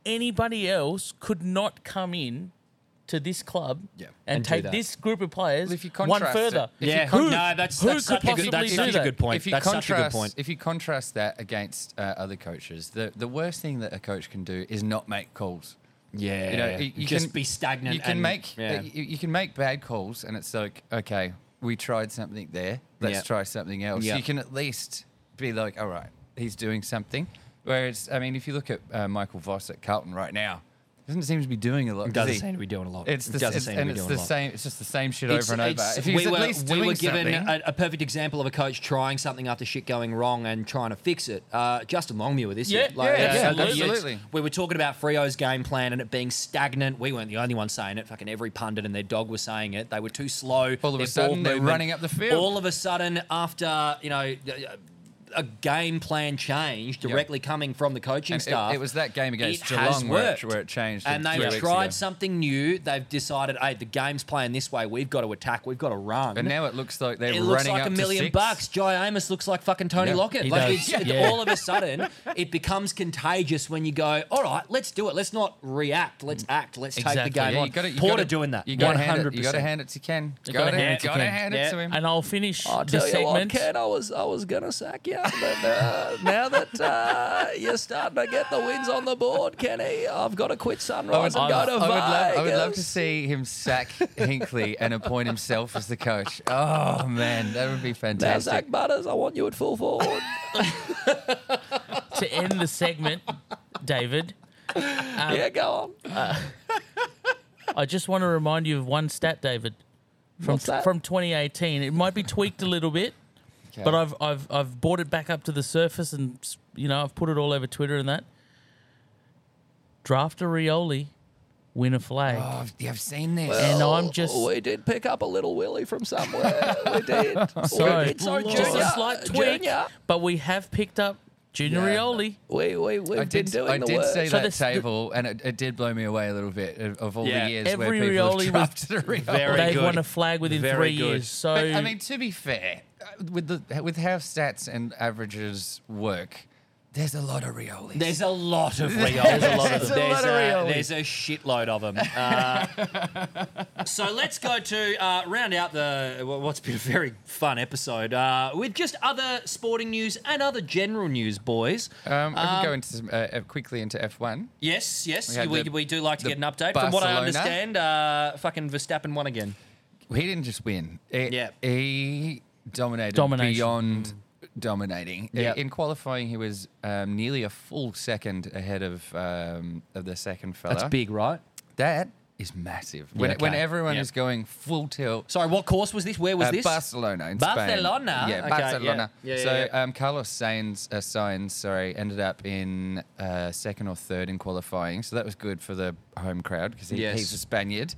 [SPEAKER 4] anybody else could not come in to this club
[SPEAKER 3] Yeah.
[SPEAKER 4] and,
[SPEAKER 2] And do
[SPEAKER 4] take
[SPEAKER 2] that.
[SPEAKER 4] this group of players
[SPEAKER 3] Well, if you
[SPEAKER 4] one
[SPEAKER 3] contrast
[SPEAKER 4] further.
[SPEAKER 3] it- if
[SPEAKER 2] Yeah.
[SPEAKER 4] Who-
[SPEAKER 2] no, that's,
[SPEAKER 4] who
[SPEAKER 2] that's
[SPEAKER 4] could
[SPEAKER 2] such a
[SPEAKER 4] possibly
[SPEAKER 2] good, that's
[SPEAKER 4] do
[SPEAKER 2] such
[SPEAKER 4] that?
[SPEAKER 2] a good point.
[SPEAKER 3] If you
[SPEAKER 2] that's
[SPEAKER 3] contrast,
[SPEAKER 2] such a good point.
[SPEAKER 3] if you contrast that against uh, other coaches, the the worst thing that a coach can do is not make calls.
[SPEAKER 2] yeah.
[SPEAKER 3] You know, you, you
[SPEAKER 2] just
[SPEAKER 3] can,
[SPEAKER 2] be stagnant.
[SPEAKER 3] You can
[SPEAKER 2] and-
[SPEAKER 3] make
[SPEAKER 2] yeah.
[SPEAKER 3] uh, you, you can make bad calls, and it's like, okay, we tried something there. Let's
[SPEAKER 2] Yeah.
[SPEAKER 3] try something else.
[SPEAKER 2] Yeah.
[SPEAKER 3] You can at least be like, all right, he's doing something. Whereas, I mean, if you look at uh, Michael Voss at Carlton right now, doesn't seem to be doing a
[SPEAKER 2] doesn't
[SPEAKER 3] lot. does he?
[SPEAKER 2] seem to be doing a lot.
[SPEAKER 3] It's the,
[SPEAKER 2] Doesn't
[SPEAKER 3] it's,
[SPEAKER 2] seem to
[SPEAKER 3] and
[SPEAKER 2] be
[SPEAKER 3] it's
[SPEAKER 2] doing
[SPEAKER 3] the
[SPEAKER 2] a lot.
[SPEAKER 3] same. It's just the same shit
[SPEAKER 2] It's-
[SPEAKER 3] over and over.
[SPEAKER 2] it's-
[SPEAKER 3] If he was
[SPEAKER 2] we
[SPEAKER 3] at
[SPEAKER 2] were,
[SPEAKER 3] least
[SPEAKER 2] we
[SPEAKER 3] doing
[SPEAKER 2] were given
[SPEAKER 3] something,
[SPEAKER 2] a, a perfect example of a coach trying something after shit going wrong and trying to fix it. Uh, Justin Longmuir this
[SPEAKER 4] Yeah,
[SPEAKER 2] year.
[SPEAKER 4] yeah,
[SPEAKER 2] it's-
[SPEAKER 4] yeah,
[SPEAKER 2] it's-
[SPEAKER 3] absolutely.
[SPEAKER 2] We were talking about Frio's game plan and it being stagnant. We weren't the only one saying it. Fucking every pundit and their dog were saying it. They were too slow.
[SPEAKER 3] All of a
[SPEAKER 2] their
[SPEAKER 3] sudden,
[SPEAKER 2] ball
[SPEAKER 3] they're
[SPEAKER 2] movement.
[SPEAKER 3] running up the field.
[SPEAKER 2] All of a sudden, after you know. uh, A game plan change directly coming from the coaching
[SPEAKER 3] And it-
[SPEAKER 2] staff.
[SPEAKER 3] it was that game against
[SPEAKER 2] it
[SPEAKER 3] Geelong
[SPEAKER 2] has
[SPEAKER 3] where it-
[SPEAKER 2] worked.
[SPEAKER 3] where it changed
[SPEAKER 2] And
[SPEAKER 3] three
[SPEAKER 2] they've
[SPEAKER 3] weeks
[SPEAKER 2] tried
[SPEAKER 3] ago.
[SPEAKER 2] something new. They've decided, hey, the game's playing this way. We've got to attack. We've got to run.
[SPEAKER 3] and now it looks like they're
[SPEAKER 2] it
[SPEAKER 3] running
[SPEAKER 2] looks like
[SPEAKER 3] up
[SPEAKER 2] a
[SPEAKER 3] to
[SPEAKER 2] million
[SPEAKER 3] six.
[SPEAKER 2] bucks. Jai Amos looks like fucking Tony
[SPEAKER 3] Yeah.
[SPEAKER 2] Lockett.
[SPEAKER 4] He
[SPEAKER 2] Like
[SPEAKER 4] does.
[SPEAKER 2] it's, it-
[SPEAKER 4] Yeah.
[SPEAKER 2] all of a sudden, it becomes contagious when you go, all right, let's do it. Let's not react. Let's act. Let's take the
[SPEAKER 4] Exactly.
[SPEAKER 2] game
[SPEAKER 3] Yeah,
[SPEAKER 2] on.
[SPEAKER 3] you gotta, you
[SPEAKER 2] Porter
[SPEAKER 3] gotta,
[SPEAKER 2] doing that.
[SPEAKER 3] You got to hand it. You got
[SPEAKER 2] 100%.
[SPEAKER 3] to hand it to Ken.
[SPEAKER 4] You
[SPEAKER 3] Got
[SPEAKER 4] gotta
[SPEAKER 3] to
[SPEAKER 4] hand
[SPEAKER 3] hand it
[SPEAKER 4] it to
[SPEAKER 3] to,
[SPEAKER 4] Ken.
[SPEAKER 2] Yeah.
[SPEAKER 3] him.
[SPEAKER 4] And I'll finish
[SPEAKER 2] I
[SPEAKER 4] the
[SPEAKER 2] tell you what,
[SPEAKER 4] segment.
[SPEAKER 2] Ken, I was I was gonna sack you, but uh, now that uh, you're starting to get the wins on the board, Kenny, I've got to quit Sunrise and go
[SPEAKER 4] I've-
[SPEAKER 2] to
[SPEAKER 3] I would, love, I would love to
[SPEAKER 2] Vegas.
[SPEAKER 3] see him sack Hinkley and appoint himself as the coach. Oh man, that would be
[SPEAKER 2] Now,
[SPEAKER 3] fantastic.
[SPEAKER 2] Zach Butters, I want you at full forward.
[SPEAKER 4] to end the segment, David.
[SPEAKER 2] yeah, go on.
[SPEAKER 4] I just want to remind you of one stat, David, from
[SPEAKER 2] What's that?
[SPEAKER 4] from 2018. It might be tweaked a little bit,
[SPEAKER 3] Okay.
[SPEAKER 4] but I've I've I've brought it back up to the surface, and you know I've put it all over Twitter and that. Draft a Rioli win a flag.
[SPEAKER 3] Oh, I've- yeah, I've seen this.
[SPEAKER 4] and I'm just
[SPEAKER 2] Oh, we did pick up a little Willy from somewhere. we did.
[SPEAKER 4] so
[SPEAKER 2] we did. So
[SPEAKER 4] just
[SPEAKER 2] Junior, Uh,
[SPEAKER 4] a slight tweak,
[SPEAKER 2] Junior,
[SPEAKER 4] but we have picked up Junior
[SPEAKER 3] Yeah.
[SPEAKER 4] Rioli.
[SPEAKER 2] we we we've
[SPEAKER 3] I
[SPEAKER 2] been
[SPEAKER 3] did,
[SPEAKER 2] doing
[SPEAKER 3] I
[SPEAKER 2] the
[SPEAKER 3] did
[SPEAKER 2] work.
[SPEAKER 3] see
[SPEAKER 4] So
[SPEAKER 3] that
[SPEAKER 4] this- the-
[SPEAKER 3] table, and it, it did blow me away a little bit of, of all
[SPEAKER 5] Yeah.
[SPEAKER 3] the years where
[SPEAKER 4] Every
[SPEAKER 3] people
[SPEAKER 4] Rioli
[SPEAKER 3] have
[SPEAKER 4] was
[SPEAKER 3] dropped to Rioli.
[SPEAKER 5] very-
[SPEAKER 4] They've
[SPEAKER 5] good.
[SPEAKER 4] won a flag within
[SPEAKER 5] Very
[SPEAKER 4] three
[SPEAKER 5] good.
[SPEAKER 4] years. So
[SPEAKER 3] But, I mean, to be fair, uh, with the with how stats and averages work, there's a lot of Riolis.
[SPEAKER 2] There's a lot of Rioli.
[SPEAKER 3] There's
[SPEAKER 2] a lot of
[SPEAKER 3] a lot of Rioli.
[SPEAKER 2] there's a shitload of them. Uh, so let's go to uh, round out the wha- what's been a very fun episode uh, with just other sporting news and other general news, boys.
[SPEAKER 3] um, I can go into some, uh, uh, quickly into F1.
[SPEAKER 2] Yes, yes,
[SPEAKER 3] We
[SPEAKER 2] we,
[SPEAKER 3] had
[SPEAKER 2] we,
[SPEAKER 3] the-
[SPEAKER 2] do like to
[SPEAKER 3] the
[SPEAKER 2] get an update. From what I
[SPEAKER 3] Barcelona.
[SPEAKER 2] understand, uh, fucking Verstappen won again.
[SPEAKER 3] He didn't just win. It-
[SPEAKER 2] Yeah. Mm.
[SPEAKER 3] He dominated
[SPEAKER 4] Domination.
[SPEAKER 3] beyond dominating. I-
[SPEAKER 2] Yeah.
[SPEAKER 3] In qualifying, he was um, nearly a full second ahead of um, of the second fella.
[SPEAKER 2] right?
[SPEAKER 3] That is massive. When,
[SPEAKER 2] okay.
[SPEAKER 3] when everyone
[SPEAKER 2] Yeah.
[SPEAKER 3] is going full tilt.
[SPEAKER 2] Sorry, what course was this? Where was
[SPEAKER 3] uh,
[SPEAKER 2] this?
[SPEAKER 3] Barcelona in
[SPEAKER 2] Barcelona?
[SPEAKER 3] Spain.
[SPEAKER 2] Okay,
[SPEAKER 3] Yeah,
[SPEAKER 2] yeah.
[SPEAKER 3] Barcelona.
[SPEAKER 2] Yeah, yeah,
[SPEAKER 3] so
[SPEAKER 2] yeah.
[SPEAKER 3] Um, Carlos Sainz, uh, Sainz, sorry, ended up in uh, second or third in qualifying. So that was good for the home crowd because he,
[SPEAKER 2] Yes.
[SPEAKER 3] he's a Spaniard.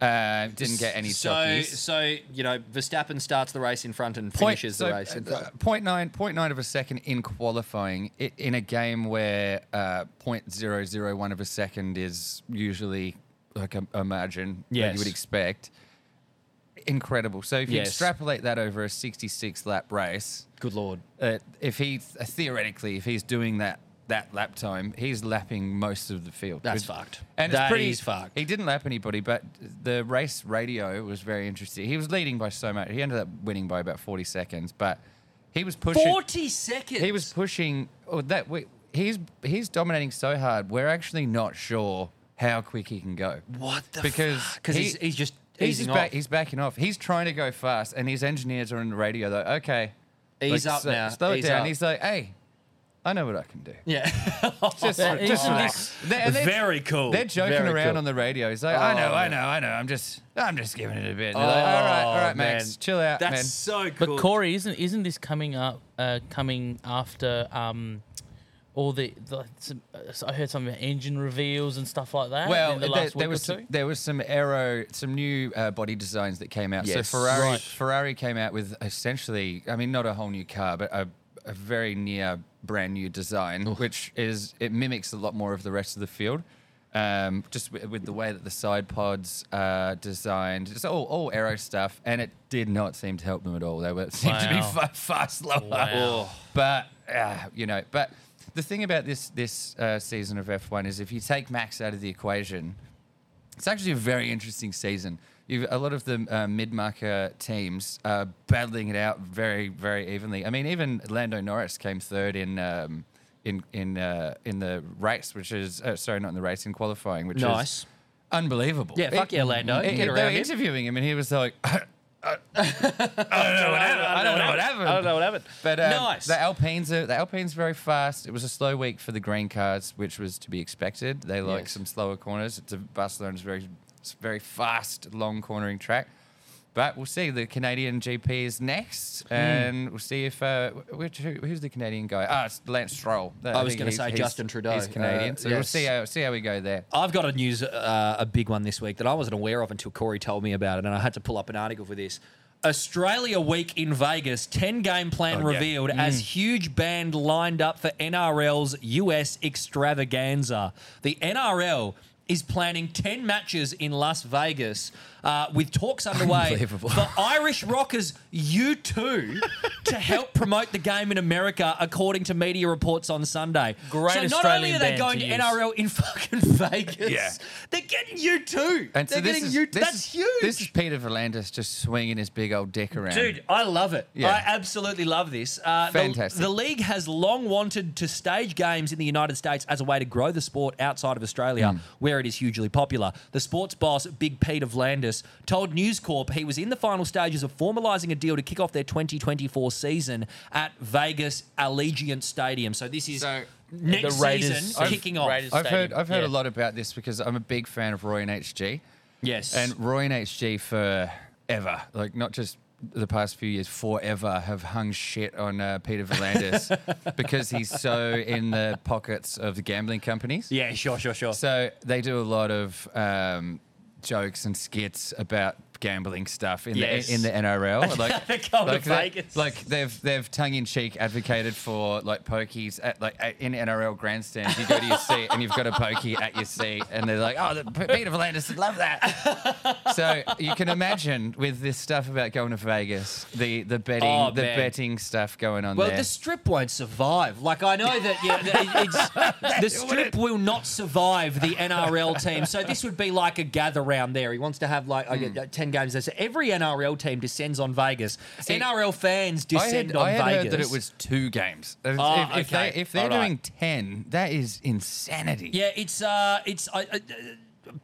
[SPEAKER 3] Uh, didn't get any
[SPEAKER 2] So,
[SPEAKER 3] jockeys.
[SPEAKER 2] so you know, Verstappen starts the race in front and
[SPEAKER 3] Point-
[SPEAKER 2] finishes
[SPEAKER 3] so,
[SPEAKER 2] the race. In
[SPEAKER 3] uh,
[SPEAKER 2] front.
[SPEAKER 3] point nine, point nine of a second in qualifying i in a game where uh, point zero zero one of a second is usually like a, a margin that
[SPEAKER 2] Yes.
[SPEAKER 3] you would expect. Incredible. So if you
[SPEAKER 2] Yes.
[SPEAKER 3] extrapolate that over a sixty-six lap race,
[SPEAKER 2] Good lord.
[SPEAKER 3] uh, if he uh, theoretically, if he's doing that that lap time, he's lapping most of the field.
[SPEAKER 2] That's
[SPEAKER 3] Which-
[SPEAKER 2] fucked.
[SPEAKER 3] And
[SPEAKER 2] That
[SPEAKER 3] it's pretty
[SPEAKER 2] is fucked.
[SPEAKER 3] He didn't lap anybody, but the race radio was very interesting. He was leading by so much. He ended up winning by about forty seconds, but he was pushing.
[SPEAKER 2] Forty seconds.
[SPEAKER 3] He was pushing. Oh, that we, he's he's dominating so hard. We're actually not sure how quick he can go.
[SPEAKER 2] What the
[SPEAKER 3] Because
[SPEAKER 2] because
[SPEAKER 3] he-
[SPEAKER 2] he's, he's just
[SPEAKER 3] He's just
[SPEAKER 2] easing
[SPEAKER 3] back,
[SPEAKER 2] off.
[SPEAKER 3] he's backing off. He's trying to go fast, and his engineers are on the radio though. Okay,
[SPEAKER 2] Ease
[SPEAKER 3] like,
[SPEAKER 2] up
[SPEAKER 3] so-
[SPEAKER 2] now.
[SPEAKER 3] Slow
[SPEAKER 2] Ease
[SPEAKER 3] it down.
[SPEAKER 2] up.
[SPEAKER 3] He's like, hey, I know what I can do.
[SPEAKER 2] yeah.
[SPEAKER 3] Just,
[SPEAKER 4] easy.
[SPEAKER 3] just relax. They- and they're-
[SPEAKER 5] Very cool.
[SPEAKER 3] They're joking
[SPEAKER 2] Very
[SPEAKER 3] around
[SPEAKER 2] cool. Oh,
[SPEAKER 3] on the radio. He's like, I know, I know, I know. I'm just, I'm just giving it a bit. They're like, all right, all right, Max, chill out,
[SPEAKER 2] That's
[SPEAKER 3] man.
[SPEAKER 2] so
[SPEAKER 4] But
[SPEAKER 2] cool.
[SPEAKER 4] Corey, isn't isn't this coming up? Uh, coming after um, all the, the some, uh, I heard something about engine reveals and stuff like that.
[SPEAKER 3] Well,
[SPEAKER 4] in the
[SPEAKER 3] there,
[SPEAKER 4] last
[SPEAKER 3] there
[SPEAKER 4] week
[SPEAKER 3] was
[SPEAKER 4] or
[SPEAKER 3] some,
[SPEAKER 4] two.
[SPEAKER 3] there was some aero, some new uh, body designs that came out.
[SPEAKER 2] Yes.
[SPEAKER 3] So Ferrari,
[SPEAKER 2] Right.
[SPEAKER 3] Ferrari came out with essentially, I mean, not a whole new car, but a, a very near brand new design, which is it mimics a lot more of the rest of the field. Um, just with, with the way that the side pods are designed, it's all, all aero stuff, and it did not seem to help them at all. They were seemed to be
[SPEAKER 4] Wow.
[SPEAKER 3] far, far slower.
[SPEAKER 4] Wow.
[SPEAKER 2] Oh,
[SPEAKER 3] But uh, you know, but the thing about this this uh, season of F1 is if you take Max out of the equation, it's actually a very interesting season. You've, a lot of the uh, mid-marker teams are battling it out very, very evenly. I mean, even Lando Norris came third in um, in in uh, in the race, which is uh, sorry, not in the race, in qualifying, which
[SPEAKER 2] Nice.
[SPEAKER 3] is unbelievable.
[SPEAKER 2] Yeah, fuck yeah, Lando.
[SPEAKER 3] It-
[SPEAKER 2] Get
[SPEAKER 3] it- they
[SPEAKER 2] around
[SPEAKER 3] were
[SPEAKER 2] him.
[SPEAKER 3] interviewing him, and he was like, "Uh, "I
[SPEAKER 2] I
[SPEAKER 3] don't know what happened."
[SPEAKER 2] I don't know what happened.
[SPEAKER 3] But um,
[SPEAKER 2] Nice.
[SPEAKER 3] the Alpines are the Alpines very fast. It was a slow week for the green cars, which was to be expected. They like
[SPEAKER 2] Yes.
[SPEAKER 3] some slower corners. It's a Barcelona's very it's a very fast long cornering track. But we'll see. The Canadian GP is next,
[SPEAKER 2] Hmm.
[SPEAKER 3] and we'll see if uh, which, who, who's the Canadian guy? Ah, it's Lance Stroll. I,
[SPEAKER 2] was
[SPEAKER 3] think
[SPEAKER 2] gonna
[SPEAKER 3] he's-
[SPEAKER 2] say
[SPEAKER 3] he's-
[SPEAKER 2] Justin Trudeau.
[SPEAKER 3] He's Canadian,
[SPEAKER 2] Uh,
[SPEAKER 3] so we'll
[SPEAKER 2] yes.
[SPEAKER 3] see how see how we go there.
[SPEAKER 2] I've got a news, uh, a big one this week that I wasn't aware of until Corey told me about it, and I had to pull up an article for this. Australia Week in Vegas, 10 game
[SPEAKER 4] Oh,
[SPEAKER 2] plan revealed as
[SPEAKER 4] Mm.
[SPEAKER 2] huge band lined up for NRL's US extravaganza. The NRL is planning 10 matches in Las Vegas uh, with talks underway
[SPEAKER 3] Unbelievable.
[SPEAKER 2] for Irish rockers U2 to help promote the game in America, according to media reports on Sunday.
[SPEAKER 4] Great
[SPEAKER 2] so not only
[SPEAKER 4] Australian
[SPEAKER 2] are they
[SPEAKER 4] band
[SPEAKER 2] going
[SPEAKER 4] to
[SPEAKER 2] to
[SPEAKER 4] use.
[SPEAKER 2] NRL NRL in fucking Vegas.
[SPEAKER 5] Yeah.
[SPEAKER 2] They're getting you too.
[SPEAKER 3] And
[SPEAKER 2] They're
[SPEAKER 3] so this
[SPEAKER 2] getting
[SPEAKER 3] is
[SPEAKER 2] you.
[SPEAKER 3] this
[SPEAKER 2] That's
[SPEAKER 3] is,
[SPEAKER 2] huge.
[SPEAKER 3] This is Peter Volandis just swinging his big old dick around.
[SPEAKER 2] Dude, I love it.
[SPEAKER 3] Yeah.
[SPEAKER 2] I absolutely love this. Uh, the-
[SPEAKER 3] Fantastic.
[SPEAKER 2] The, league has long wanted to stage games in the United States as a way to grow the sport outside of
[SPEAKER 3] Mm.
[SPEAKER 2] Australia, where it is hugely popular. The sports boss, Big Pete of Landis, told News Corp he was in the final stages of formalising a deal to kick off their 2024 season at Vegas Allegiant Stadium. So this is
[SPEAKER 3] So-
[SPEAKER 2] next
[SPEAKER 4] The Raiders-
[SPEAKER 2] season kicking off.
[SPEAKER 4] Raiders-
[SPEAKER 3] I've
[SPEAKER 4] Stadium,
[SPEAKER 3] heard I've heard a
[SPEAKER 4] yeah.
[SPEAKER 3] lot about this because I'm a big fan of Roy and HG.
[SPEAKER 2] Yes.
[SPEAKER 3] And Roy and HG for ever. Like not just the past few years forever have hung shit on uh, Peter Valandis because he's so in the pockets of the gambling companies.
[SPEAKER 2] Yeah, sure, sure, sure.
[SPEAKER 3] So they do a lot of um, jokes and skits about gambling stuff in
[SPEAKER 2] Yes.
[SPEAKER 3] the in the NRL. Like,
[SPEAKER 2] They go to
[SPEAKER 3] they-
[SPEAKER 2] Oh, Vegas.
[SPEAKER 3] like they've they've tongue in cheek advocated for like pokies at like at, in NRL grandstands. You go to your seat and you've got a pokey at your seat, and they're like, "Oh, the, P- Peter Valandis would love that." so you can imagine with this stuff about going to Vegas, the the betting
[SPEAKER 2] Oh,
[SPEAKER 3] the
[SPEAKER 2] man.
[SPEAKER 3] betting stuff going on
[SPEAKER 2] Well,
[SPEAKER 3] there.
[SPEAKER 2] the strip won't survive. Like I know that yeah, that it- it's, the strip will not survive the NRL team. So this would be like a gather round there. He wants to have like I
[SPEAKER 3] Hmm.
[SPEAKER 2] get, uh, ten games. There. So every NRL team descends on Vegas.
[SPEAKER 3] See,
[SPEAKER 2] NRL fans
[SPEAKER 3] I
[SPEAKER 2] descend
[SPEAKER 3] had,
[SPEAKER 2] on
[SPEAKER 3] I had
[SPEAKER 2] Vegas.
[SPEAKER 3] heard that it was two games. If,
[SPEAKER 2] Ah,
[SPEAKER 3] if- if they-
[SPEAKER 2] okay.
[SPEAKER 3] if they're
[SPEAKER 2] Alright.
[SPEAKER 3] doing ten, that is insanity.
[SPEAKER 2] Yeah, it's uh, it's uh, uh,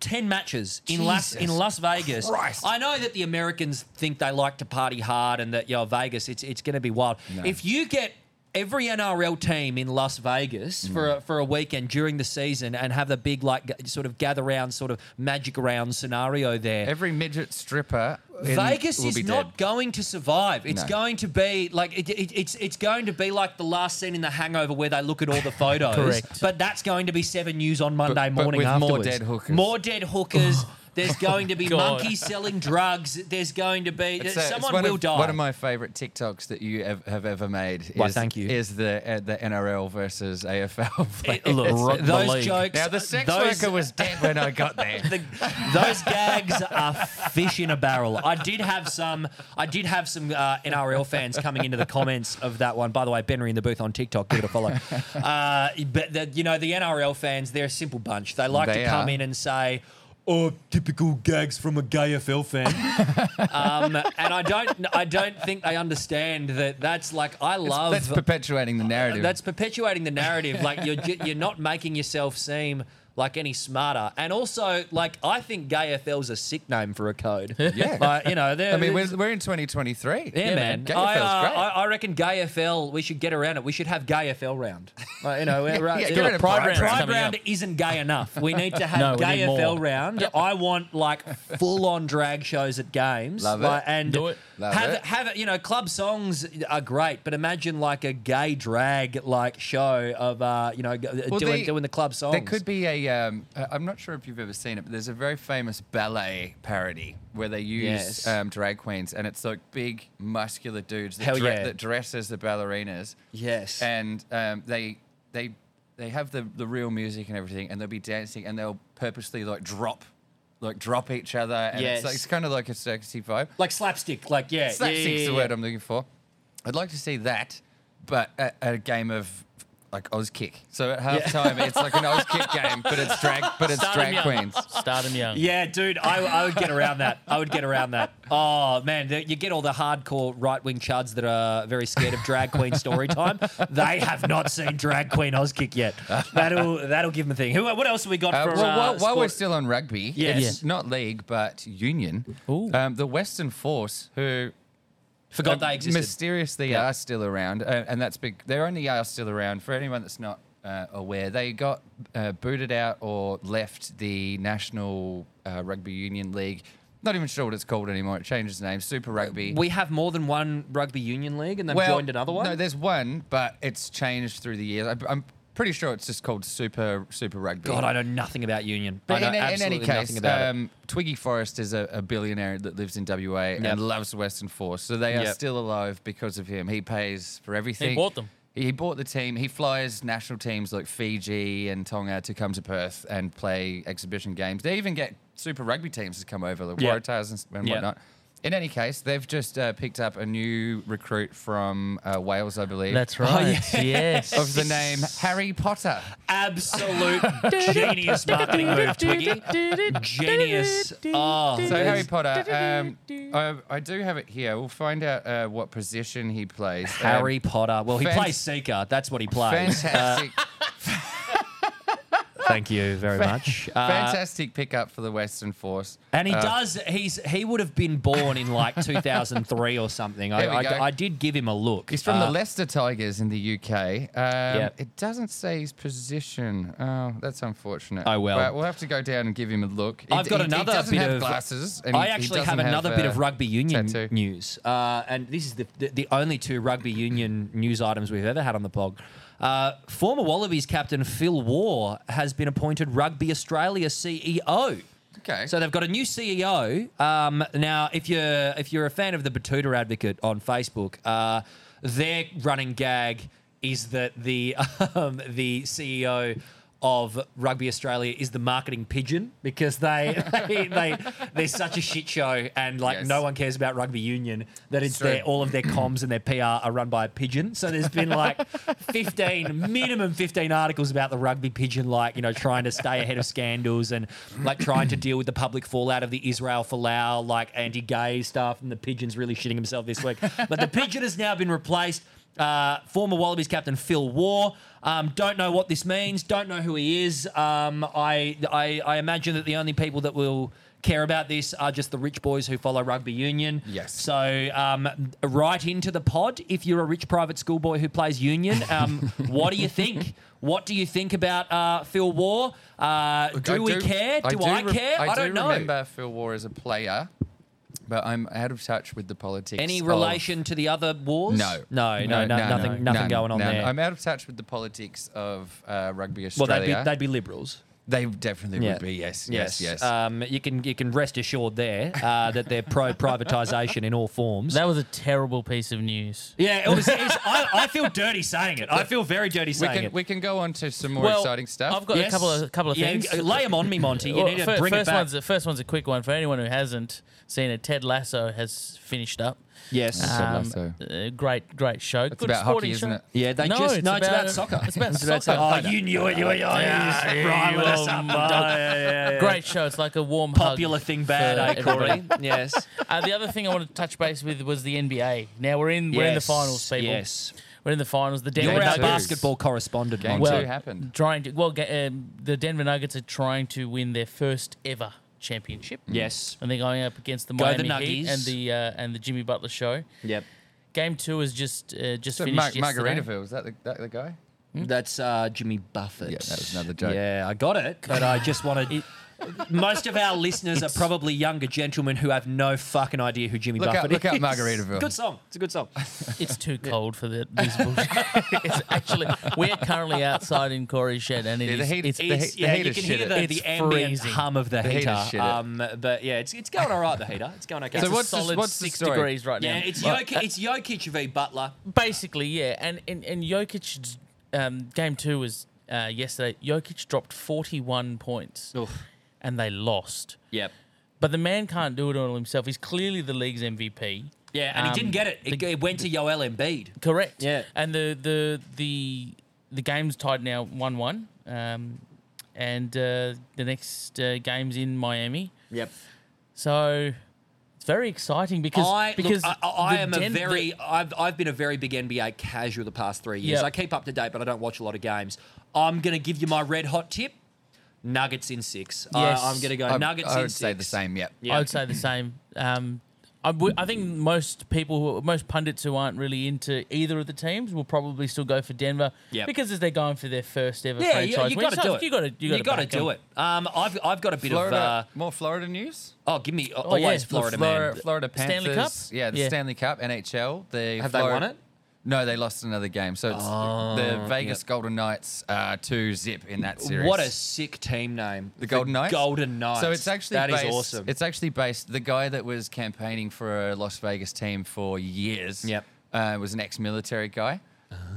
[SPEAKER 2] ten matches in Las in
[SPEAKER 3] Jesus
[SPEAKER 2] Las Vegas.
[SPEAKER 3] Christ.
[SPEAKER 2] I know that the Americans think they like to party hard, and that you know, Vegas, it's it's going to be wild.
[SPEAKER 3] No.
[SPEAKER 2] If you get every NRL team in Las Vegas
[SPEAKER 3] Mm.
[SPEAKER 2] for a, for a weekend during the season and have the big like g- sort of gather round sort of magic round scenario there.
[SPEAKER 3] Every midget stripper in-
[SPEAKER 2] Vegas
[SPEAKER 3] will
[SPEAKER 2] is
[SPEAKER 3] be
[SPEAKER 2] not
[SPEAKER 3] dead.
[SPEAKER 2] going to survive. It's
[SPEAKER 3] No.
[SPEAKER 2] going to be like it, it, it's it's going to be like the last scene in The Hangover where they look at all the photos.
[SPEAKER 4] Correct.
[SPEAKER 2] But that's going to be seven news on Monday
[SPEAKER 3] but
[SPEAKER 2] morning
[SPEAKER 3] with more
[SPEAKER 2] afterwards.
[SPEAKER 3] dead hookers.
[SPEAKER 2] More dead hookers. There's going to be
[SPEAKER 4] God.
[SPEAKER 2] monkeys selling drugs. There's going to be
[SPEAKER 3] It's, uh, it's
[SPEAKER 2] someone
[SPEAKER 3] one
[SPEAKER 2] will
[SPEAKER 3] of,
[SPEAKER 2] die.
[SPEAKER 3] One of my favorite TikToks that you ev- have ever made is,
[SPEAKER 2] Why, thank you.
[SPEAKER 3] is the uh, the NRL versus AFL.
[SPEAKER 2] It-
[SPEAKER 3] players. uh,
[SPEAKER 4] look, rock the
[SPEAKER 2] those
[SPEAKER 4] league.
[SPEAKER 2] jokes.
[SPEAKER 3] now the sex
[SPEAKER 2] those,
[SPEAKER 3] worker was dead when I got there.
[SPEAKER 2] the, those gags are fish in a barrel. I did have some. I did have some uh, NRL fans coming into the comments of that one. By the way, Benry in the booth on TikTok, give it a follow. Uh, but the, you know the NRL fans, they're a simple bunch. They like
[SPEAKER 3] They
[SPEAKER 2] to come
[SPEAKER 3] are.
[SPEAKER 2] in and say. Oh, typical gags from a gay AFL fan. um, and I don't, I don't think they understand that. That's like I love
[SPEAKER 3] That's perpetuating the narrative.
[SPEAKER 2] that's perpetuating the narrative. Like you're ju- you're not making yourself seem like any smarter. And also, like I think gay FL's a sick name for a code.
[SPEAKER 3] Yeah.
[SPEAKER 2] like, you know. they're-
[SPEAKER 3] I mean, we're, we're in 2023.
[SPEAKER 2] yeah, man.
[SPEAKER 3] Gay
[SPEAKER 2] I,
[SPEAKER 3] AFL's
[SPEAKER 2] uh,
[SPEAKER 3] great.
[SPEAKER 2] I, I reckon gay FL. We should get around it. We should have gay FL round. Like, you know, we're right.
[SPEAKER 3] yeah,
[SPEAKER 2] you
[SPEAKER 3] get
[SPEAKER 2] know,
[SPEAKER 3] rid of
[SPEAKER 2] Pride
[SPEAKER 3] Pride
[SPEAKER 2] round,
[SPEAKER 3] Round.
[SPEAKER 2] Pride
[SPEAKER 4] Coming
[SPEAKER 2] round
[SPEAKER 4] up.
[SPEAKER 2] isn't gay enough. We need to have
[SPEAKER 4] No, we
[SPEAKER 2] gay
[SPEAKER 4] need more.
[SPEAKER 2] FL round. I want like full on drag shows at games.
[SPEAKER 3] Love
[SPEAKER 2] Like,
[SPEAKER 3] it.
[SPEAKER 2] And
[SPEAKER 4] Do it.
[SPEAKER 3] Love
[SPEAKER 2] have
[SPEAKER 3] it.
[SPEAKER 2] have it. You know, club songs are great, but imagine like a gay drag like show of uh, you know g- doing
[SPEAKER 3] they-
[SPEAKER 2] doing the club songs.
[SPEAKER 3] There could be a. Um, uh, I'm not sure if you've ever seen it, but there's a very famous ballet parody where they use
[SPEAKER 2] Yes.
[SPEAKER 3] um, drag queens, and it's like big muscular dudes that,
[SPEAKER 2] Hell
[SPEAKER 3] dre-
[SPEAKER 2] yeah.
[SPEAKER 3] that dress as the ballerinas.
[SPEAKER 2] Yes.
[SPEAKER 3] and um, they they they have the the real music and everything, and they'll be dancing, and they'll purposely like drop. Like drop each other, and it's,
[SPEAKER 2] Yes.
[SPEAKER 3] like, it's kind of like a circusy vibe.
[SPEAKER 2] like slapstick. Like yeah, yeah,
[SPEAKER 3] Slapstick's
[SPEAKER 2] yeah,
[SPEAKER 3] the
[SPEAKER 2] yeah.
[SPEAKER 3] word I'm looking for. I'd like to see that, but at, at a game of like Oz kick. So at halftime, it's like an Oz kick game, but it's drag, but it's
[SPEAKER 4] Start 'em
[SPEAKER 3] drag
[SPEAKER 4] young.
[SPEAKER 3] queens.
[SPEAKER 4] Start 'em young.
[SPEAKER 2] Yeah, dude, I, I would get around that. I would get around that. Oh man, the- you get all the hardcore right wing chuds that are very scared of drag queen story time. They have not seen drag queen Auskick yet. That'll that'll give them a thing. Who, what else have we got
[SPEAKER 3] Uh,
[SPEAKER 2] for?
[SPEAKER 3] well,
[SPEAKER 2] uh,
[SPEAKER 3] while, while we're
[SPEAKER 2] sport?
[SPEAKER 3] still on rugby,
[SPEAKER 2] Yes.
[SPEAKER 3] it's not league but union.
[SPEAKER 4] Ooh.
[SPEAKER 3] Um, the Western Force, who
[SPEAKER 2] forgot
[SPEAKER 3] um,
[SPEAKER 2] they existed.
[SPEAKER 3] mysteriously are still around, uh, and that's big. They only are still around for anyone that's not uh, aware. They got uh, booted out or left the National uh, Rugby Union League. Not even sure what it's called anymore. It changed its name. Super Rugby.
[SPEAKER 2] we have more than one rugby union league, and they've joined another one.
[SPEAKER 3] No, there's one, but it's changed through the years. I, I'm pretty sure it's just called Super Super Rugby.
[SPEAKER 2] God, I know nothing about union.
[SPEAKER 3] But
[SPEAKER 2] I know
[SPEAKER 3] in, in any
[SPEAKER 2] absolutely
[SPEAKER 3] case,
[SPEAKER 2] nothing about it.
[SPEAKER 3] um, Twiggy Forrest is a, a billionaire that lives in WA
[SPEAKER 2] Yep.
[SPEAKER 3] and loves Western Force, so they are
[SPEAKER 2] Yep.
[SPEAKER 3] still alive because of him. He pays for everything.
[SPEAKER 4] bought them.
[SPEAKER 3] He he bought the team. He flies national teams like Fiji and Tonga to come to Perth and play exhibition games. They even get Super Rugby teams to come over, like
[SPEAKER 2] Yep.
[SPEAKER 3] Waratahs and, s- and
[SPEAKER 2] Yep.
[SPEAKER 3] whatnot. In any case, they've just uh, picked up a new recruit from uh, Wales, I believe.
[SPEAKER 4] That's right. Yes.
[SPEAKER 3] Of the name Harry Potter.
[SPEAKER 2] Absolute genius marketing move, Twiggy. Genius. Oh,
[SPEAKER 3] So Harry Potter, um, I, I do have it here. We'll find out uh, what position he plays. Um,
[SPEAKER 2] Harry Potter. Well, he
[SPEAKER 3] fan-
[SPEAKER 2] Uh, plays Seeker. That's what he plays.
[SPEAKER 3] fantastic.
[SPEAKER 2] Thank you very much. Uh,
[SPEAKER 3] Fantastic pickup for the Western Force.
[SPEAKER 2] And he does. He's he would have been born in like 2003 or something. I,
[SPEAKER 3] There we
[SPEAKER 2] I,
[SPEAKER 3] go.
[SPEAKER 2] I did give him a look.
[SPEAKER 3] He's from
[SPEAKER 2] Uh,
[SPEAKER 3] the Leicester Tigers in the UK. Um,
[SPEAKER 2] Yep.
[SPEAKER 3] It doesn't say his position. Oh, that's unfortunate.
[SPEAKER 2] Oh, well.
[SPEAKER 3] But we'll have to go down and give him a look. He-
[SPEAKER 2] I've got
[SPEAKER 3] he-
[SPEAKER 2] another
[SPEAKER 3] he doesn't
[SPEAKER 2] bit
[SPEAKER 3] have
[SPEAKER 2] of
[SPEAKER 3] glasses. And
[SPEAKER 2] I
[SPEAKER 3] he- he
[SPEAKER 2] actually have
[SPEAKER 3] doesn't
[SPEAKER 2] another bit
[SPEAKER 3] uh,
[SPEAKER 2] of rugby union
[SPEAKER 3] tattoo.
[SPEAKER 2] news, uh, and this is the, the the only two rugby union news items we've ever had on the blog. Uh, former Wallabies captain Phil Waugh has been appointed Rugby Australia E CEO.
[SPEAKER 3] Okay.
[SPEAKER 2] So they've got a new CEO. Um, now, if you're if you're a fan of the Batuta Advocate on Facebook, uh, their running gag is that the um, the CEO of Rugby Australia is the marketing pigeon because they they, they they're such a shit show and like
[SPEAKER 3] Yes.
[SPEAKER 2] no one cares about rugby union that it's
[SPEAKER 3] True.
[SPEAKER 2] their all of their comms and their PR are run by a pigeon. So there's been like 15 minimum 15 articles about the rugby pigeon like you know trying to stay ahead of scandals and like trying to deal with the public fallout of the Israel Folau like anti-gay stuff and the pigeon's really shitting himself this week. But the pigeon has now been replaced uh, former Wallabies captain Phil Waugh. Um, don't know what this means. Don't know who he is. Um, I, I I imagine that the only people that will care about this are just the rich boys who follow rugby union.
[SPEAKER 3] Yes.
[SPEAKER 2] So um, right into the pod if you're a rich private schoolboy who plays union. Um, what do you think? What do you think about uh, Phil Waugh? Uh, do
[SPEAKER 3] I
[SPEAKER 2] we care? Do I,
[SPEAKER 3] re-
[SPEAKER 2] care? I,
[SPEAKER 3] I,
[SPEAKER 2] don't
[SPEAKER 3] do
[SPEAKER 2] know.
[SPEAKER 3] remember Phil War as a player, but I'm out of touch with the politics.
[SPEAKER 2] Any
[SPEAKER 3] of-
[SPEAKER 2] relation to the other wars?
[SPEAKER 3] No.
[SPEAKER 2] No, no, no, nothing, nothing
[SPEAKER 3] none,
[SPEAKER 2] going on
[SPEAKER 3] none.
[SPEAKER 2] there.
[SPEAKER 3] I'm out of touch with the politics of uh, Rugby
[SPEAKER 2] well, they'd
[SPEAKER 3] Australia.
[SPEAKER 2] be, they'd be liberals.
[SPEAKER 3] they definitely
[SPEAKER 2] Yeah.
[SPEAKER 3] would be. Yes, yes, yes.
[SPEAKER 2] Um, you can you can rest assured there uh, that they're pro privatisation in all forms.
[SPEAKER 4] That was a terrible piece of news.
[SPEAKER 2] yeah, it was. it's- I, I feel dirty saying it. I feel very dirty
[SPEAKER 3] we
[SPEAKER 2] saying
[SPEAKER 3] can
[SPEAKER 2] it.
[SPEAKER 3] we can go on to some more
[SPEAKER 4] Well,
[SPEAKER 3] exciting stuff.
[SPEAKER 4] I've got a couple of couple of
[SPEAKER 2] Yeah,
[SPEAKER 4] things.
[SPEAKER 2] lay them on me, Monty. You
[SPEAKER 4] Well,
[SPEAKER 2] need to
[SPEAKER 4] fir-
[SPEAKER 2] bring
[SPEAKER 4] first
[SPEAKER 2] it back.
[SPEAKER 4] one's the first one's a quick one for anyone who hasn't seen it. Ted Lasso has finished up.
[SPEAKER 2] yes.
[SPEAKER 3] Ted Lasso.
[SPEAKER 4] uh, great, great show. It's
[SPEAKER 3] about hockey, isn't it?
[SPEAKER 2] yeah, they
[SPEAKER 4] no,
[SPEAKER 2] just
[SPEAKER 4] it's
[SPEAKER 2] no. It's about,
[SPEAKER 4] about-
[SPEAKER 2] soccer.
[SPEAKER 4] it's about soccer.
[SPEAKER 2] Oh, you knew it. You were you were- you were riling us up. Oh, yeah, yeah, yeah.
[SPEAKER 4] Great show. It's like a warm hug
[SPEAKER 2] popular thing bad,
[SPEAKER 4] for
[SPEAKER 2] eh, Corey?
[SPEAKER 4] everybody.
[SPEAKER 2] yes.
[SPEAKER 4] Uh, the other thing I wanted to touch base with was the NBA. Now we're in we're in the
[SPEAKER 2] Yes,
[SPEAKER 4] finals, people.
[SPEAKER 2] Yes.
[SPEAKER 4] We're in the finals. The
[SPEAKER 2] You're
[SPEAKER 4] Denver
[SPEAKER 3] Game
[SPEAKER 2] our
[SPEAKER 3] two.
[SPEAKER 4] Nuggets
[SPEAKER 2] basketball correspondent,
[SPEAKER 3] Game
[SPEAKER 2] Monty.
[SPEAKER 3] two
[SPEAKER 4] Well,
[SPEAKER 3] happened.
[SPEAKER 4] trying to well ga- um, the Denver Nuggets are trying to win their first ever championship.
[SPEAKER 2] yes.
[SPEAKER 4] And they're going up against the
[SPEAKER 2] Go the
[SPEAKER 4] Miami Heat
[SPEAKER 2] Nuggies.
[SPEAKER 4] and the uh, and the Jimmy Butler show.
[SPEAKER 2] Yep.
[SPEAKER 4] Game two is just uh, just
[SPEAKER 3] So
[SPEAKER 4] finished
[SPEAKER 3] Mar-
[SPEAKER 4] yesterday.
[SPEAKER 3] Margaritaville is that the, that the guy?
[SPEAKER 4] Hmm?
[SPEAKER 2] That's uh, Jimmy Buffett.
[SPEAKER 3] Yeah, that was another joke.
[SPEAKER 2] Yeah, I got it, but I just wanted. Most of our listeners are probably younger gentlemen who have no fucking idea who Jimmy
[SPEAKER 3] Look
[SPEAKER 2] Buffett
[SPEAKER 3] out- look
[SPEAKER 2] is.
[SPEAKER 3] out Margaritaville.
[SPEAKER 2] Good song. It's a good song.
[SPEAKER 4] It's too cold for the, these bullshit. it's actually we're currently outside in Corey's shed, and it
[SPEAKER 3] Yeah, the
[SPEAKER 4] is-
[SPEAKER 3] heat-
[SPEAKER 4] it's
[SPEAKER 3] the heat-
[SPEAKER 4] it's,
[SPEAKER 3] the
[SPEAKER 2] yeah,
[SPEAKER 3] heat
[SPEAKER 2] you
[SPEAKER 3] is
[SPEAKER 2] can
[SPEAKER 3] shit
[SPEAKER 2] hear
[SPEAKER 3] it.
[SPEAKER 2] the,
[SPEAKER 4] It's
[SPEAKER 2] the ambient
[SPEAKER 4] freezing.
[SPEAKER 2] hum of the,
[SPEAKER 3] The heat is
[SPEAKER 2] heater.
[SPEAKER 3] shit it.
[SPEAKER 2] um, but yeah, it's, it's going all right. The heater. It's going okay.
[SPEAKER 4] it's
[SPEAKER 3] So
[SPEAKER 4] a
[SPEAKER 3] what's the-
[SPEAKER 4] solid
[SPEAKER 3] what's the
[SPEAKER 4] six
[SPEAKER 3] story?
[SPEAKER 4] degrees right
[SPEAKER 2] yeah, uh,
[SPEAKER 4] now.
[SPEAKER 2] it's
[SPEAKER 4] Well,
[SPEAKER 2] Jokic, it's Jokic v Butler.
[SPEAKER 4] basically yeah, and and and Jokic's um, game two was uh, yesterday. Jokic dropped forty one points, and they lost.
[SPEAKER 2] Yep.
[SPEAKER 4] But the man can't do it all himself. He's clearly the league's MVP.
[SPEAKER 2] Yeah, and
[SPEAKER 4] Um,
[SPEAKER 2] he didn't get it. It, it went to Joel Embiid.
[SPEAKER 4] Correct.
[SPEAKER 2] Yeah.
[SPEAKER 4] And the the the the game's tied now one one. Um, and uh, the next uh, game's in Miami.
[SPEAKER 2] Yep.
[SPEAKER 4] So it's very exciting because
[SPEAKER 2] I,
[SPEAKER 4] because
[SPEAKER 2] look, I, I
[SPEAKER 4] the
[SPEAKER 2] am
[SPEAKER 4] Den-
[SPEAKER 2] a
[SPEAKER 4] the-
[SPEAKER 2] very I've, I've been a very big NBA casual the past three years.
[SPEAKER 4] Yeah.
[SPEAKER 2] I keep up to date, but I don't watch a lot of games. I'm gonna give you my red hot tip: Nuggets in six.
[SPEAKER 4] Yes.
[SPEAKER 2] I, am gonna go
[SPEAKER 3] I,
[SPEAKER 2] Nuggets
[SPEAKER 3] I
[SPEAKER 2] in
[SPEAKER 3] would
[SPEAKER 2] six.
[SPEAKER 3] say the same. Yeah.
[SPEAKER 2] Yeah.
[SPEAKER 4] I would say the same. Um, I would- I think most people, who, most pundits who aren't really into either of the teams, will probably still go for Denver
[SPEAKER 2] Yep.
[SPEAKER 4] because as they're going for their first ever
[SPEAKER 2] Yeah, you,
[SPEAKER 4] franchise
[SPEAKER 2] you
[SPEAKER 4] win,
[SPEAKER 2] got to
[SPEAKER 4] so
[SPEAKER 2] do it.
[SPEAKER 4] You got to, you got to
[SPEAKER 2] gotta do it. Um, I've I've got a bit
[SPEAKER 3] Florida,
[SPEAKER 2] of
[SPEAKER 3] more Florida news.
[SPEAKER 2] uh, oh, give me
[SPEAKER 4] Oh, yeah,
[SPEAKER 2] always
[SPEAKER 4] the
[SPEAKER 2] Florida,
[SPEAKER 3] Florida,
[SPEAKER 2] man.
[SPEAKER 3] Florida Panthers.
[SPEAKER 4] Stanley Cup?
[SPEAKER 3] Yeah, the
[SPEAKER 4] Yeah.
[SPEAKER 3] Stanley Cup, NHL. The
[SPEAKER 2] Have they
[SPEAKER 3] Florida-
[SPEAKER 2] won it?
[SPEAKER 3] No, they lost another game. So it's the Vegas Golden Knights uh, two zip in that series.
[SPEAKER 2] Oh, What a sick team name,
[SPEAKER 3] the Golden Knights.
[SPEAKER 2] Golden Knights.
[SPEAKER 3] So it's actually
[SPEAKER 2] that is
[SPEAKER 3] based,
[SPEAKER 2] awesome.
[SPEAKER 3] It's actually based. The guy that was campaigning for a Las Vegas team for years.
[SPEAKER 2] Yep. Ah.
[SPEAKER 3] Uh, was an ex-military guy.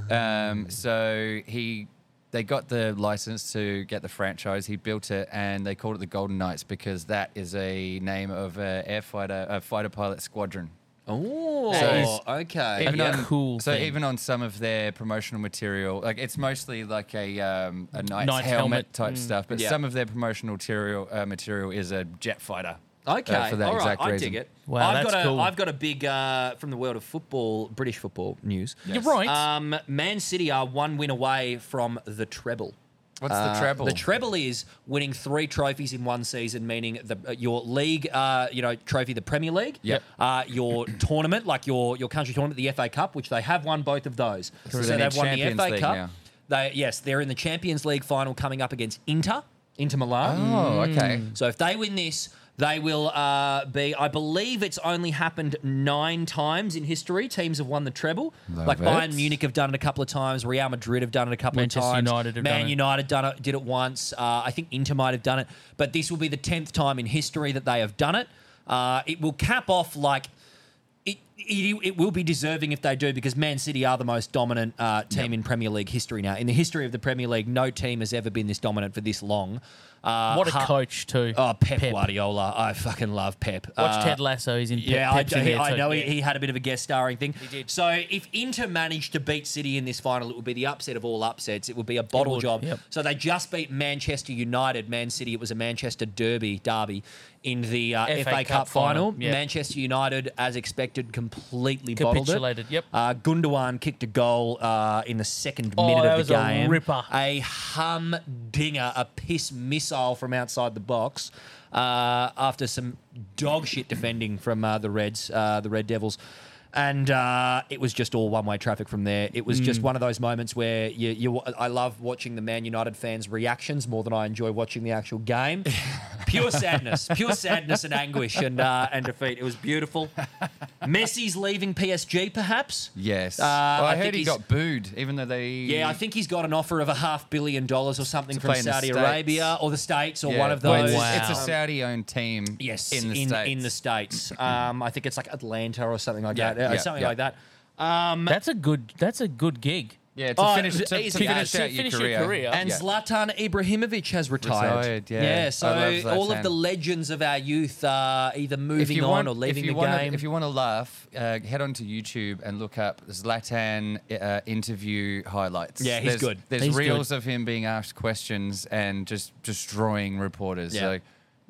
[SPEAKER 3] Um, so he, they got the license to get the franchise. He built it, and they called it the Golden Knights because that is a name of a air fighter, a fighter pilot squadron.
[SPEAKER 2] oh,
[SPEAKER 4] That is-
[SPEAKER 2] okay.
[SPEAKER 3] Even
[SPEAKER 2] Yeah.
[SPEAKER 3] on,
[SPEAKER 4] cool
[SPEAKER 3] So
[SPEAKER 4] thing.
[SPEAKER 3] even on some of their promotional material, like it's mostly like a um, a
[SPEAKER 2] Mm,
[SPEAKER 3] knight's, helmet,
[SPEAKER 4] Knight's helmet.
[SPEAKER 3] type stuff, but
[SPEAKER 2] Yeah.
[SPEAKER 3] some of their promotional material uh, material is a jet fighter. uh,
[SPEAKER 2] Okay,
[SPEAKER 3] for that
[SPEAKER 2] all right,
[SPEAKER 3] exact
[SPEAKER 2] I
[SPEAKER 3] reason.
[SPEAKER 2] dig it.
[SPEAKER 4] Wow,
[SPEAKER 2] I've
[SPEAKER 4] that's
[SPEAKER 2] got a,
[SPEAKER 4] cool.
[SPEAKER 2] have got a big uh, from the world of football, British football news.
[SPEAKER 4] You're right.
[SPEAKER 2] Um, Man City are one win away from the treble.
[SPEAKER 3] What's the treble?
[SPEAKER 2] The treble is winning three trophies in one season, meaning the uh, your league, uh, you know, trophy, the Premier League,
[SPEAKER 3] Yep.
[SPEAKER 2] uh, your tournament, like your your country tournament, the FA Cup, which they have won both of those.
[SPEAKER 3] So
[SPEAKER 2] So they've
[SPEAKER 3] they need
[SPEAKER 2] won the
[SPEAKER 3] Champions
[SPEAKER 2] FA
[SPEAKER 3] League
[SPEAKER 2] Cup.
[SPEAKER 3] now.
[SPEAKER 2] They yes, they're in the Champions League final coming up against Inter, Inter Milan.
[SPEAKER 3] oh, okay.
[SPEAKER 4] Mm.
[SPEAKER 2] So if they win this, they will uh, be. I believe it's only happened nine times in history. Teams have won the treble.
[SPEAKER 3] Love
[SPEAKER 2] like
[SPEAKER 3] it.
[SPEAKER 2] Bayern Munich have done it a couple of times. Real Madrid have done it a couple
[SPEAKER 4] Manchester
[SPEAKER 2] of times.
[SPEAKER 4] United have
[SPEAKER 2] Man
[SPEAKER 4] done it.
[SPEAKER 2] United done it, did it once. Uh, I think Inter might have done it. But this will be the tenth time in history that they have done it. Uh, it will cap off like. It, it, it will be deserving if they do because Man City are the most dominant uh, team in Premier League history now. In the history of the Premier League, no team has ever been this dominant for this long. Uh,
[SPEAKER 4] What a
[SPEAKER 2] ha-
[SPEAKER 4] coach too.
[SPEAKER 2] Oh, Pep,
[SPEAKER 4] Pep.
[SPEAKER 2] Guardiola. I fucking love Pep.
[SPEAKER 4] Watch
[SPEAKER 2] Uh,
[SPEAKER 4] Ted Lasso. He's in. Pe-
[SPEAKER 2] Yeah, I,
[SPEAKER 4] Pep's in
[SPEAKER 2] he-
[SPEAKER 4] there
[SPEAKER 2] I
[SPEAKER 4] too.
[SPEAKER 2] know he,
[SPEAKER 4] Yeah.
[SPEAKER 2] he had a bit of a guest starring thing. He did. So if Inter managed to beat City in this final, it would be the upset of all upsets. It would be a bottle
[SPEAKER 4] would,
[SPEAKER 2] job.
[SPEAKER 4] yep.
[SPEAKER 2] So they just beat Manchester United, Man City. It was a Manchester Derby derby in the uh, FA, Cup, final.
[SPEAKER 4] yeah.
[SPEAKER 2] Manchester United, as expected, completely bottled it.
[SPEAKER 4] Capitulated, yep.
[SPEAKER 2] Uh, Gundogan kicked a goal uh, in the second
[SPEAKER 4] Oh,
[SPEAKER 2] minute
[SPEAKER 4] that
[SPEAKER 2] of the
[SPEAKER 4] was a
[SPEAKER 2] game.
[SPEAKER 4] ripper.
[SPEAKER 2] A humdinger, a piss missile from outside the box uh, after some dog shit defending from uh, the Reds, uh, the Red Devils. And uh, it was just all one-way traffic from there. It was
[SPEAKER 3] Mm.
[SPEAKER 2] just one of those moments where you, you. I love watching the Man United fans' reactions more than I enjoy watching the actual game. pure sadness, pure sadness and anguish and uh, and defeat. It was beautiful. Messi's leaving PSG, perhaps.
[SPEAKER 3] Yes.
[SPEAKER 2] Uh,
[SPEAKER 3] well,
[SPEAKER 2] I
[SPEAKER 3] I,
[SPEAKER 2] think
[SPEAKER 3] heard he
[SPEAKER 2] he's-
[SPEAKER 3] got booed, even though they.
[SPEAKER 2] Yeah, I think he's got an offer of a half billion dollars or something from
[SPEAKER 3] play in the
[SPEAKER 2] Saudi
[SPEAKER 3] States.
[SPEAKER 2] Arabia or the States or
[SPEAKER 3] Yeah,
[SPEAKER 2] one of
[SPEAKER 3] well,
[SPEAKER 2] those. Um,
[SPEAKER 3] It's, it's
[SPEAKER 4] Wow.
[SPEAKER 3] a Saudi-owned team.
[SPEAKER 2] Yes,
[SPEAKER 3] in the
[SPEAKER 2] in,
[SPEAKER 3] states.
[SPEAKER 2] the states. Um, I think it's like Atlanta or something like
[SPEAKER 3] Yeah,
[SPEAKER 2] that. Uh,
[SPEAKER 3] yeah,
[SPEAKER 2] something
[SPEAKER 3] yeah.
[SPEAKER 2] like that.
[SPEAKER 4] That's a good. That's a good gig.
[SPEAKER 3] yeah, to
[SPEAKER 2] Oh,
[SPEAKER 3] finish, to,
[SPEAKER 2] it's
[SPEAKER 3] to
[SPEAKER 2] easy.
[SPEAKER 3] finish
[SPEAKER 4] To
[SPEAKER 3] out your
[SPEAKER 4] finish your
[SPEAKER 3] career.
[SPEAKER 4] career.
[SPEAKER 2] And
[SPEAKER 3] Yeah.
[SPEAKER 2] Zlatan Ibrahimovic has retired.
[SPEAKER 3] Retired, yeah. I
[SPEAKER 2] so
[SPEAKER 3] love Zlatan.
[SPEAKER 2] all of the legends of our youth are either moving on or leaving
[SPEAKER 3] if you
[SPEAKER 2] the
[SPEAKER 3] wanna,
[SPEAKER 2] game.
[SPEAKER 3] If you want to laugh, uh, head on to YouTube and look up Zlatan uh, interview highlights.
[SPEAKER 2] Yeah, he's
[SPEAKER 3] there's,
[SPEAKER 2] good.
[SPEAKER 3] There's
[SPEAKER 4] He's
[SPEAKER 3] reels of him being asked questions and just destroying reporters.
[SPEAKER 2] Yeah.
[SPEAKER 3] Like,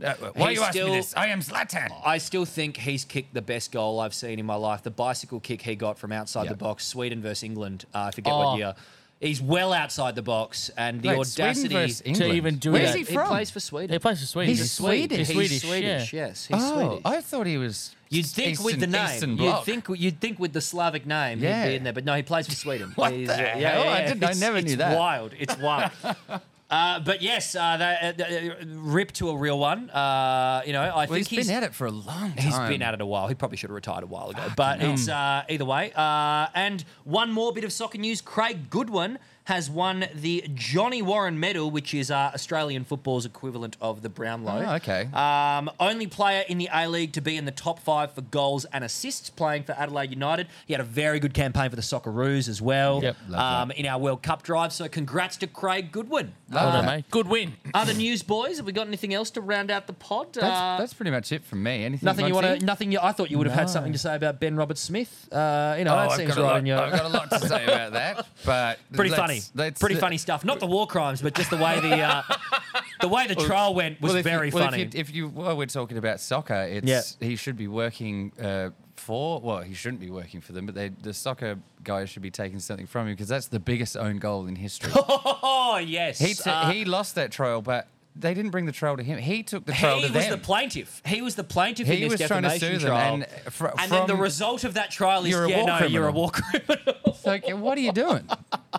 [SPEAKER 3] uh, why
[SPEAKER 2] He's
[SPEAKER 3] are you asking
[SPEAKER 2] still-
[SPEAKER 3] me this? I am Zlatan.
[SPEAKER 2] I still think he's kicked the best goal I've seen in my life. The bicycle kick he got from outside
[SPEAKER 3] Yeah.
[SPEAKER 2] the box, Sweden versus England. Uh, I forget
[SPEAKER 4] Oh.
[SPEAKER 2] what year. He's well outside the box, and the
[SPEAKER 3] Mate, Sweden
[SPEAKER 2] audacity.
[SPEAKER 3] versus
[SPEAKER 4] to
[SPEAKER 3] England.
[SPEAKER 4] even do
[SPEAKER 3] Where's
[SPEAKER 4] that.
[SPEAKER 3] he
[SPEAKER 2] He
[SPEAKER 3] from?
[SPEAKER 2] plays for Sweden.
[SPEAKER 4] He plays for Sweden.
[SPEAKER 3] He's
[SPEAKER 2] Swedish.
[SPEAKER 3] Swedish.
[SPEAKER 4] He's Swedish. yeah.
[SPEAKER 2] Yes, he's
[SPEAKER 3] oh,
[SPEAKER 2] Swedish.
[SPEAKER 3] I thought he was.
[SPEAKER 2] You'd think with the
[SPEAKER 3] Eastern- Eastern
[SPEAKER 2] name, you'd
[SPEAKER 3] Bloc.
[SPEAKER 2] think you'd think with the Slavic name,
[SPEAKER 3] Yeah.
[SPEAKER 2] he'd be in there. But no, he plays for Sweden.
[SPEAKER 3] What
[SPEAKER 2] He's- uh,
[SPEAKER 3] the hell? I didn't- I
[SPEAKER 2] It's-
[SPEAKER 3] never knew
[SPEAKER 2] it's
[SPEAKER 3] that.
[SPEAKER 2] Wild, it's wild. uh, but yes, uh, that, uh, uh, rip to a real one. Uh, you know, I
[SPEAKER 3] Well,
[SPEAKER 2] think
[SPEAKER 3] he's been at it for a long time.
[SPEAKER 2] He's been at it a while. He probably should have retired a while ago. but it's uh, either way. Uh, and one more bit of soccer news: Craig Goodwin has won the Johnny Warren Medal, which is uh, Australian football's equivalent of the Brownlow.
[SPEAKER 3] Oh, okay.
[SPEAKER 2] Um, only player in the A League to be in the top five for goals and assists, playing for Adelaide United. He had a very good campaign for the Socceroos as well.
[SPEAKER 4] Yep.
[SPEAKER 3] Love that.
[SPEAKER 2] um, in our World Cup drive. So congrats to Craig Goodwin.
[SPEAKER 4] Well
[SPEAKER 3] Ah.
[SPEAKER 4] done, mate. Good win.
[SPEAKER 2] Other news, boys. Have we got anything else to round out the pod?
[SPEAKER 3] That's,
[SPEAKER 2] Uh,
[SPEAKER 3] that's pretty much it from me. Anything?
[SPEAKER 2] Nothing you want
[SPEAKER 3] Monty?
[SPEAKER 2] to? Nothing. You, I thought you would have had something to say about Ben Robert Smith. Uh, you know,
[SPEAKER 3] Oh,
[SPEAKER 2] that
[SPEAKER 3] I've
[SPEAKER 2] seems
[SPEAKER 3] got a
[SPEAKER 2] right
[SPEAKER 3] lot-
[SPEAKER 2] in your.
[SPEAKER 3] I've got a lot to say about that, but
[SPEAKER 2] Pretty
[SPEAKER 3] let's-
[SPEAKER 2] funny.
[SPEAKER 3] let's-
[SPEAKER 2] Pretty funny stuff. Not the war crimes, but just the way the uh, the way the trial went was
[SPEAKER 3] well, if
[SPEAKER 2] very
[SPEAKER 3] you, well,
[SPEAKER 2] funny.
[SPEAKER 3] If you, if you well, we're talking about soccer, it's he should be working uh, for. Well, he shouldn't be working for them, but they, the soccer guys should be taking something from him because that's the biggest own goal in history.
[SPEAKER 2] oh yes,
[SPEAKER 3] he t-
[SPEAKER 2] Uh,
[SPEAKER 3] he lost that trial, but they didn't bring the trial to him. He took the
[SPEAKER 2] he
[SPEAKER 3] trial to
[SPEAKER 2] was the
[SPEAKER 3] them.
[SPEAKER 2] plaintiff. He was the plaintiff
[SPEAKER 3] he
[SPEAKER 2] in
[SPEAKER 3] was
[SPEAKER 2] this
[SPEAKER 3] trying to
[SPEAKER 2] defamation
[SPEAKER 3] sue them,
[SPEAKER 2] trial.
[SPEAKER 3] and, fr-
[SPEAKER 2] and then the
[SPEAKER 3] from-
[SPEAKER 2] result of that trial is
[SPEAKER 3] You're a
[SPEAKER 2] yeah,
[SPEAKER 3] war
[SPEAKER 2] no, you're a
[SPEAKER 3] criminal.
[SPEAKER 2] war criminal.
[SPEAKER 3] It's like, what are you doing?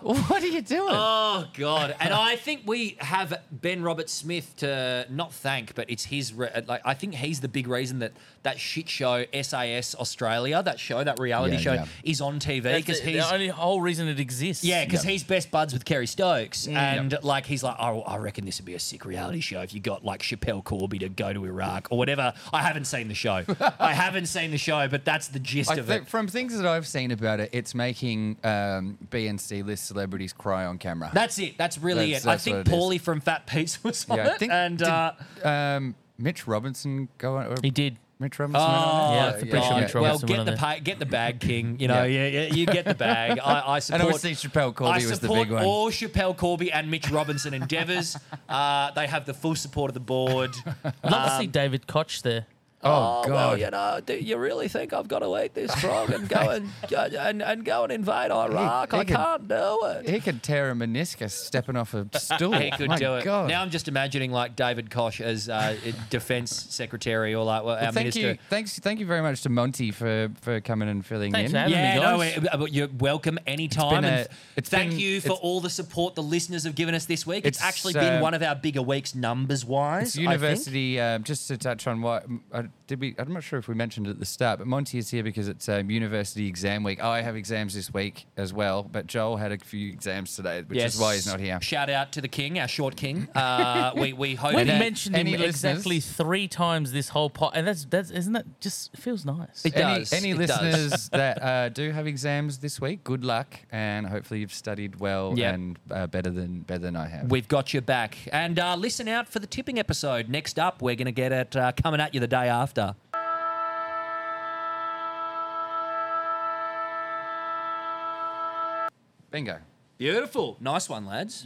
[SPEAKER 3] what are you doing?
[SPEAKER 2] Oh God! And I think we have Ben Robert Smith to not thank, but it's his. Re- like I think he's the big reason that that shit show SAS Australia, that show, that reality
[SPEAKER 3] Yeah,
[SPEAKER 2] show,
[SPEAKER 3] yeah.
[SPEAKER 2] is on TV
[SPEAKER 4] That's
[SPEAKER 2] because
[SPEAKER 4] the, the
[SPEAKER 2] he's.
[SPEAKER 4] only whole reason it exists.
[SPEAKER 2] Yeah, because
[SPEAKER 3] Yeah.
[SPEAKER 2] he's best buds with Kerry Stokes, and like he's like, oh, I reckon this would be a sick reality show if you got like Chappelle Corby to go to Iraq or whatever. I haven't seen the show. I haven't seen the show, but that's the gist
[SPEAKER 3] I
[SPEAKER 2] of
[SPEAKER 3] think
[SPEAKER 2] it.
[SPEAKER 3] from things that I've seen about it, it's making um, B and C list celebrities cry on camera.
[SPEAKER 2] That's it. That's really
[SPEAKER 3] That's-
[SPEAKER 2] it. I
[SPEAKER 3] that's
[SPEAKER 2] think
[SPEAKER 3] what it is.
[SPEAKER 2] Paulie from Fat Pete's was on
[SPEAKER 3] Yeah, I
[SPEAKER 2] it,
[SPEAKER 3] think-
[SPEAKER 2] and
[SPEAKER 3] did-
[SPEAKER 2] uh,
[SPEAKER 3] um, Mitch Robinson go on. Or
[SPEAKER 4] he did.
[SPEAKER 3] Mitch Robinson. went on
[SPEAKER 2] Oh,
[SPEAKER 3] it?
[SPEAKER 4] Yeah, I'm pretty sure
[SPEAKER 2] God.
[SPEAKER 4] Mitch
[SPEAKER 2] Well,
[SPEAKER 4] Robinson
[SPEAKER 2] get
[SPEAKER 4] won
[SPEAKER 2] the
[SPEAKER 4] it.
[SPEAKER 2] pa- get the bag, King. You know, yeah,
[SPEAKER 3] Yeah.
[SPEAKER 2] yeah, you get the bag. I, I support.
[SPEAKER 3] And obviously Chappelle
[SPEAKER 2] I
[SPEAKER 3] Corby was the
[SPEAKER 2] support
[SPEAKER 3] big one.
[SPEAKER 2] all Chappelle Corby and Mitch Robinson endeavors. Uh, they have the full support of the board. Uh,
[SPEAKER 4] Love to see David Koch there.
[SPEAKER 3] Oh,
[SPEAKER 2] well,
[SPEAKER 3] God.
[SPEAKER 2] you know, do you really think I've got to eat this frog and go and and, and go and invade Iraq?
[SPEAKER 3] he
[SPEAKER 2] I
[SPEAKER 3] can-
[SPEAKER 2] can't do it.
[SPEAKER 3] He could tear a meniscus stepping off a stool.
[SPEAKER 2] He could
[SPEAKER 3] My
[SPEAKER 2] do it.
[SPEAKER 3] God.
[SPEAKER 2] Now I'm just imagining like David Kosh as uh, defense secretary or like well, our
[SPEAKER 3] thank
[SPEAKER 2] minister.
[SPEAKER 3] you, thanks, thank you very much to Monty for for coming and filling
[SPEAKER 4] Thanks
[SPEAKER 3] in.
[SPEAKER 4] for having
[SPEAKER 2] Yeah,
[SPEAKER 4] me,
[SPEAKER 2] no,
[SPEAKER 4] guys.
[SPEAKER 2] it- uh, but you're welcome anytime.
[SPEAKER 3] been
[SPEAKER 2] and
[SPEAKER 3] a- it's
[SPEAKER 2] thank
[SPEAKER 3] been-
[SPEAKER 2] you for
[SPEAKER 3] it's-
[SPEAKER 2] all the support the listeners have given us this week. It's,
[SPEAKER 3] It's,
[SPEAKER 2] actually been
[SPEAKER 3] uh,
[SPEAKER 2] one of our bigger weeks numbers wise.
[SPEAKER 3] It's university, um, just to touch on what I, did we? I'm not sure if we mentioned it at the start, but Monty is here because it's um, university exam week. I have exams this week as well, but Joel had a few exams today, which is why he's not here.
[SPEAKER 2] Shout out to the king, our short king. Uh, we we hope
[SPEAKER 4] We've
[SPEAKER 2] that-
[SPEAKER 4] mentioned him
[SPEAKER 3] any listeners-
[SPEAKER 4] exactly three times this whole pot, and that's that's isn't that just feels nice.
[SPEAKER 2] It-
[SPEAKER 3] any,
[SPEAKER 2] does,
[SPEAKER 3] any
[SPEAKER 2] it does.
[SPEAKER 3] listeners that uh, do have exams this week, good luck, and hopefully you've studied well
[SPEAKER 2] Yep.
[SPEAKER 3] and uh, better than better than I have.
[SPEAKER 2] We've got your back. And uh, listen out for the tipping episode. Next up, we're going to get it uh, coming at you the day after.
[SPEAKER 3] Bingo.
[SPEAKER 2] Beautiful. Nice one, lads.